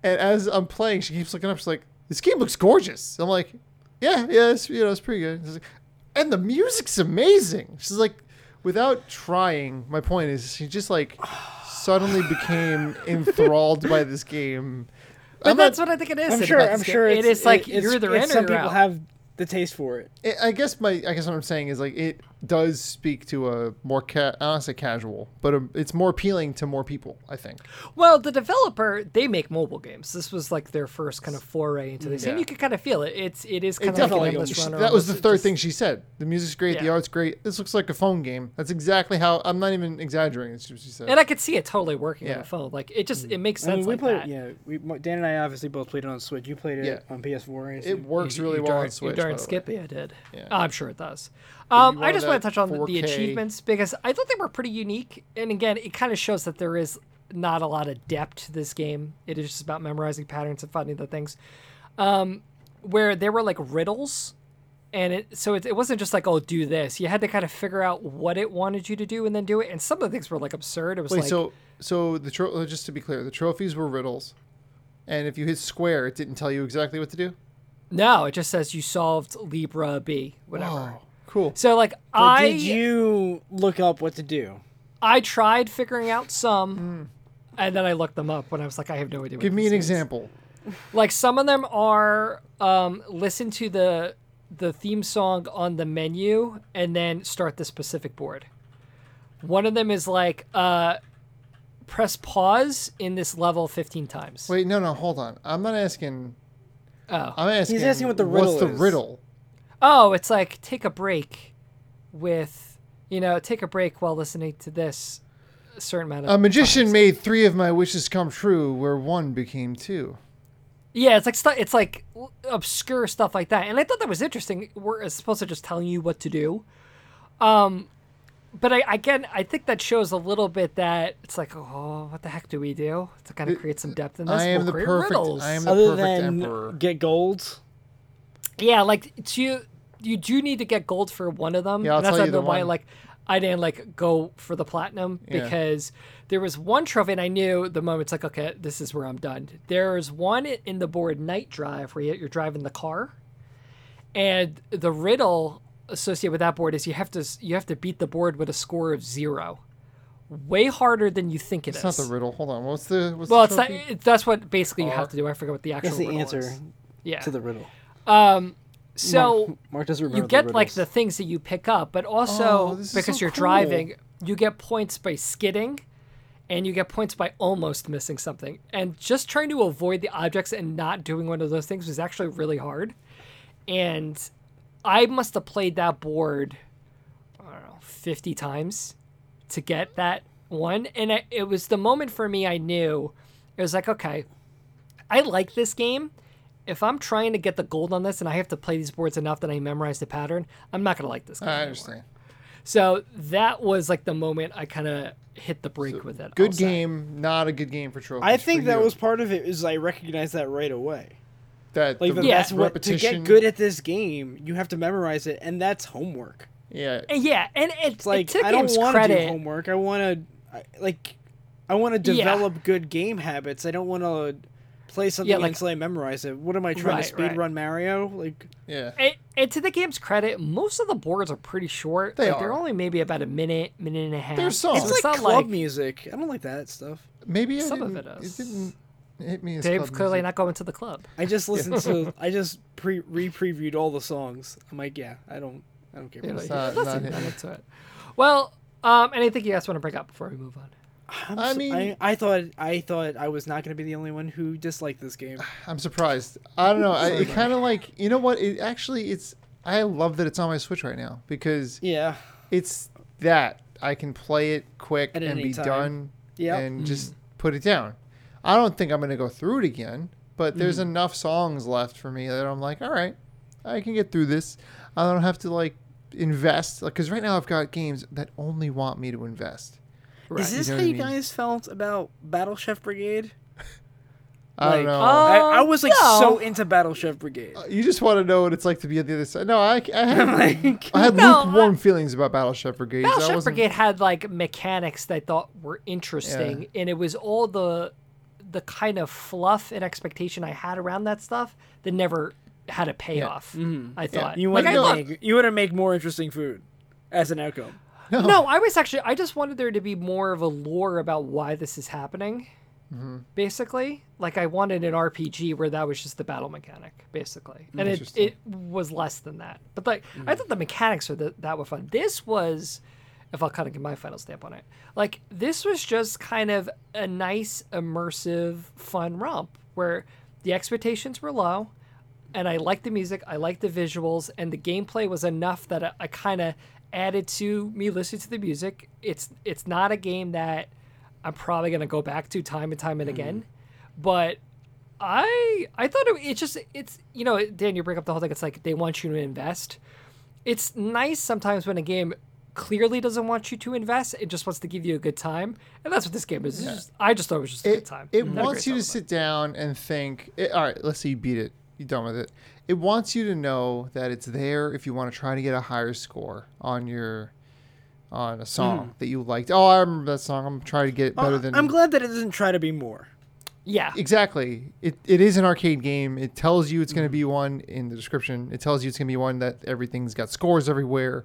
[SPEAKER 2] And as I'm playing, she keeps looking up. She's like, "This game looks gorgeous." I'm like, "Yeah, yeah, it's, you know, it's pretty good." She's like, and the music's amazing. She's like, without trying. My point is, she just like suddenly became enthralled by this game.
[SPEAKER 1] But
[SPEAKER 2] I'm
[SPEAKER 1] that's
[SPEAKER 2] not,
[SPEAKER 1] what I think it is.
[SPEAKER 3] I'm
[SPEAKER 1] Sid,
[SPEAKER 3] sure.
[SPEAKER 1] about
[SPEAKER 3] I'm
[SPEAKER 1] this
[SPEAKER 3] sure
[SPEAKER 1] game.
[SPEAKER 3] it's,
[SPEAKER 1] it is like
[SPEAKER 3] it's-
[SPEAKER 1] you're either
[SPEAKER 3] it's-
[SPEAKER 1] in or
[SPEAKER 3] Some
[SPEAKER 1] you're
[SPEAKER 3] people
[SPEAKER 1] out.
[SPEAKER 3] have the taste for it.
[SPEAKER 2] I I guess my. I guess what I'm saying is like it does speak to a more ca- honestly casual, but um it's more appealing to more people. I think.
[SPEAKER 1] Well, the developer they make mobile games. This was like their first kind of foray into this,
[SPEAKER 2] Yeah.
[SPEAKER 1] and you can kind of feel it. It's it is kind
[SPEAKER 2] It
[SPEAKER 1] of like an
[SPEAKER 2] definitely.
[SPEAKER 1] endless
[SPEAKER 2] she-
[SPEAKER 1] run. or
[SPEAKER 2] that was
[SPEAKER 1] almost
[SPEAKER 2] the
[SPEAKER 1] it
[SPEAKER 2] third
[SPEAKER 1] just-
[SPEAKER 2] thing she said. The music's great. The
[SPEAKER 1] Yeah.
[SPEAKER 2] art's great. This looks like a phone game. That's exactly how. I'm not even exaggerating. That's what she said.
[SPEAKER 1] And I could see it totally working on
[SPEAKER 2] Yeah.
[SPEAKER 1] a phone. Like it just it makes sense.
[SPEAKER 3] I mean, we
[SPEAKER 1] like
[SPEAKER 3] played.
[SPEAKER 1] that.
[SPEAKER 3] Yeah, we, mo- Dan and I obviously both played it on Switch. You played it
[SPEAKER 2] Yeah.
[SPEAKER 3] on PS4. I assume.
[SPEAKER 2] it works
[SPEAKER 1] You-
[SPEAKER 2] really
[SPEAKER 1] you
[SPEAKER 2] well
[SPEAKER 1] darn,
[SPEAKER 2] on Switch.
[SPEAKER 1] You darn
[SPEAKER 2] by the way.
[SPEAKER 1] Skippy, I did.
[SPEAKER 2] Yeah.
[SPEAKER 1] Oh, I'm sure it does. Um, I
[SPEAKER 2] wanted
[SPEAKER 1] just
[SPEAKER 2] that
[SPEAKER 1] want to touch on the- the
[SPEAKER 2] 4K.
[SPEAKER 1] achievements because I thought they were pretty unique. And again, it kind of shows that there is not a lot of depth to this game. It is just about memorizing patterns and finding the things. Um, where there were like riddles, and it so it, it wasn't just like oh do this. You had to kind of figure out what it wanted you to do and then do it. And some of the things were like absurd. It was
[SPEAKER 2] Wait,
[SPEAKER 1] like
[SPEAKER 2] so so the tro- oh, just to be clear, the trophies were riddles, and if you hit square, it didn't tell you exactly what to do.
[SPEAKER 1] no, it just says you solved Libra B, whatever.
[SPEAKER 2] Oh, cool.
[SPEAKER 1] So like
[SPEAKER 3] But
[SPEAKER 1] I
[SPEAKER 3] did you look up what to do?
[SPEAKER 1] I tried figuring out some, and then I looked them up when I was like, I have no idea. What
[SPEAKER 2] Mm. Give me
[SPEAKER 1] this
[SPEAKER 2] an
[SPEAKER 1] is.
[SPEAKER 2] example.
[SPEAKER 1] Like some of them are um, listen to the the theme song on the menu and then start the specific board. One of them is like uh, press pause in this level fifteen times.
[SPEAKER 2] Wait, no, no, hold on. I'm not asking.
[SPEAKER 1] Oh.
[SPEAKER 2] I'm asking.
[SPEAKER 3] asking what the riddle
[SPEAKER 2] What's the
[SPEAKER 3] is.
[SPEAKER 2] riddle?
[SPEAKER 1] Oh, it's like take a break with you know take a break while listening to this certain amount of
[SPEAKER 2] A
[SPEAKER 1] Oh,
[SPEAKER 2] magician made three of my wishes come true, where one became two.
[SPEAKER 1] Yeah, it's like stu- it's like w- obscure stuff like that, and I thought that was interesting. We're it's supposed to just telling you what to do, um, but I again I think that shows a little bit that it's like oh what the heck do we do to kind of create some depth in this?
[SPEAKER 2] I am
[SPEAKER 1] We'll
[SPEAKER 2] the
[SPEAKER 1] create
[SPEAKER 2] perfect.
[SPEAKER 1] riddles.
[SPEAKER 2] I am the
[SPEAKER 3] Other
[SPEAKER 2] perfect
[SPEAKER 3] than
[SPEAKER 2] emperor.
[SPEAKER 3] get gold?
[SPEAKER 1] yeah, like it's you you do need to get gold for one of them.
[SPEAKER 2] Yeah, I'll
[SPEAKER 1] and that's
[SPEAKER 2] tell
[SPEAKER 1] not
[SPEAKER 2] you
[SPEAKER 1] the
[SPEAKER 2] the
[SPEAKER 1] why
[SPEAKER 2] one.
[SPEAKER 1] like I didn't like go for the platinum
[SPEAKER 2] Yeah.
[SPEAKER 1] because there was one trophy and I knew the moment it's like okay this is where I'm done. There's one in the board night drive where you- you're driving the car. and the riddle associated with that board is you have to you have to beat the board with a score of zero way harder than you think it is.
[SPEAKER 2] It's not the riddle. Hold on. What's the? What's
[SPEAKER 1] well
[SPEAKER 2] the
[SPEAKER 1] it's not,
[SPEAKER 2] trophy? Uh,
[SPEAKER 1] it, that's what basically you have to do i forget what the actual
[SPEAKER 3] That's the
[SPEAKER 1] riddle
[SPEAKER 3] answer
[SPEAKER 1] is. yeah
[SPEAKER 3] to the riddle.
[SPEAKER 1] so
[SPEAKER 3] Mark, Mark doesn't remember.
[SPEAKER 1] you get
[SPEAKER 3] the
[SPEAKER 1] like the
[SPEAKER 3] riddles.
[SPEAKER 1] things that you pick up but
[SPEAKER 2] Oh,
[SPEAKER 1] also
[SPEAKER 2] this is
[SPEAKER 1] because
[SPEAKER 2] so
[SPEAKER 1] you're
[SPEAKER 2] cool.
[SPEAKER 1] driving you get points by skidding and you get points by almost missing something and just trying to avoid the objects and not doing one of those things was actually really hard and i must have played that board I don't know, 50 times to get that one. And I, it was the moment for me I knew it was like, okay, I like this game. If I'm trying to get the gold on this and I have to play these boards enough that I memorize the pattern, I'm not going to like this game.
[SPEAKER 2] I
[SPEAKER 1] anymore.
[SPEAKER 2] understand.
[SPEAKER 1] So that was like the moment I kind of hit the brake with it.
[SPEAKER 2] Good
[SPEAKER 1] I'll say.
[SPEAKER 2] game, not a good game for trophies.
[SPEAKER 3] I think
[SPEAKER 2] for
[SPEAKER 3] that
[SPEAKER 2] you.
[SPEAKER 3] was part of it. Is I recognized that right away.
[SPEAKER 2] that.
[SPEAKER 3] Like
[SPEAKER 2] the
[SPEAKER 3] that that's what to
[SPEAKER 2] repetition.
[SPEAKER 3] get good at this game, you have to memorize it, and that's homework.
[SPEAKER 2] Yeah,
[SPEAKER 1] And yeah, and it,
[SPEAKER 3] It's like
[SPEAKER 1] it took
[SPEAKER 3] I don't
[SPEAKER 1] game's
[SPEAKER 3] want to do
[SPEAKER 1] credit.
[SPEAKER 3] homework. I want to, like, I want to
[SPEAKER 1] Yeah.
[SPEAKER 3] develop good game habits. I don't want to play something
[SPEAKER 1] like-
[SPEAKER 3] until I memorize it. What am I trying to speed
[SPEAKER 1] Right, right.
[SPEAKER 3] run Mario? Like,
[SPEAKER 2] yeah.
[SPEAKER 1] And, and to the game's credit, most of the boards are pretty short.
[SPEAKER 2] They
[SPEAKER 1] like, They're
[SPEAKER 2] are.
[SPEAKER 1] only maybe about a minute, minute and a half.
[SPEAKER 2] There's some.
[SPEAKER 1] So
[SPEAKER 3] it's,
[SPEAKER 2] It's
[SPEAKER 3] like
[SPEAKER 1] not
[SPEAKER 3] club music. I don't like that stuff.
[SPEAKER 2] Maybe I
[SPEAKER 1] Some of
[SPEAKER 2] didn't,
[SPEAKER 1] it is.
[SPEAKER 2] didn't hit me as
[SPEAKER 1] Dave's
[SPEAKER 2] club
[SPEAKER 1] clearly
[SPEAKER 2] music.
[SPEAKER 1] not going to the club.
[SPEAKER 3] I just listened (laughs) to. I just pre re previewed all the songs. I'm like, yeah, I don't. I don't care.
[SPEAKER 1] You know,
[SPEAKER 3] about this.
[SPEAKER 1] you-
[SPEAKER 2] not-
[SPEAKER 1] that's
[SPEAKER 2] not
[SPEAKER 1] it,
[SPEAKER 2] hitting
[SPEAKER 1] not into it. Well, um, anything you guys want to bring up before we move on?
[SPEAKER 3] I'm
[SPEAKER 2] I
[SPEAKER 3] so-
[SPEAKER 2] mean-
[SPEAKER 3] I, I thought I thought I was not going to be the only one who disliked this
[SPEAKER 2] (sighs)
[SPEAKER 3] game.
[SPEAKER 2] I'm surprised. I don't know. I, it kind of like you know what? It actually it's. I love that it's on my Switch right now because
[SPEAKER 3] Yeah,
[SPEAKER 2] it's that I can play it quick
[SPEAKER 3] At
[SPEAKER 2] and
[SPEAKER 3] any
[SPEAKER 2] be
[SPEAKER 3] time.
[SPEAKER 2] done
[SPEAKER 3] Yep.
[SPEAKER 2] and just put it down. I don't think I'm gonna go through it again, but there's
[SPEAKER 3] Mm-hmm.
[SPEAKER 2] enough songs left for me that I'm like, all right, I can get through this. I don't have to like invest because right now I've got games that only want me to invest.
[SPEAKER 1] Right.
[SPEAKER 3] is this
[SPEAKER 2] know
[SPEAKER 3] how
[SPEAKER 2] what I
[SPEAKER 3] you
[SPEAKER 2] mean?
[SPEAKER 3] guys felt about Battle Chef Brigade?
[SPEAKER 2] I
[SPEAKER 3] Like, oh.
[SPEAKER 2] don't know.
[SPEAKER 1] uh,
[SPEAKER 3] I, I
[SPEAKER 1] Um,
[SPEAKER 3] was like
[SPEAKER 1] no.
[SPEAKER 3] so into Battle Chef Brigade.
[SPEAKER 2] you just want to know what it's like to be on the other side. No, I, I had,
[SPEAKER 3] (laughs) like,
[SPEAKER 2] I had
[SPEAKER 1] No,
[SPEAKER 2] lukewarm feelings about Battleship Brigade. I
[SPEAKER 1] Battleship
[SPEAKER 2] wasn't-
[SPEAKER 1] Brigade had like mechanics that I thought were interesting, and it was all the the kind of fluff and expectation I had around that stuff that never had a payoff. I thought
[SPEAKER 3] you
[SPEAKER 1] like
[SPEAKER 3] want
[SPEAKER 1] I
[SPEAKER 2] (laughs)
[SPEAKER 3] to
[SPEAKER 1] loved-
[SPEAKER 3] make you want to make more interesting food as an outcome.
[SPEAKER 1] No, I was actually. I just wanted there to be more of a lore about why this is happening.
[SPEAKER 2] Mm-hmm.
[SPEAKER 1] Basically, like I wanted an RPG where that was just the battle mechanic, basically, and it
[SPEAKER 2] Interesting.
[SPEAKER 1] it was less than that. But like, I thought the mechanics were the, that were fun. This was, if I'll kind of get my final stamp on it, like this was just kind of a nice, immersive, fun romp where the expectations were low and I liked the music, I liked the visuals, and the gameplay was enough that I, I kind of added to me listening to the music. It's it's not a game that I'm probably gonna go back to time and time and again, but I I thought it, it's just it's you know Dan, you bring up the whole thing. It's like they want you to invest. it's nice sometimes when a game clearly doesn't want you to invest it just wants to give you a good time and that's what this game is It's just, i just thought it was just a good
[SPEAKER 2] It,
[SPEAKER 1] time
[SPEAKER 2] it
[SPEAKER 1] Had a
[SPEAKER 2] wants
[SPEAKER 1] great
[SPEAKER 2] you
[SPEAKER 1] time
[SPEAKER 2] to
[SPEAKER 1] with it.
[SPEAKER 2] sit down and think. It, all right, let's say you beat it. You're done with it. It wants you to know that it's there if you want to try to get a higher score on your on a song
[SPEAKER 1] Hmm.
[SPEAKER 2] that you liked. Oh, I remember that song. I'm trying to get
[SPEAKER 1] Oh,
[SPEAKER 2] it better
[SPEAKER 3] Uh,
[SPEAKER 2] than
[SPEAKER 3] I'm glad that it doesn't try to be more.
[SPEAKER 1] yeah
[SPEAKER 2] Exactly. It, it is an arcade game. It tells you it's going to
[SPEAKER 1] Hmm.
[SPEAKER 2] be one in the description. It tells you it's going to be one that everything's got scores everywhere.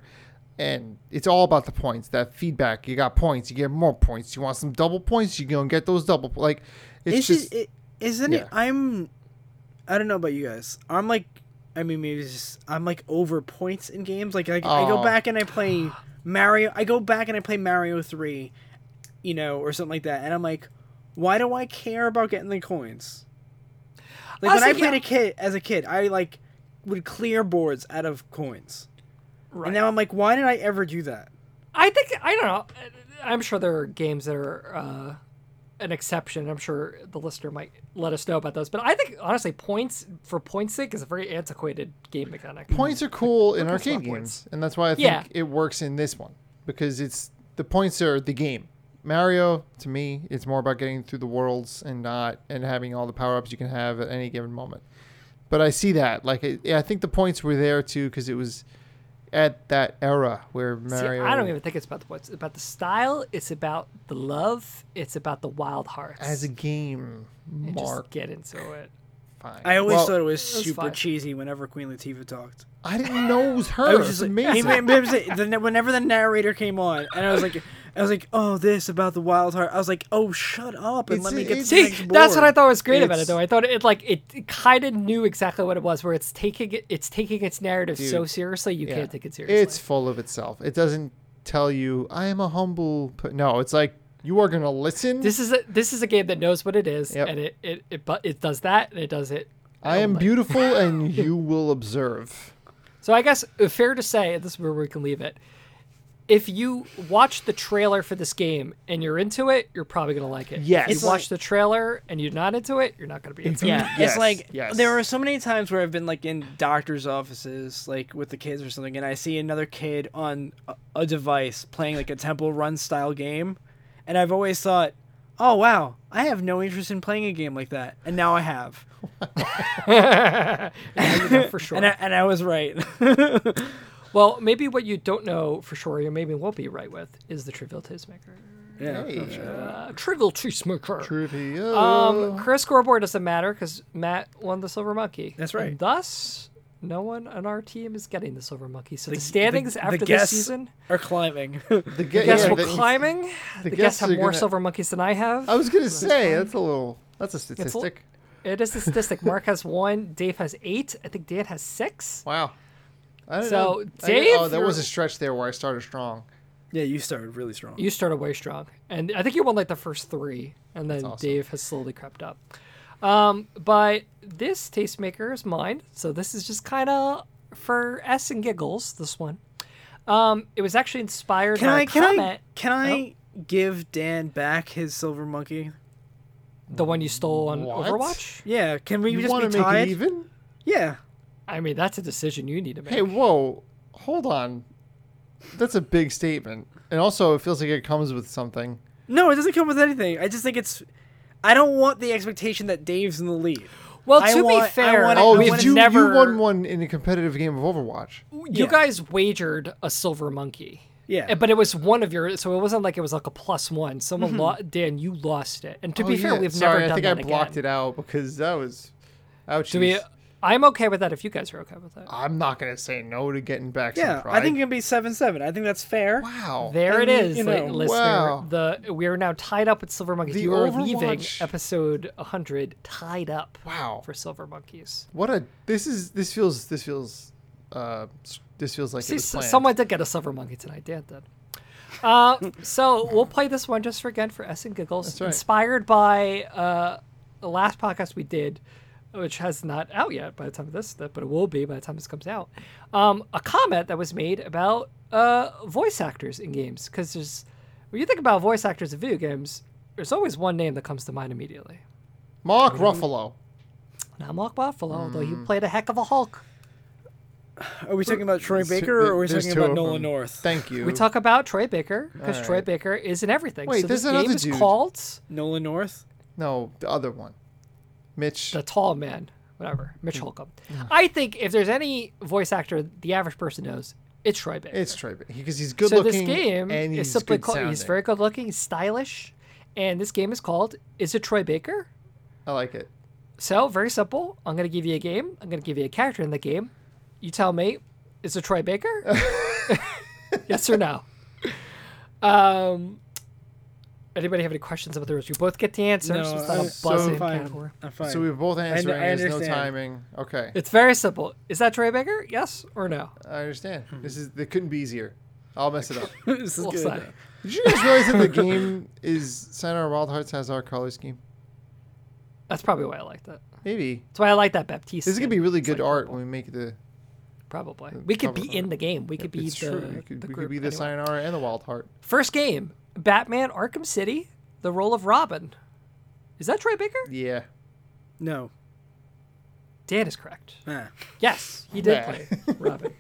[SPEAKER 2] And it's all about the points, that feedback. You got points, you get more points. You want some double points, you go and get those double po- like it's
[SPEAKER 3] It's,
[SPEAKER 2] just,
[SPEAKER 3] just, it, isn't
[SPEAKER 2] yeah.
[SPEAKER 3] it? I'm. I don't know about you guys. I'm like, I mean, maybe it's just I'm like over points in games. Like I, I
[SPEAKER 2] Oh.
[SPEAKER 3] go back and I play Mario. I go back and I play Mario Three, you know, or something like that. And I'm like, why do I care about getting the coins? Like when
[SPEAKER 1] Also,
[SPEAKER 3] I played
[SPEAKER 1] yeah.
[SPEAKER 3] a kid as a kid, I like would clear boards out of coins.
[SPEAKER 1] right
[SPEAKER 3] And now I'm like, why did I ever do that?
[SPEAKER 1] I think I don't know. I'm sure there are games that are uh, an exception. I'm sure the listener might let us know about those. But I think honestly, points for points sake is a very antiquated game mechanic.
[SPEAKER 2] points are cool in
[SPEAKER 1] Mm. Look at
[SPEAKER 2] arcade
[SPEAKER 1] some
[SPEAKER 2] games.
[SPEAKER 1] points.
[SPEAKER 2] And that's why I think
[SPEAKER 1] Yeah.
[SPEAKER 2] it works in this one because it's the points are the game. Mario, to me, it's more about getting through the worlds and not and having all the power ups you can have at any given moment. But I see that. Like, I I think the points were there too because it was at that era where
[SPEAKER 1] See,
[SPEAKER 2] Mario.
[SPEAKER 1] I don't even think it's about the points. It's about the style. It's about the love. It's about the wild hearts.
[SPEAKER 2] as a game,
[SPEAKER 1] And
[SPEAKER 2] Mark.
[SPEAKER 1] just get into it.
[SPEAKER 2] Fine.
[SPEAKER 3] I always
[SPEAKER 2] Well,
[SPEAKER 3] thought it was
[SPEAKER 1] was
[SPEAKER 3] super
[SPEAKER 1] fine.
[SPEAKER 3] cheesy whenever Queen Latifah talked.
[SPEAKER 2] I didn't know it was her.
[SPEAKER 3] I
[SPEAKER 1] Oh,
[SPEAKER 3] was
[SPEAKER 2] It's
[SPEAKER 3] just like, he
[SPEAKER 2] amazing.
[SPEAKER 3] made- made me say- the- whenever the narrator came on, and I was like, I was like, oh, this about the wild heart. I was like, oh, shut up and
[SPEAKER 2] It's-
[SPEAKER 3] let me get
[SPEAKER 2] it's-
[SPEAKER 3] to
[SPEAKER 1] See,
[SPEAKER 3] the next
[SPEAKER 1] that's what I
[SPEAKER 3] board."
[SPEAKER 1] thought was great about it,
[SPEAKER 2] It's-
[SPEAKER 1] though. I thought it like it, kind of knew exactly what it was, where it's taking it, it's taking its narrative so
[SPEAKER 2] Dude,
[SPEAKER 1] seriously you
[SPEAKER 2] Yeah.
[SPEAKER 1] can't take it seriously.
[SPEAKER 2] It's full of itself. It doesn't tell you I am a humble. p-" No, it's like you are gonna listen.
[SPEAKER 1] This is a this is a game that knows what it is,
[SPEAKER 2] Yep.
[SPEAKER 1] and it it it, bu- it does that, and it does it.
[SPEAKER 2] I am
[SPEAKER 1] only.
[SPEAKER 2] beautiful, and you will observe.
[SPEAKER 1] So I guess uh, fair to say, and this is where we can leave it. If you watch the trailer for this game and you're into it, you're probably gonna like it.
[SPEAKER 2] Yes.
[SPEAKER 1] If
[SPEAKER 2] It's
[SPEAKER 1] you watch
[SPEAKER 3] like-
[SPEAKER 1] the trailer and you're not into it, you're not gonna be into
[SPEAKER 3] Yeah,
[SPEAKER 1] it.
[SPEAKER 2] Yes,
[SPEAKER 3] it's like
[SPEAKER 2] yes.
[SPEAKER 3] there are so many times where I've been like in doctors' offices, like with the kids or something, and I see another kid on a, a device playing like a Temple Run style game, and I've always thought, oh wow, I have no interest in playing a game like that, and now I have,
[SPEAKER 1] Yeah, you know for sure.
[SPEAKER 3] and I, and I was right. (laughs)
[SPEAKER 1] well, maybe what you don't know for sure, you maybe won't be right with, is the Trivial Tastemaker.
[SPEAKER 3] yeah.
[SPEAKER 1] Uh, Trivial Tastemaker.
[SPEAKER 2] Trivia.
[SPEAKER 1] Um, Chris scoreboard doesn't matter because Matt won the silver monkey.
[SPEAKER 3] That's right.
[SPEAKER 1] And thus, no one on our team is getting the silver monkey. So the, standings after this
[SPEAKER 3] guests
[SPEAKER 1] season,
[SPEAKER 3] are climbing. (laughs)
[SPEAKER 2] the gu-
[SPEAKER 1] guess
[SPEAKER 2] yeah,
[SPEAKER 1] we're
[SPEAKER 2] the-
[SPEAKER 1] climbing. The, guests
[SPEAKER 2] guests
[SPEAKER 1] have
[SPEAKER 2] are
[SPEAKER 1] more
[SPEAKER 2] gonna- Oh.
[SPEAKER 1] silver monkeys than I have.
[SPEAKER 2] I was gonna say that's a little. That's a statistic.
[SPEAKER 1] It is a statistic. Mark has one. Dave has eight. I think Dan has six.
[SPEAKER 2] Wow. I don't
[SPEAKER 1] So,
[SPEAKER 2] know. I didn't- oh,
[SPEAKER 1] Dave,
[SPEAKER 2] there was a
[SPEAKER 1] you're-
[SPEAKER 2] stretch there where I started strong.
[SPEAKER 3] yeah, you started really strong.
[SPEAKER 1] You started way strong, and I think you won like the first three, and then
[SPEAKER 2] awesome.
[SPEAKER 1] Dave has slowly crept up. Um, but this tastemaker is mine, so this is just kind of for s and giggles. This one, um, it was actually inspired
[SPEAKER 3] Can
[SPEAKER 1] by
[SPEAKER 3] I,
[SPEAKER 1] a
[SPEAKER 3] can I
[SPEAKER 1] comment,
[SPEAKER 3] can I give Dan back his silver monkey?
[SPEAKER 1] the one you stole on
[SPEAKER 2] What?
[SPEAKER 1] Overwatch.
[SPEAKER 3] Yeah, can we
[SPEAKER 2] You
[SPEAKER 3] just
[SPEAKER 2] want
[SPEAKER 3] be
[SPEAKER 2] to make
[SPEAKER 3] tied?
[SPEAKER 2] it even?
[SPEAKER 3] Yeah,
[SPEAKER 1] I mean, that's a decision you need to make.
[SPEAKER 2] Hey, whoa, hold on. That's a big statement, and also it feels like it comes with something.
[SPEAKER 3] no, it doesn't come with anything. I just think it's. I don't want the expectation that Dave's in the lead.
[SPEAKER 1] well,
[SPEAKER 3] I
[SPEAKER 1] to be
[SPEAKER 3] want- I
[SPEAKER 1] fair,
[SPEAKER 3] wanna-
[SPEAKER 2] Oh,
[SPEAKER 3] I
[SPEAKER 1] we've
[SPEAKER 3] wanna-
[SPEAKER 2] you,
[SPEAKER 1] never
[SPEAKER 2] you won one in a competitive game of Overwatch.
[SPEAKER 1] you
[SPEAKER 3] Yeah.
[SPEAKER 1] guys wagered a silver monkey.
[SPEAKER 3] Yeah.
[SPEAKER 1] Uh, But it was one of your, so it wasn't like it was like a plus one. Someone, lo- Dan, you lost it. And to
[SPEAKER 2] Mm-hmm. Oh,
[SPEAKER 1] be fair,
[SPEAKER 2] yeah.
[SPEAKER 1] we've
[SPEAKER 2] Sorry,
[SPEAKER 1] never
[SPEAKER 2] I
[SPEAKER 1] done
[SPEAKER 2] think
[SPEAKER 1] that
[SPEAKER 2] I blocked
[SPEAKER 1] again.
[SPEAKER 2] it out because that was. Ouch.
[SPEAKER 1] Do we? I'm okay with that if you guys are okay with that.
[SPEAKER 2] I'm not gonna say no to getting back.
[SPEAKER 3] yeah,
[SPEAKER 2] some pride.
[SPEAKER 3] I think it can be seven seven. I think that's fair.
[SPEAKER 2] Wow.
[SPEAKER 1] There it
[SPEAKER 3] And you-
[SPEAKER 1] is,
[SPEAKER 3] you
[SPEAKER 1] li-
[SPEAKER 3] know.
[SPEAKER 1] listener.
[SPEAKER 2] Wow.
[SPEAKER 1] The we are now tied up with silver monkeys.
[SPEAKER 2] The
[SPEAKER 1] you are leaving
[SPEAKER 2] Overwatch-
[SPEAKER 1] episode 100 tied up
[SPEAKER 2] wow.
[SPEAKER 1] for silver monkeys.
[SPEAKER 2] What a. This is. This feels. This feels. Uh. s- This feels like it
[SPEAKER 1] See,
[SPEAKER 2] was
[SPEAKER 1] so,
[SPEAKER 2] planned.
[SPEAKER 1] someone did get a silver monkey tonight. Dan did. Uh, (laughs) so we'll play this one just for again for S and giggles,
[SPEAKER 2] right.
[SPEAKER 1] inspired by uh, the last podcast we did, which has not out yet by the time of this, but it will be by the time this comes out. Um, a comment that was made about uh, voice actors in games because there's when you think about voice actors in video games, there's always one name that comes to mind immediately.
[SPEAKER 2] Mark Ruffalo. Hmm.
[SPEAKER 1] Now Mark Buffalo, although he played a heck of a Hulk.
[SPEAKER 3] Are we talking about Troy
[SPEAKER 2] There's two-
[SPEAKER 3] Baker or are we
[SPEAKER 2] there's
[SPEAKER 3] talking
[SPEAKER 2] two
[SPEAKER 3] about
[SPEAKER 2] of
[SPEAKER 3] Nolan
[SPEAKER 2] them.
[SPEAKER 3] North?
[SPEAKER 2] Thank you.
[SPEAKER 1] We talk about Troy Baker because Troy
[SPEAKER 2] Alright.
[SPEAKER 1] Baker is in everything.
[SPEAKER 2] Wait,
[SPEAKER 1] so
[SPEAKER 2] there's
[SPEAKER 1] this game
[SPEAKER 2] another
[SPEAKER 1] is
[SPEAKER 2] dude.
[SPEAKER 1] called
[SPEAKER 3] Nolan North?
[SPEAKER 2] no, the other one. Mitch.
[SPEAKER 1] the Tall Man, whatever Mitch Holcomb. I think if there's any voice actor the average person knows, it's Troy Baker.
[SPEAKER 2] It's Troy because he's good
[SPEAKER 1] so this
[SPEAKER 2] looking.
[SPEAKER 1] game
[SPEAKER 2] and he's
[SPEAKER 1] is simply
[SPEAKER 2] good
[SPEAKER 1] called. He's
[SPEAKER 2] sounding.
[SPEAKER 1] very good looking. He's stylish, and this game is called "Is It Troy Baker?"
[SPEAKER 2] I like it.
[SPEAKER 1] So very simple. I'm gonna give you a game. I'm gonna give you a character in the game. You tell me, is it Troy
[SPEAKER 2] (laughs)
[SPEAKER 1] Baker? yes or no. Um. Anybody have any questions about the rules? You both get the answer.
[SPEAKER 3] No,
[SPEAKER 1] so it's not
[SPEAKER 3] I'm
[SPEAKER 1] a
[SPEAKER 3] so
[SPEAKER 1] buzz in
[SPEAKER 3] fine.
[SPEAKER 1] category.
[SPEAKER 3] I'm fine.
[SPEAKER 2] So we were both answering.
[SPEAKER 3] I
[SPEAKER 2] There's no
[SPEAKER 3] understand.
[SPEAKER 2] timing. Okay,
[SPEAKER 1] It's very simple. Is that Troy Baker? Yes or no?
[SPEAKER 2] I understand.
[SPEAKER 1] Hmm.
[SPEAKER 2] This is. It couldn't be easier. I'll
[SPEAKER 1] (laughs)
[SPEAKER 2] mess it up.
[SPEAKER 3] (laughs) this is
[SPEAKER 1] Well
[SPEAKER 3] good.
[SPEAKER 1] said.
[SPEAKER 2] Did you guys realize that the game is Sayonara Wild Hearts has our color scheme?
[SPEAKER 1] That's probably why I like that.
[SPEAKER 2] Maybe
[SPEAKER 1] That's why I like that Baptiste.
[SPEAKER 2] this is gonna be
[SPEAKER 1] skin.
[SPEAKER 2] really good art when we make the.
[SPEAKER 1] Probably. We could
[SPEAKER 2] cover
[SPEAKER 1] be
[SPEAKER 2] art.
[SPEAKER 1] in the game. We could be
[SPEAKER 2] It's
[SPEAKER 1] the,
[SPEAKER 2] true. We could,
[SPEAKER 1] the
[SPEAKER 2] we
[SPEAKER 1] group
[SPEAKER 2] could be the
[SPEAKER 1] anyway.
[SPEAKER 2] Sayonara and the Wild Heart.
[SPEAKER 1] First game Batman Arkham City, the role of Robin. Is that Troy Baker?
[SPEAKER 2] Yeah.
[SPEAKER 3] No.
[SPEAKER 1] Dan is correct.
[SPEAKER 3] Ah.
[SPEAKER 1] Yes, he did
[SPEAKER 2] Nah.
[SPEAKER 1] play
[SPEAKER 2] (laughs)
[SPEAKER 1] Robin.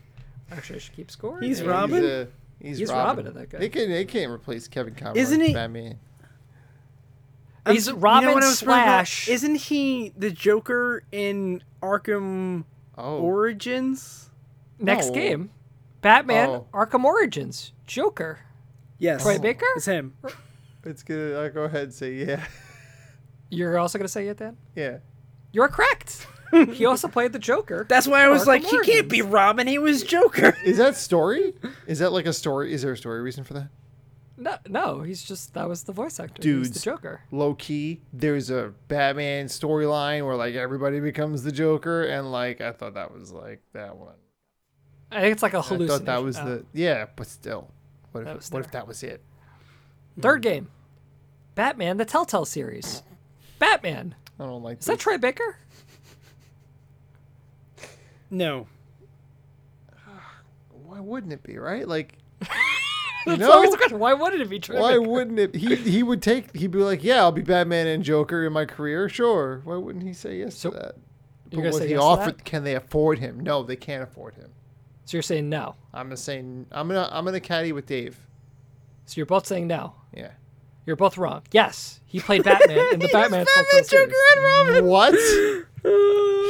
[SPEAKER 1] Actually, I should keep score.
[SPEAKER 3] He's
[SPEAKER 1] Yeah.
[SPEAKER 2] Yeah,
[SPEAKER 3] Robin?
[SPEAKER 2] He's, uh, he's,
[SPEAKER 1] He's
[SPEAKER 2] Robin.
[SPEAKER 1] Robin of that guy.
[SPEAKER 2] They can. They can't replace Kevin Conroy.
[SPEAKER 3] Isn't he-
[SPEAKER 2] Batman.
[SPEAKER 1] He's Robin slash.
[SPEAKER 3] Isn't he the Joker in Arkham
[SPEAKER 2] Oh.
[SPEAKER 3] Origins?
[SPEAKER 1] Next
[SPEAKER 2] No.
[SPEAKER 1] game Batman
[SPEAKER 2] Oh.
[SPEAKER 1] Arkham Origins, Joker.
[SPEAKER 3] Yes.
[SPEAKER 1] Troy Baker?
[SPEAKER 3] It's him.
[SPEAKER 2] It's good. I'll go ahead and say yeah. (laughs)
[SPEAKER 1] You're also going to say it then?
[SPEAKER 2] yeah.
[SPEAKER 1] You're
[SPEAKER 2] (laughs)
[SPEAKER 1] correct. he also played the Joker.
[SPEAKER 3] That's why I was
[SPEAKER 1] Arkham
[SPEAKER 3] like, he can't be Robin. He was
[SPEAKER 1] (laughs)
[SPEAKER 3] Joker.
[SPEAKER 2] Is that story? Is that like a story? Is there a story reason for that?
[SPEAKER 1] No, no, he's just, that was the voice actor. He was the
[SPEAKER 2] Dudes.
[SPEAKER 1] Joker.
[SPEAKER 2] Low key, there's a Batman storyline where like everybody becomes the Joker, and like I thought that was like that one.
[SPEAKER 1] I think it's like a
[SPEAKER 2] I
[SPEAKER 1] hallucination.
[SPEAKER 2] thought that was
[SPEAKER 1] Uh,
[SPEAKER 2] the yeah, but still, what if
[SPEAKER 1] That was
[SPEAKER 2] what if that was it?
[SPEAKER 1] Uh, Third game, Batman: The Telltale Series. Batman.
[SPEAKER 2] I don't like
[SPEAKER 1] Is that
[SPEAKER 2] this.
[SPEAKER 1] Troy Baker? (laughs)
[SPEAKER 3] No.
[SPEAKER 2] Why wouldn't it be right? Like, you
[SPEAKER 1] That's
[SPEAKER 2] know,
[SPEAKER 1] always the question. Why wouldn't it be Troy?
[SPEAKER 2] why
[SPEAKER 1] Baker?
[SPEAKER 2] wouldn't it? He he would take. He'd be like, yeah, I'll be Batman and Joker in my career. Sure. Why wouldn't he say yes
[SPEAKER 1] So-
[SPEAKER 2] to that?
[SPEAKER 1] You're
[SPEAKER 2] But
[SPEAKER 1] gonna
[SPEAKER 2] was
[SPEAKER 1] say
[SPEAKER 2] he
[SPEAKER 1] yes to
[SPEAKER 2] offered?
[SPEAKER 1] that?
[SPEAKER 2] Can they afford him? No, they can't afford him.
[SPEAKER 1] So you're saying no.
[SPEAKER 2] I'm gonna say n- I'm gonna I'm gonna caddy with Dave.
[SPEAKER 1] So you're both saying no.
[SPEAKER 2] Yeah.
[SPEAKER 1] You're both wrong. Yes, he played Batman
[SPEAKER 2] (laughs)
[SPEAKER 1] in the Batman Telltale series.
[SPEAKER 2] What?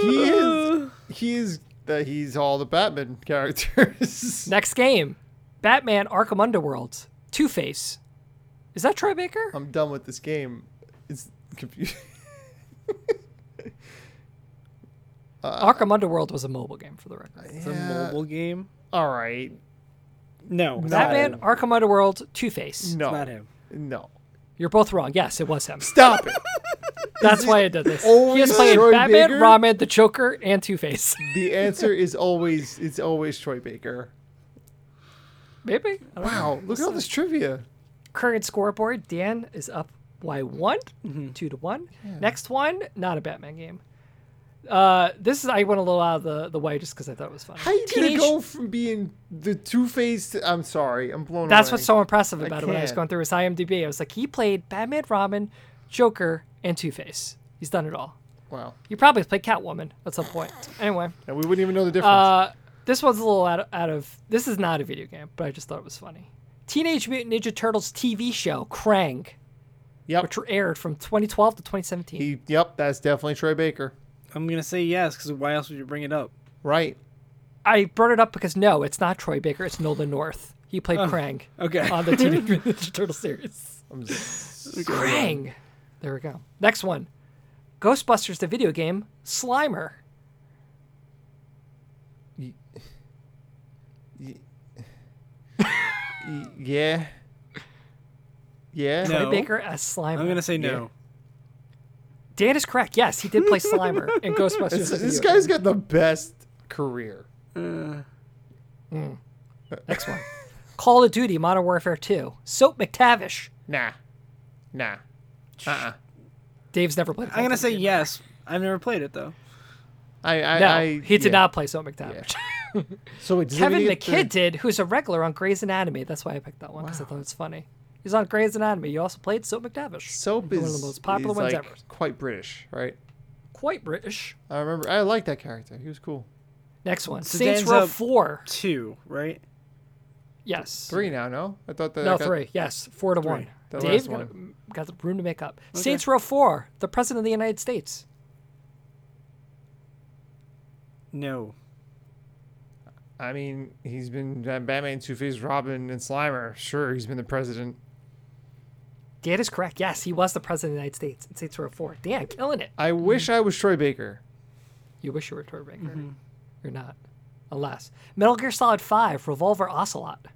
[SPEAKER 2] he
[SPEAKER 3] (laughs)
[SPEAKER 2] is he is that he's all the Batman (laughs) characters.
[SPEAKER 1] Next game, Batman: Arkham Underworld. Two Face. Is that Troy Baker?
[SPEAKER 2] I'm done with this game. It's confusing. Uh,
[SPEAKER 1] Arkham Underworld was a mobile game, for the record.
[SPEAKER 3] It's a mobile game.
[SPEAKER 2] All right.
[SPEAKER 3] No. it's not
[SPEAKER 1] Batman:
[SPEAKER 3] him.
[SPEAKER 1] Arkham Underworld. Two Face.
[SPEAKER 2] No.
[SPEAKER 3] It's not him.
[SPEAKER 2] No.
[SPEAKER 1] You're both wrong. Yes, it was him.
[SPEAKER 2] Stop it.
[SPEAKER 1] That's why I did this. He
[SPEAKER 2] always
[SPEAKER 1] is playing
[SPEAKER 2] Troy
[SPEAKER 1] Batman,
[SPEAKER 2] Baker?
[SPEAKER 1] Robin, the Joker, and Two (laughs) Face.
[SPEAKER 2] The answer is always it's always Troy Baker.
[SPEAKER 1] Maybe. I don't know.
[SPEAKER 2] Wow, look at all this trivia.
[SPEAKER 1] current scoreboard, Dan is up by one,
[SPEAKER 2] Mm-hmm.
[SPEAKER 1] two to one. Next one, not a Batman game. Uh, this is I went a little out of the, the way just because I thought it was funny.
[SPEAKER 2] How you
[SPEAKER 1] Teenage-
[SPEAKER 2] gonna go from being the Two Face? to I'm sorry, I'm blown
[SPEAKER 1] That's
[SPEAKER 2] away.
[SPEAKER 1] what's so impressive about it when I was
[SPEAKER 2] can't.
[SPEAKER 1] going through his IMDb. I was like, he played Batman, Robin, Joker, and Two Face. He's done it all.
[SPEAKER 2] wow.
[SPEAKER 1] You probably played Catwoman at some point. Anyway,
[SPEAKER 2] And we wouldn't even know the difference.
[SPEAKER 1] uh, this one's a little out of, out of. This is not a video game, but I just thought it was funny. Teenage Mutant Ninja Turtles TV show Krang,
[SPEAKER 2] yep.
[SPEAKER 1] which aired from 2012 to 2017.
[SPEAKER 2] He, yep, that's definitely Troy Baker.
[SPEAKER 3] I'm going to say yes because why else would you bring it up?
[SPEAKER 2] Right.
[SPEAKER 1] I brought it up because no, it's not Troy Baker. It's Nolan North. He played Krang
[SPEAKER 3] Okay.
[SPEAKER 1] on the Teenage Mutant Ninja Turtle series.
[SPEAKER 2] (laughs) I'm s-
[SPEAKER 1] Krang. There we go. Next one, Ghostbusters the video game Slimer.
[SPEAKER 2] y- yeah. Yeah.
[SPEAKER 3] No.
[SPEAKER 1] Troy Baker as Slimer.
[SPEAKER 3] I'm going to say no.
[SPEAKER 1] Dan is correct. Yes, he
[SPEAKER 2] (laughs)
[SPEAKER 1] did play Slimer in Ghostbusters.
[SPEAKER 2] This,
[SPEAKER 1] the
[SPEAKER 2] this
[SPEAKER 1] video
[SPEAKER 2] guy's got the best career.
[SPEAKER 1] game. Next one, Call of Duty Modern Warfare 2. Soap McTavish.
[SPEAKER 2] Nah. Nah. Uh-uh.
[SPEAKER 1] Dave's never played.
[SPEAKER 3] I'm going to say yes. I've never played it though.
[SPEAKER 2] I, I,
[SPEAKER 1] no.
[SPEAKER 2] I,
[SPEAKER 1] he did
[SPEAKER 2] yeah.
[SPEAKER 1] not play Soap McTavish. (laughs)
[SPEAKER 2] So wait, does
[SPEAKER 1] Kevin
[SPEAKER 2] anybody get
[SPEAKER 1] McKidd did, who's a regular on Grey's Anatomy. That's why I picked that one because I thought it's funny. He's on Grey's Anatomy. He also played Soap McTavish.
[SPEAKER 2] Soap
[SPEAKER 1] one
[SPEAKER 2] is
[SPEAKER 1] of the most popular
[SPEAKER 2] is
[SPEAKER 1] ones
[SPEAKER 2] like
[SPEAKER 1] ever.
[SPEAKER 2] quite British, right?
[SPEAKER 1] Quite British.
[SPEAKER 2] I remember. I like that character. He was cool.
[SPEAKER 1] Next one,
[SPEAKER 3] So
[SPEAKER 1] Saints
[SPEAKER 3] Dan's
[SPEAKER 1] Row
[SPEAKER 3] up-
[SPEAKER 1] Four.
[SPEAKER 3] Two, right?
[SPEAKER 1] Yes,
[SPEAKER 2] Three now, no? I thought that I
[SPEAKER 1] No,
[SPEAKER 2] got-
[SPEAKER 1] three. Yes, four to one.
[SPEAKER 2] The
[SPEAKER 1] Dave
[SPEAKER 2] last
[SPEAKER 1] got, got the room to make up. Saints Row Four. The President of the United States.
[SPEAKER 3] No.
[SPEAKER 2] I mean, he's been Batman, Two Face, Robin, and Slimer. Sure, he's been the president.
[SPEAKER 1] Dan is correct. Yes, he was the President of the United States in Saints Row Four. Dan, killing it.
[SPEAKER 2] I wish I was Troy Baker.
[SPEAKER 1] You wish you were Troy Baker. You're not. Alas. Metal Gear Solid Five. Revolver Ocelot.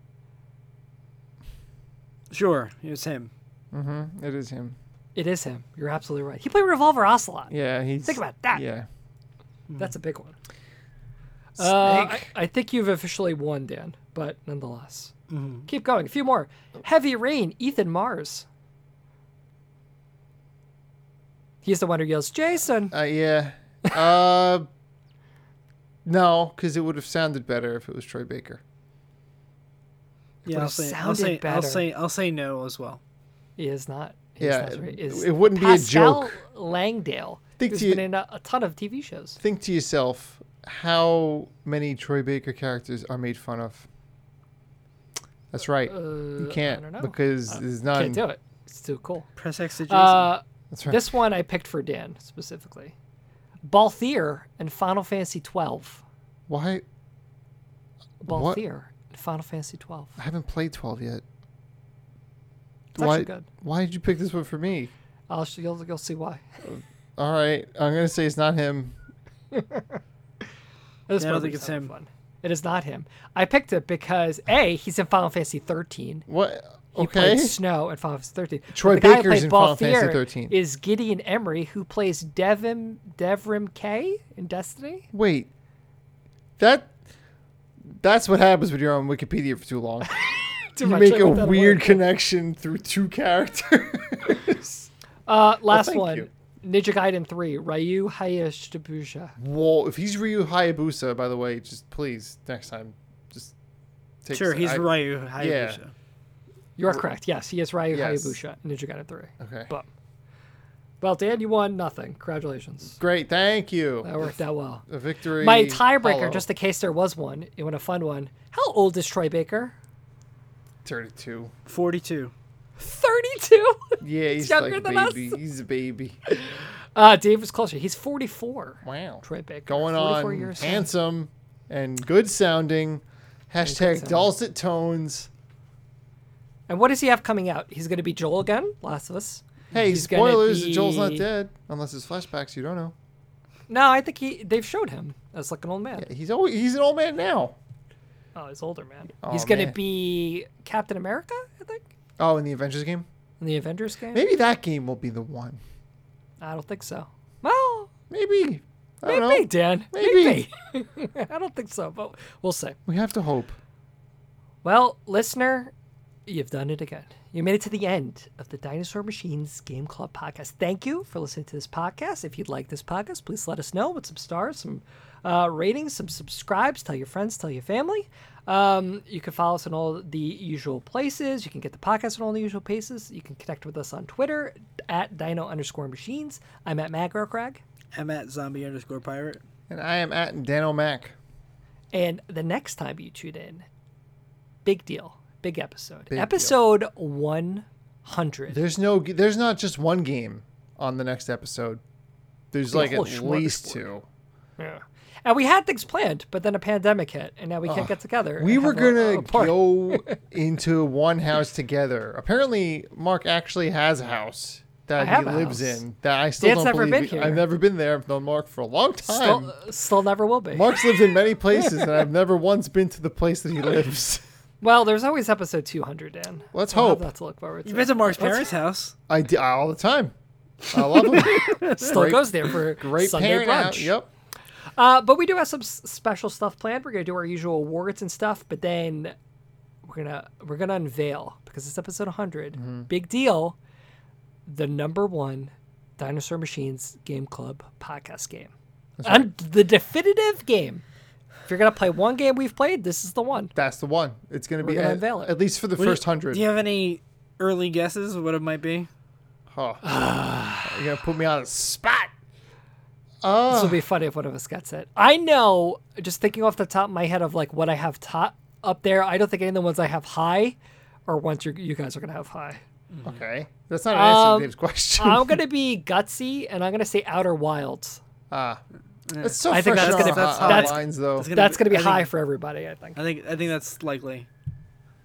[SPEAKER 3] Sure, it was him.
[SPEAKER 2] Mm-hmm. It is him.
[SPEAKER 1] It is him. You're absolutely right. He played Revolver Ocelot.
[SPEAKER 2] Yeah, he's.
[SPEAKER 1] Think about that.
[SPEAKER 2] Yeah.
[SPEAKER 1] That's a big one. Uh, I,
[SPEAKER 2] Snake.
[SPEAKER 1] I think you've officially won, Dan, but nonetheless. Keep going. A few more. Heavy Rain, Ethan Mars. He's the one who yells, Jason.
[SPEAKER 2] Uh, (laughs) yeah. Uh, no, because it would have sounded better if it was Troy Baker.
[SPEAKER 3] Yeah, I'll
[SPEAKER 1] would've
[SPEAKER 3] say, I'll
[SPEAKER 1] sounded
[SPEAKER 3] say, I'll
[SPEAKER 1] better.
[SPEAKER 3] say, I'll say no as well.
[SPEAKER 1] He is not. he is
[SPEAKER 2] Yeah,
[SPEAKER 1] not right.
[SPEAKER 2] it-
[SPEAKER 1] Is
[SPEAKER 2] it wouldn't be a
[SPEAKER 1] Pascal
[SPEAKER 2] joke.
[SPEAKER 1] Langdale.
[SPEAKER 2] Think
[SPEAKER 1] who's
[SPEAKER 2] to you-
[SPEAKER 1] been in a, a ton of TV shows.
[SPEAKER 2] Think to yourself, how many Troy Baker characters are made fun of? That's right. you can't
[SPEAKER 1] Uh, don't know. Uh,
[SPEAKER 2] because there's none.
[SPEAKER 1] Can't do it. It's too cool.
[SPEAKER 3] Press X to Jason.
[SPEAKER 1] Um, Uh,
[SPEAKER 2] That's right.
[SPEAKER 1] This one I picked for Dan specifically. Balthier and Final Fantasy twelve.
[SPEAKER 2] Why? What?
[SPEAKER 1] Balthier and Final Fantasy twelve.
[SPEAKER 2] I haven't played 12 yet.
[SPEAKER 1] It's actually
[SPEAKER 2] why,
[SPEAKER 1] good.
[SPEAKER 2] why did you pick this one for me?
[SPEAKER 1] I'll sh- you'll, you'll see why. (laughs)
[SPEAKER 2] All right, I'm gonna say it's not him.
[SPEAKER 1] This
[SPEAKER 3] Yeah, I don't
[SPEAKER 1] one
[SPEAKER 3] think
[SPEAKER 1] was
[SPEAKER 3] it's
[SPEAKER 1] having
[SPEAKER 3] him.
[SPEAKER 1] fun. It is not him. I picked it because a he's in Final Fantasy thirteen.
[SPEAKER 2] What?
[SPEAKER 1] He played
[SPEAKER 2] Okay.
[SPEAKER 1] Snow in Final Fantasy 13. But
[SPEAKER 2] Troy
[SPEAKER 1] the guy who
[SPEAKER 2] Baker's
[SPEAKER 1] played
[SPEAKER 2] in Final
[SPEAKER 1] Balthier
[SPEAKER 2] Fantasy 13.
[SPEAKER 1] Is Gideon Emery, who plays Devim Devrim K in Destiny?
[SPEAKER 2] Wait. That. That's what happens when you're on Wikipedia for too (laughs) long.
[SPEAKER 1] Too
[SPEAKER 2] you
[SPEAKER 1] much, I
[SPEAKER 2] make a
[SPEAKER 1] wrote that
[SPEAKER 2] weird
[SPEAKER 1] word.
[SPEAKER 2] connection through two (laughs) characters.
[SPEAKER 1] Uh, last
[SPEAKER 2] thank
[SPEAKER 1] one.
[SPEAKER 2] you.
[SPEAKER 1] Ninja Gaiden 3, Ryu Hayashibusha.
[SPEAKER 2] Whoa! If he's Ryu Hayabusa, by the way, just please next time, just take.
[SPEAKER 3] sure, he's
[SPEAKER 2] I-
[SPEAKER 3] Ryu Hayabusa.
[SPEAKER 1] You are correct. Yes, he is Ryu
[SPEAKER 2] Yes.
[SPEAKER 1] Hayabusha in Ninja Gaiden 3.
[SPEAKER 2] Okay.
[SPEAKER 1] But, well, Dan, you won nothing. Congratulations.
[SPEAKER 2] Great, thank you.
[SPEAKER 1] That worked out well.
[SPEAKER 2] A victory.
[SPEAKER 1] My tiebreaker,
[SPEAKER 2] hollow.
[SPEAKER 1] just in case there was one, it went a fun one. How old is Troy Baker?
[SPEAKER 2] thirty-two.
[SPEAKER 3] 42.
[SPEAKER 1] 32?
[SPEAKER 2] Yeah, he's
[SPEAKER 1] younger
[SPEAKER 2] like
[SPEAKER 1] than
[SPEAKER 2] a
[SPEAKER 1] us.
[SPEAKER 2] baby. He's a (laughs) baby.
[SPEAKER 1] (laughs) Uh, Dave was closer. He's 44.
[SPEAKER 2] Wow.
[SPEAKER 1] Troy Baker.
[SPEAKER 2] Going
[SPEAKER 1] 44
[SPEAKER 2] on
[SPEAKER 1] years old.
[SPEAKER 2] handsome and good sounding. Hashtag
[SPEAKER 1] sounding.
[SPEAKER 2] dulcet tones.
[SPEAKER 1] And what does he have coming out? He's going to be Joel again, Last of Us.
[SPEAKER 2] Hey,
[SPEAKER 1] He's gonna
[SPEAKER 2] spoilers! Joel's not
[SPEAKER 1] be-
[SPEAKER 2] dead unless it's flashbacks. You don't know.
[SPEAKER 1] No, I think he. They've showed him as like an old man.
[SPEAKER 2] He's always, he's an old man now.
[SPEAKER 1] Oh, he's older man.
[SPEAKER 2] Aw,
[SPEAKER 1] he's going to
[SPEAKER 2] man.
[SPEAKER 1] be Captain America, I think,
[SPEAKER 2] Oh, in the Avengers game,
[SPEAKER 1] in the Avengers game.
[SPEAKER 2] maybe that game will be the one.
[SPEAKER 1] I don't think so. Well,
[SPEAKER 2] Maybe. I don't
[SPEAKER 1] maybe
[SPEAKER 2] know.
[SPEAKER 1] Dan. Maybe. (laughs)
[SPEAKER 2] Maybe.
[SPEAKER 1] I don't think so, but we'll see.
[SPEAKER 2] We have to hope.
[SPEAKER 1] Well, listener, you've done it again. You made it to the end of the Dinosaur Machines Game Club podcast. Thank you for listening to this podcast. If you'd like this podcast, please let us know with some stars, some uh, ratings, some subscribes. Tell your friends, tell your family. Um, you can follow us on all the usual places. You can get the podcast on all the usual places. You can connect with us on Twitter at dino underscore machines. I'm at Magrocrag.
[SPEAKER 3] I'm at zombie underscore pirate.
[SPEAKER 2] And I am at Dan Mac.
[SPEAKER 1] And the next time you tune in, big deal, big episode.
[SPEAKER 2] deal.
[SPEAKER 1] episode 100.
[SPEAKER 2] There's no. There's not just one game on the next episode. There's like
[SPEAKER 1] whole
[SPEAKER 2] at least
[SPEAKER 1] smorgasbord.
[SPEAKER 2] two.
[SPEAKER 1] Yeah. And we had things planned, but then a pandemic hit, and now we can't get together.
[SPEAKER 2] We
[SPEAKER 1] and
[SPEAKER 2] were
[SPEAKER 1] have a-
[SPEAKER 2] gonna
[SPEAKER 1] a party. (laughs)
[SPEAKER 2] go into one house together. Apparently, Mark actually has a house that
[SPEAKER 1] I have
[SPEAKER 2] he
[SPEAKER 1] a
[SPEAKER 2] lives
[SPEAKER 1] house.
[SPEAKER 2] in. That I still
[SPEAKER 1] Dan's
[SPEAKER 2] don't
[SPEAKER 1] never
[SPEAKER 2] believe.
[SPEAKER 1] been
[SPEAKER 2] we- I've
[SPEAKER 1] here.
[SPEAKER 2] never been there. I've known Mark for a long time.
[SPEAKER 1] Still, still never will be.
[SPEAKER 2] Mark's lived in many places, and
[SPEAKER 1] (laughs)
[SPEAKER 2] I've never once been to the place that he lives.
[SPEAKER 1] well, there's always episode 200, Dan.
[SPEAKER 2] Let's
[SPEAKER 1] We'll have
[SPEAKER 2] hope.
[SPEAKER 1] that to look forward to.
[SPEAKER 3] You've been to Mark's
[SPEAKER 1] Let's-
[SPEAKER 3] parents' house.
[SPEAKER 2] I do all the time. I love
[SPEAKER 1] (laughs)
[SPEAKER 2] him.
[SPEAKER 1] Still
[SPEAKER 2] Great-
[SPEAKER 1] goes there for
[SPEAKER 2] Great
[SPEAKER 1] Sunday
[SPEAKER 2] parent. out-
[SPEAKER 1] brunch.
[SPEAKER 2] Yep.
[SPEAKER 1] Uh, but we do have some s- special stuff planned. We're gonna do our usual awards and stuff, but then we're gonna we're gonna unveil because it's episode 100. Big deal. The number one Dinosaur Machines Game Club podcast game, and the definitive game. If you're gonna play one game we've played, this is the one.
[SPEAKER 2] That's the one. It's going to be
[SPEAKER 1] gonna
[SPEAKER 2] at,
[SPEAKER 1] unveil it.
[SPEAKER 2] at least for the
[SPEAKER 3] What do you-
[SPEAKER 2] first hundred.
[SPEAKER 3] Do you have any early guesses of what it might be?
[SPEAKER 1] (sighs)
[SPEAKER 2] Oh. You're gonna put me on the spot.
[SPEAKER 1] This would be funny if one of us gets it. I know, just thinking off the top of my head of like what I have top up there, I don't think any of the ones I have high or ones you you guys are going to have high.
[SPEAKER 2] Okay. That's not an answer
[SPEAKER 1] Um,
[SPEAKER 2] to Dave's question.
[SPEAKER 1] I'm going to be gutsy and I'm going to say Outer Wilds.
[SPEAKER 2] ah. That's so
[SPEAKER 1] I think
[SPEAKER 2] fresh
[SPEAKER 1] that's
[SPEAKER 2] on
[SPEAKER 1] gonna-
[SPEAKER 2] our-
[SPEAKER 1] that's-
[SPEAKER 2] our
[SPEAKER 1] that's-
[SPEAKER 2] lines, though.
[SPEAKER 3] gonna
[SPEAKER 1] That's going to be
[SPEAKER 3] I
[SPEAKER 1] high
[SPEAKER 3] Think,
[SPEAKER 1] for everybody, I think.
[SPEAKER 3] I think I think that's likely.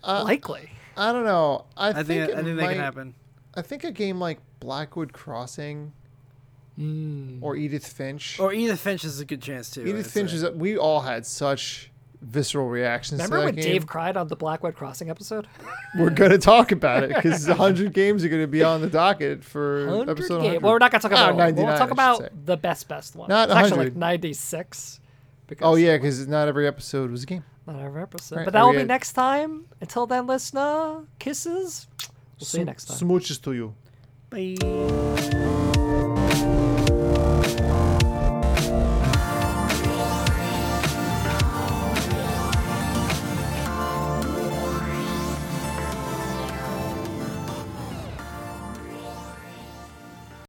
[SPEAKER 2] Uh,
[SPEAKER 1] Likely.
[SPEAKER 2] I don't know. I,
[SPEAKER 3] I think I
[SPEAKER 2] it
[SPEAKER 3] think, that
[SPEAKER 2] might,
[SPEAKER 3] can happen.
[SPEAKER 2] I think a game like Blackwood Crossing
[SPEAKER 1] Hmm.
[SPEAKER 2] or Edith Finch.
[SPEAKER 3] Or Edith Finch is a good chance too.
[SPEAKER 2] Edith
[SPEAKER 3] I'd
[SPEAKER 2] Finch
[SPEAKER 3] say.
[SPEAKER 2] is. We all had such visceral reactions.
[SPEAKER 1] Remember
[SPEAKER 2] to
[SPEAKER 1] when
[SPEAKER 2] that game.
[SPEAKER 1] Dave cried on the Blackwood Crossing episode?
[SPEAKER 2] We're gonna talk about
[SPEAKER 1] (laughs)
[SPEAKER 2] it because 100 games are gonna be on the docket for
[SPEAKER 1] 100
[SPEAKER 2] episode
[SPEAKER 1] game-
[SPEAKER 2] 100.
[SPEAKER 1] Well, we're not going to talk
[SPEAKER 2] Ah,
[SPEAKER 1] about that one.
[SPEAKER 2] 99,
[SPEAKER 1] We'll
[SPEAKER 2] I
[SPEAKER 1] talk
[SPEAKER 2] should
[SPEAKER 1] about
[SPEAKER 2] say.
[SPEAKER 1] the best, best one.
[SPEAKER 2] Not
[SPEAKER 1] it's actually
[SPEAKER 2] 100.
[SPEAKER 1] like 96. Because
[SPEAKER 2] Oh yeah, because not every episode was a game.
[SPEAKER 1] Not every episode.
[SPEAKER 2] Right,
[SPEAKER 1] But
[SPEAKER 2] are
[SPEAKER 1] that will
[SPEAKER 2] we
[SPEAKER 1] be
[SPEAKER 2] at-
[SPEAKER 1] next time. Until then, listener, kisses. We'll see you next time.
[SPEAKER 2] Smooches to you.
[SPEAKER 3] Bye.